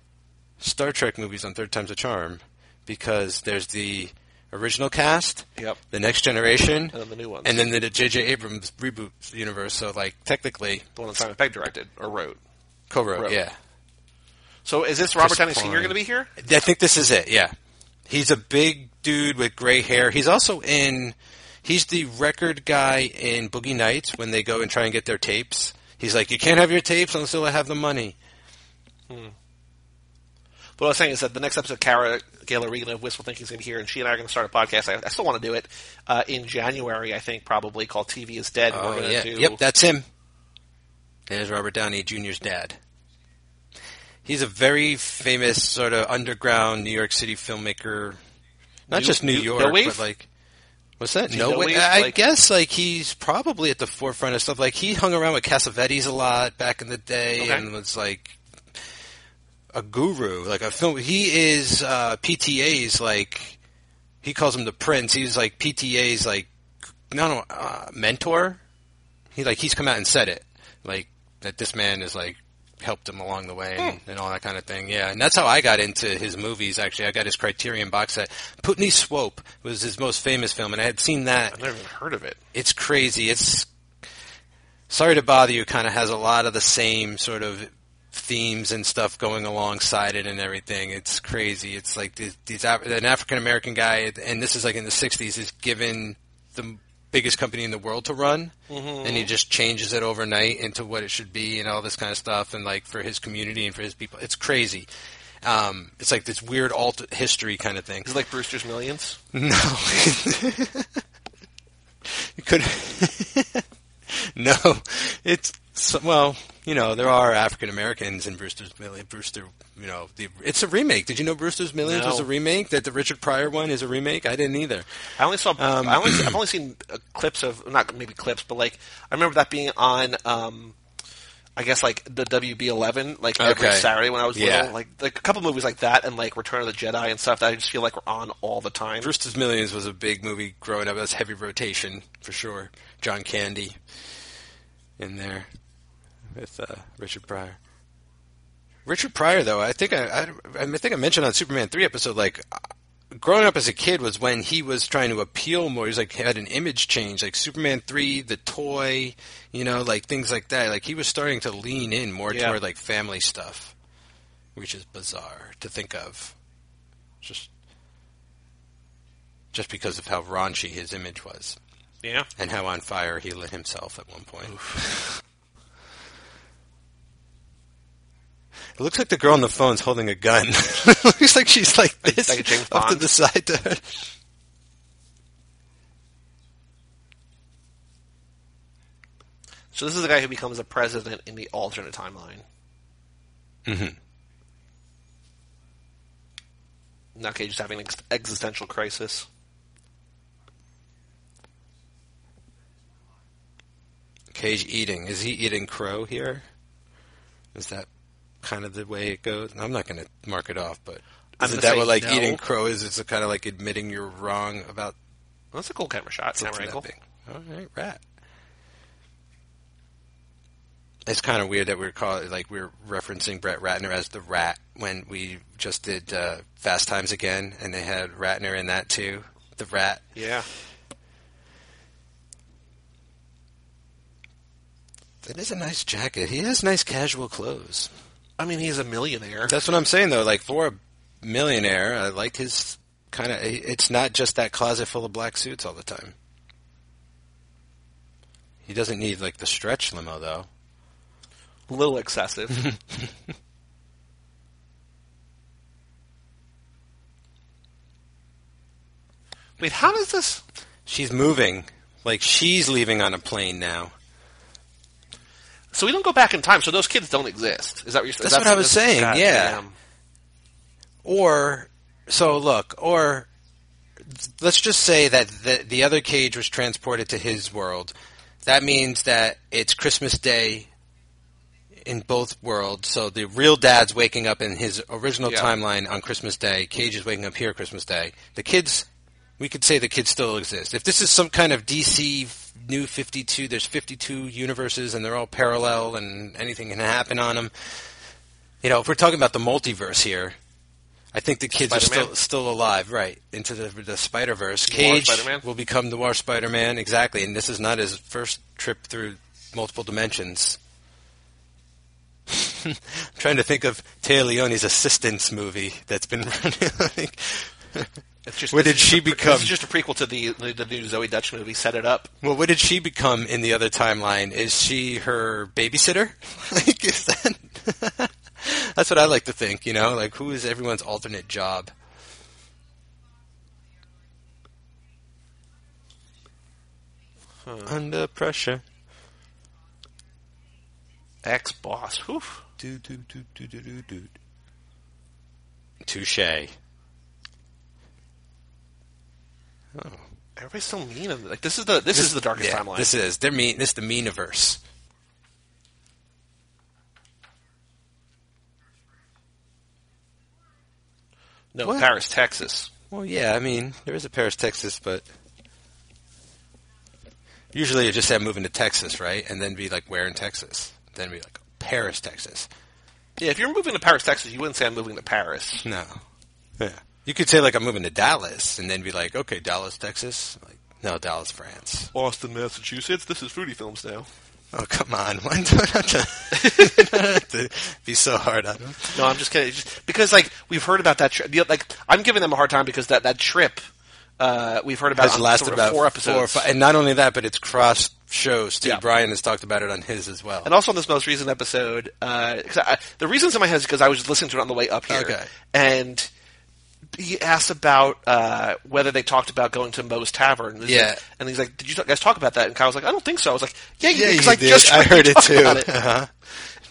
Star Trek movies on Third Time's a Charm because there's the original cast, Yep. Um, the Next Generation, And then uh, the new ones. and then the J.J. Abrams reboot universe. So like technically The one that Simon Pegg directed or wrote. co-wrote, Wrote. yeah. So is this Robert Downey Sr. Klein. going to be here? I think this is it. Yeah, he's a big dude with gray hair. He's also in. He's the record guy in Boogie Nights when they go and try and get their tapes. He's like, you can't have your tapes until I have the money. But what I was saying is that the next episode, Cara Gaylor Regan of Wistful Thinking is going to be here, and she and I are going to start a podcast. I, I still want to do it uh, in January, I think, probably called TV is Dead. and Oh we're going yeah, to do yep, that's him. There's Robert Downey Jr.'s dad. He's a very famous sort of underground New York City filmmaker. Not New- just New New- York, No Wave? but like what's that? he No, No way. Wave? I Like- guess like he's probably at the forefront of stuff. Like he hung around with Cassavetes a lot back in the day, Okay. and was like a guru, like a film. He is uh, PTA's like he calls him the prince. He's like PTA's like no uh, mentor. He like he's come out and said it like that. This man is like helped him along the way and, and all that kind of thing. Yeah, and that's how I got into his movies. Actually, I got his Criterion box set. Putney Swope was his most famous film, and I had seen that I've never even heard of it. it's crazy. It's sorry to bother you. Kind of has a lot of the same sort of themes and stuff going alongside it and everything. It's crazy. It's like these, these Af- an African American guy, and this is like in the '60s, is given the biggest company in the world to run, and he just changes it overnight into what it should be and all this kind of stuff, and like for his community and for his people, it's crazy. Um, it's like this weird alt history kind of thing. Is it like Brewster's Millions? No. you could. no, it's so- well, you know, there are African Americans in Brewster's Millions. Brewster, you know, the, it's a remake. Did you know Brewster's Millions was No. a remake? That the Richard Pryor one is a remake? I didn't either. I only saw. Um, I only, I've only seen uh, clips of not maybe clips, but like I remember that being on. Um, I guess like the WB11, like every Okay. Saturday when I was Yeah. little, like like a couple movies like that, and like Return of the Jedi and stuff that I just feel like we're on all the time. Brewster's Millions was a big movie growing up. That's heavy rotation for sure. John Candy in there with uh, Richard Pryor. Richard Pryor, though, I think I, I, I think I mentioned on Superman three episode, like uh, growing up as a kid was when he was trying to appeal more. He was like had an image change, like Superman three, the toy, you know, like things like that. Like he was starting to lean in more Yeah. toward like family stuff, which is bizarre to think of. Just just because of how raunchy his image was Yeah, and how on fire he lit himself at one point. it looks like the girl on the phone's holding a gun. looks like she's like this like a James up to Bond. the side. To her. so this is the guy who becomes a president in the alternate timeline. Mm-hmm. Now Cage is having an ex- existential crisis. Cage eating. Is he eating crow here? Is that kind of the way it goes? I'm not going to mark it off, but I'm gonna isn't that say what like no. eating crow is? It's kind of like admitting you're wrong about Well, that's a cool camera shot, camera Something angle. that big. All right, rat. It's kind of weird that we're call like we're referencing Brett Ratner as the Rat when we just did uh, Fast Times again, and they had Ratner in that too, the Rat. Yeah. That is a nice jacket. He has nice casual clothes. I mean, he's a millionaire. That's what I'm saying though. Like for a millionaire, I like his kind of. It's not just that closet full of black suits all the time. He doesn't need like the stretch limo though. A little excessive. Wait, how does this? She's moving. Like she's leaving on a plane now. So we don't go back in time. So those kids don't exist. Is that what you're? That's what I was saying, yeah. Or so look, or let's just say that the, the other cage was transported to his world. That means that it's Christmas Day in both worlds. So the real dad's waking up in his original Yeah. timeline on Christmas Day. Cage is waking up here Christmas Day. The kids we could say the kids still exist. If this is some kind of DC f- New 52, there's 52 universes and they're all parallel and anything can happen on them. You know, if we're talking about the multiverse here, I think the kids are Spider-Man? still still alive, right? Into the, the Spider Verse. Noir Cage Spider-Man? will become the War Spider Man, exactly. And this is not his first trip through multiple dimensions. I'm trying to think of Taya Leone's Assistance movie that's been running. like, It's just, Where this did is just she a pre- become? This is just a prequel to the the, the new Zoe Dutch movie. Set it up. Well, what did she become in the other timeline? Is she her babysitter? like, is that? That's what I like to think. You know, like who is everyone's alternate job? Under pressure. Ex boss. Oof. Do, do, do, do, do, do, do. Touche. Oh, Everybody's so mean. and- Like this is the this, is the darkest yeah, timeline. This is they're mean. This is the meaniverse. no What? Paris, Texas. Well, yeah, I mean, there is a Paris, Texas, but usually you just have moving to Texas, right? And then be like, where in Texas? Then be like, Paris, Texas. Yeah, if you're moving to Paris, Texas, you wouldn't say I'm moving to Paris. No. Yeah. You could say, like, I'm moving to Dallas, and then be like, okay, Dallas, Texas. Like, no, Dallas, France. Austin, Massachusetts. This is Fruity Films now. Oh, come on. Why do I have to, you don't have to be so hard on them? No, I'm just kidding. It's Just because like we've heard about that trip. Like I'm giving them a hard time because that that trip Uh, we've heard about has on lasted sort of about four episodes, or five, and not only that, but it's crossed shows too. Yeah. Brian has talked about it on his as well. and also on this most recent episode. Uh, 'cause I, the reasons in my head is because I was listening to it on the way up here, Okay. and he asked about uh, whether they talked about going to Moe's Tavern. He's Yeah. like- and he's like, "Did you guys talk about that?" And Kyle's like, "I don't think so." I was like, "Yeah, you Yeah, did, 'cause you I did. just I heard it talked too. about it." Uh-huh.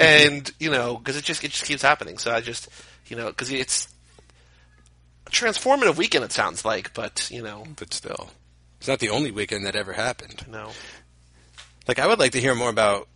and you know, because it just it just keeps happening. So I just you know, because it's a transformative weekend. It sounds like, but you know, but still, it's not the only weekend that ever happened. no. Like I would like to hear more about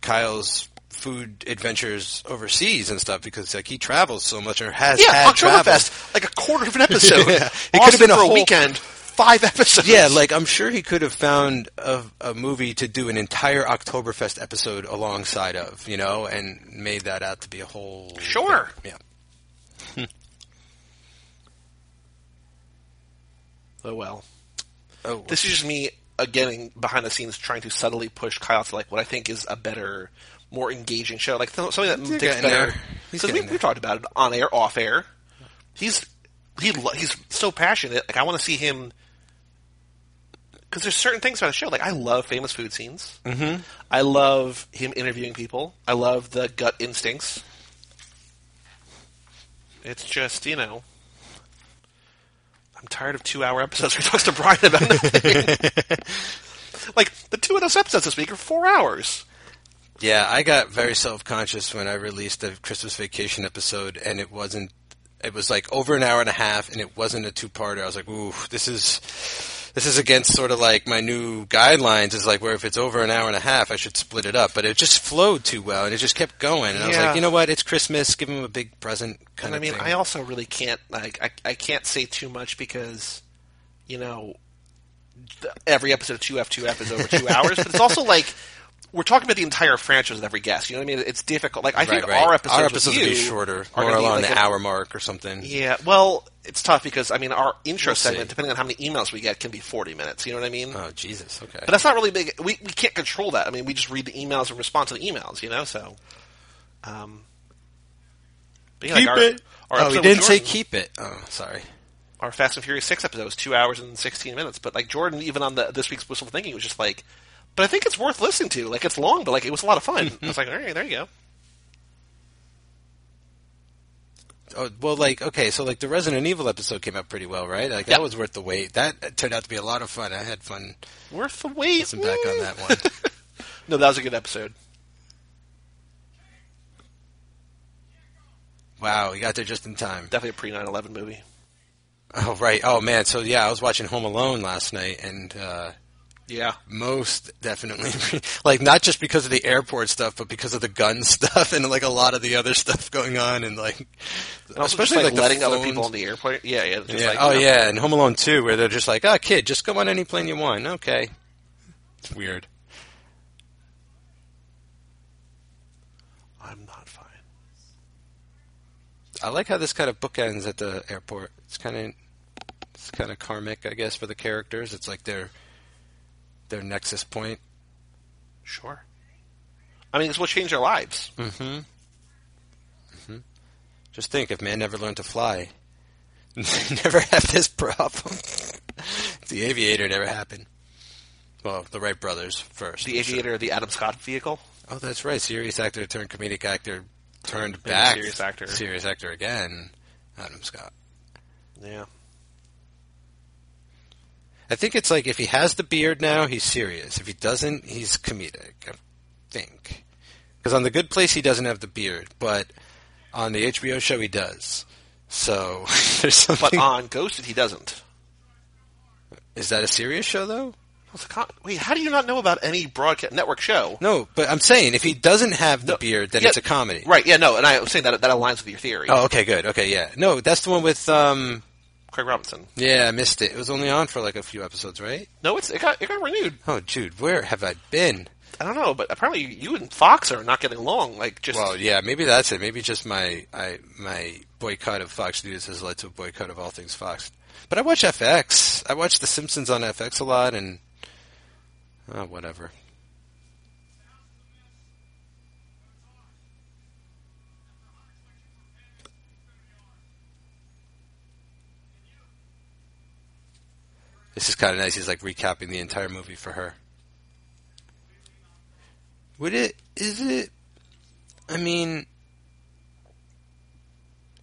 Kyle's food adventures overseas and stuff because like he travels so much or has Yeah, had travel. Oktoberfest, like a quarter of an episode. Yeah. It could have been a, whole... weekend, five episodes. Yeah, like I'm sure he could have found a, a movie to do an entire Oktoberfest episode alongside of, you know, and made that out to be a whole. Sure. Yeah. Oh well. Oh, This is just me again behind the scenes trying to subtly push Kyle to like what I think is a better, more engaging show, like th- something that He's takes getting better. there. He's Because we, getting we there. talked about it on air, off air. He's he lo- he's so passionate. Like I want to see him. Because there's certain things about a show. Like I love famous food scenes. Mm-hmm. I love him interviewing people. I love the gut instincts. It's just you know. I'm tired of two-hour episodes where he talks to Brian about nothing. like the two of those episodes this week are four hours. yeah, I got very self conscious when I released the Christmas Vacation episode, and it wasn't. It was like over an hour and a half, and it wasn't a two parter. I was like, "Ooh, this is." This is against sort of like my new guidelines is like where if it's over an hour and a half, I should split it up. But it just flowed too well, and it just kept going. And I was Yeah. like, you know what? It's Christmas. Give him a big present. And Kind I of mean, thing. I also really can't like I, I can't say too much because, you know, th- every episode of Two F Two F is over two hours. But it's also like we're talking about the entire franchise with every guest. You know what I mean? It's difficult. Like I think our episodes, with will be you shorter, are more gonna be, along like, the a- hour mark or something. Yeah, well, it's tough because I mean our intro We'll segment, see. depending on how many emails we get, can be forty minutes. You know what I mean? Oh Jesus! Okay. But that's not really big. We we can't control that. I mean, we just read the emails and respond to the emails, you know. So, um, but yeah, like our, Our oh, episode he with didn't say Jordan, keep it. Oh, sorry. Our Fast and Furious six episode was two hours and sixteen minutes. But like Jordan, even on the this week's whistle thinking, was just like, but I think it's worth listening to. Like it's long, but like it was a lot of fun. I was like, all right, there you go. Oh, well, like okay, so like the Resident Evil episode came out pretty well, right? Like Yeah. that was worth the wait. That uh, turned out to be a lot of fun. I had fun Worth the wait. listening back on Mm. that one. No, that was a good episode. Wow, you got there just in time. Definitely a pre 9-11 movie. Oh right. Oh man. So yeah, I was watching Home Alone last night, and uh, Yeah, most definitely, like not just because of the airport stuff, but because of the gun stuff and like a lot of the other stuff going on, and like and also especially just, like, the letting other phones. people on the airplane. Yeah, yeah. just, Yeah. like, oh you know, yeah, and Home Alone Two, where they're just like, "Ah, kid, just go on any plane you want." Okay. It's weird. I'm not fine. I like how this kind of bookends at the airport. It's kind of, it's kind of karmic, I guess, for the characters. It's like their, their nexus point. Sure. I mean, it's what changed our lives. Mm-hmm. Mm-hmm. Just think, if man never learned to fly, never have this problem. the aviator never happened. Well, the Wright brothers first. The I'm sure. aviator, the Adam Scott vehicle. Oh, that's right. Serious actor turned comedic actor turned Maybe back. serious actor. Serious actor again. Adam Scott. Yeah. I think it's like if he has the beard now, he's serious. If he doesn't, he's comedic. I think. Because on The Good Place, he doesn't have the beard, but on the HBO show, he does. So there's But something. on Ghosted, he doesn't. is that a serious show though? What's the con- Wait, how do you not know about any broadcast network show? No, but I'm saying if he doesn't have the No, beard, then yeah, it's a comedy. Right, yeah, no, and I was saying that that aligns with your theory. Oh, okay, good. Okay, yeah. No, that's the one with. um Craig Robinson. Yeah, I missed it. It was only on for like a few episodes, right? No, it's it got it got renewed. Oh, Jude, where have I been? I don't know, but apparently you and Fox are not getting along. Like just Well, yeah, maybe that's it. Maybe just my I, my boycott of Fox News has led to a boycott of all things Fox. But I watch FX. I watch The Simpsons on FX a lot, and oh, whatever. This is kind of nice. He's like recapping the entire movie for her. Would it? Is it? I mean,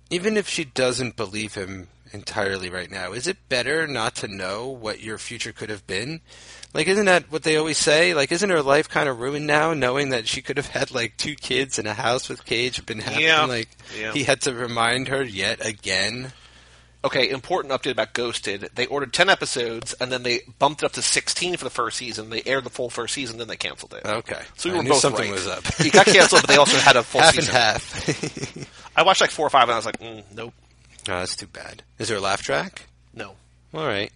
even if she doesn't believe him entirely right now, is it better not to know what your future could have been? Like, isn't that what they always say? Like, isn't her life kind of ruined now, knowing that she could have had like two kids and a house with Cage, been happy? Yeah. Like, Yeah. he had to remind her yet again. Okay, important update about Ghosted. They ordered 10 episodes, and then they bumped it up to 16 for the first season. They aired the full first season, then they canceled it. Okay, So we Uh, I were knew both something right. was up. It got canceled, but they also had a full half season. and half. I watched like four or five, and I was like, mm, nope, oh, that's too bad. Is there a laugh track? no. All right.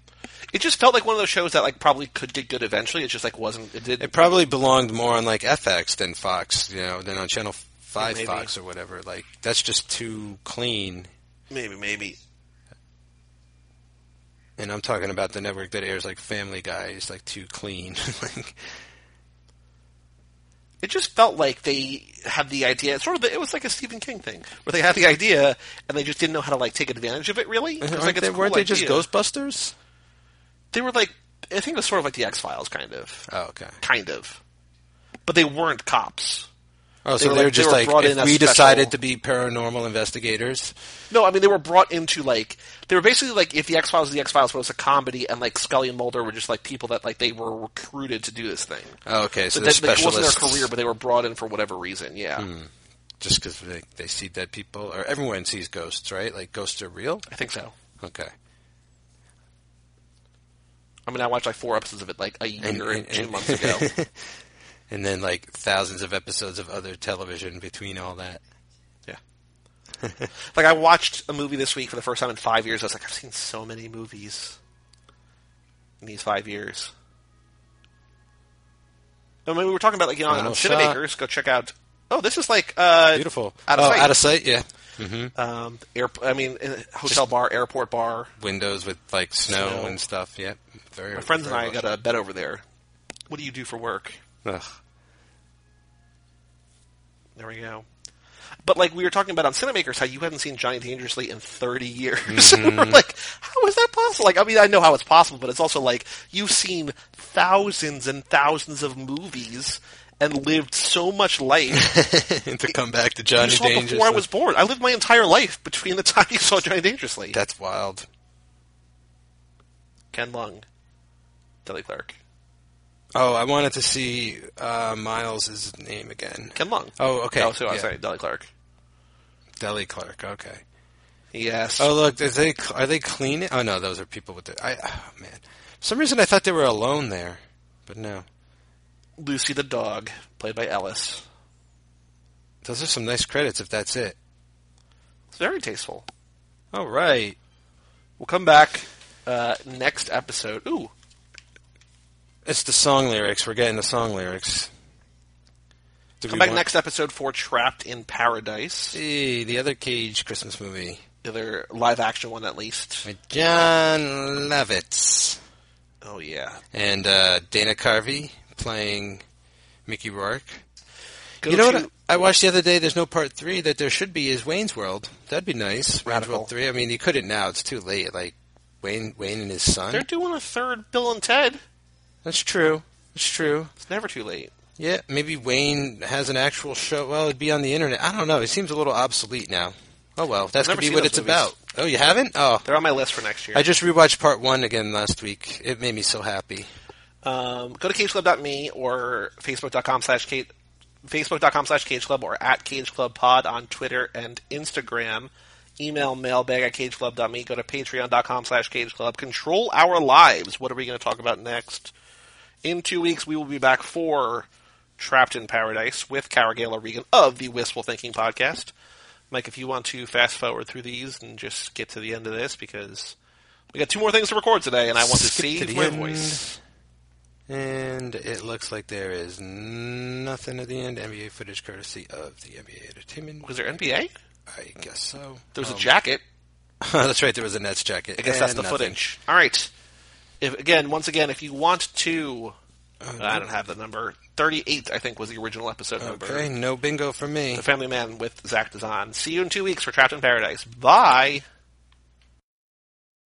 It just felt like one of those shows that like probably could get good eventually. It just like wasn't. It did. It probably belonged more on like FX than Fox, you know, than on Channel Five Maybe. Fox or whatever. Like that's just too clean. maybe, maybe. And I'm talking about the network that airs like Family Guy is like too clean. like It just felt like they had the idea. It's Sort of, the, it was like a Stephen King thing where they had the idea and they just didn't know how to like take advantage of it. Really, It was, aren't like, it's Uh-huh. they, a weren't cool they just idea. Ghostbusters? They were like, I think it was sort of like the X Files, kind of, uh, Oh, okay. kind of, but they weren't cops. Oh, were, so they like- were just they were like, brought if in as we special- decided to be paranormal investigators. No, I mean they were brought into like they were basically like if the X Files was the X Files, but it was a comedy, and like Scully and Mulder were just like people that like they were recruited to do this thing. Oh, okay, so But they're that, like, it wasn't specialists. their career, but they were brought in for whatever reason. Yeah, Hmm. just because they, they see dead people, or everyone sees ghosts, right? Like ghosts are real. I think so. Okay, I mean, I watched like four episodes of it like a year and, two months ago. and then like thousands of episodes of other television between all that. like I watched a movie this week for the first time in five years. I was like, I've seen so many movies in these five years. I mean, we were talking about like you know, on Final Cinemakers. Go check out. Oh, this is like uh, Beautiful. Out of oh, sight. out of sight. Yeah, um, air, I mean, uh, hotel bar, airport bar. windows with like snow, Snow. and stuff. Yep. Very. My friends and I got a bed over there. What do you do for work? Ugh. There we go. But like we were talking about on Cinemakers, how you hadn't seen Johnny Dangerously in 30 years. And we're Mm-hmm. like, how is that possible? Like, I mean, I know how it's possible, but it's also like you've seen thousands and thousands of movies and lived so much life. and to come back to you Johnny saw Dangerous. before I was born. I lived my entire life between the time you saw Johnny Dangerously. That's wild. Ken Lung, Deli Clark, Oh, I wanted to see uh, Miles' name again. Ken Lung. Oh, okay. That was who I was Yeah. saying. Deli Clark. Deli clerk. Okay. Yes. Oh look, is they are they cleaning? Oh no, those are people with the. I oh, man, for some reason I thought they were alone there, but no. Lucy the dog, played by Ellis. Those are some nice credits if that's it. It's very tasteful. All right. We'll come back uh, next episode. Ooh, It's the song lyrics. We're getting the song lyrics. Do come we back want- next episode for Trapped in Paradise, Hey, the other Cage Christmas movie. the other live action one at least. With John Lovitz Oh yeah, and uh, Dana Carvey playing Mickey Rourke. Go you know to- what I watched the other day? There's no part three that there should be. Is Wayne's World? That'd be nice. Wayne's Radical. World three. I mean, you couldn't now. It's too late. Like Wayne, Wayne and his son. They're doing a third Bill and Ted. That's true. That's true. It's never too late. Yeah, maybe Wayne has an actual show. Well, it'd be on the internet. I don't know. It seems a little obsolete now. Oh well, that's never gonna be seen what those it's movies. about. Oh, you haven't? Oh, They're on my list for next year. I just rewatched part one again last week. It made me so happy. um, go to cageclub.me or facebook.com slash cage facebook.com slash cage club or at cage club pod on twitter and instagram email mailbag at cageclub.me go to patreon.com slash cage club control our lives what are we going to talk about next in two weeks we will be back for trapped in paradise with Cara Gaylor regan of the wistful thinking podcast mike if you want to fast forward through these and just get to the end of this because we got two more things to record today and i want to Skip save the my end. voice And it looks like there is nothing at the end. NBA footage courtesy of the NBA Entertainment. Was there NBA? I guess so. There was a Um, jacket. that's right. There was a Nets jacket. I guess that's the footage. All right. If again, once again, if you want to, I don't have the number. Thirty-eight, I think, was the original episode number. Okay, no bingo for me. The Family Man with Zach Dazan. See you in two weeks for Trapped in Paradise. Bye.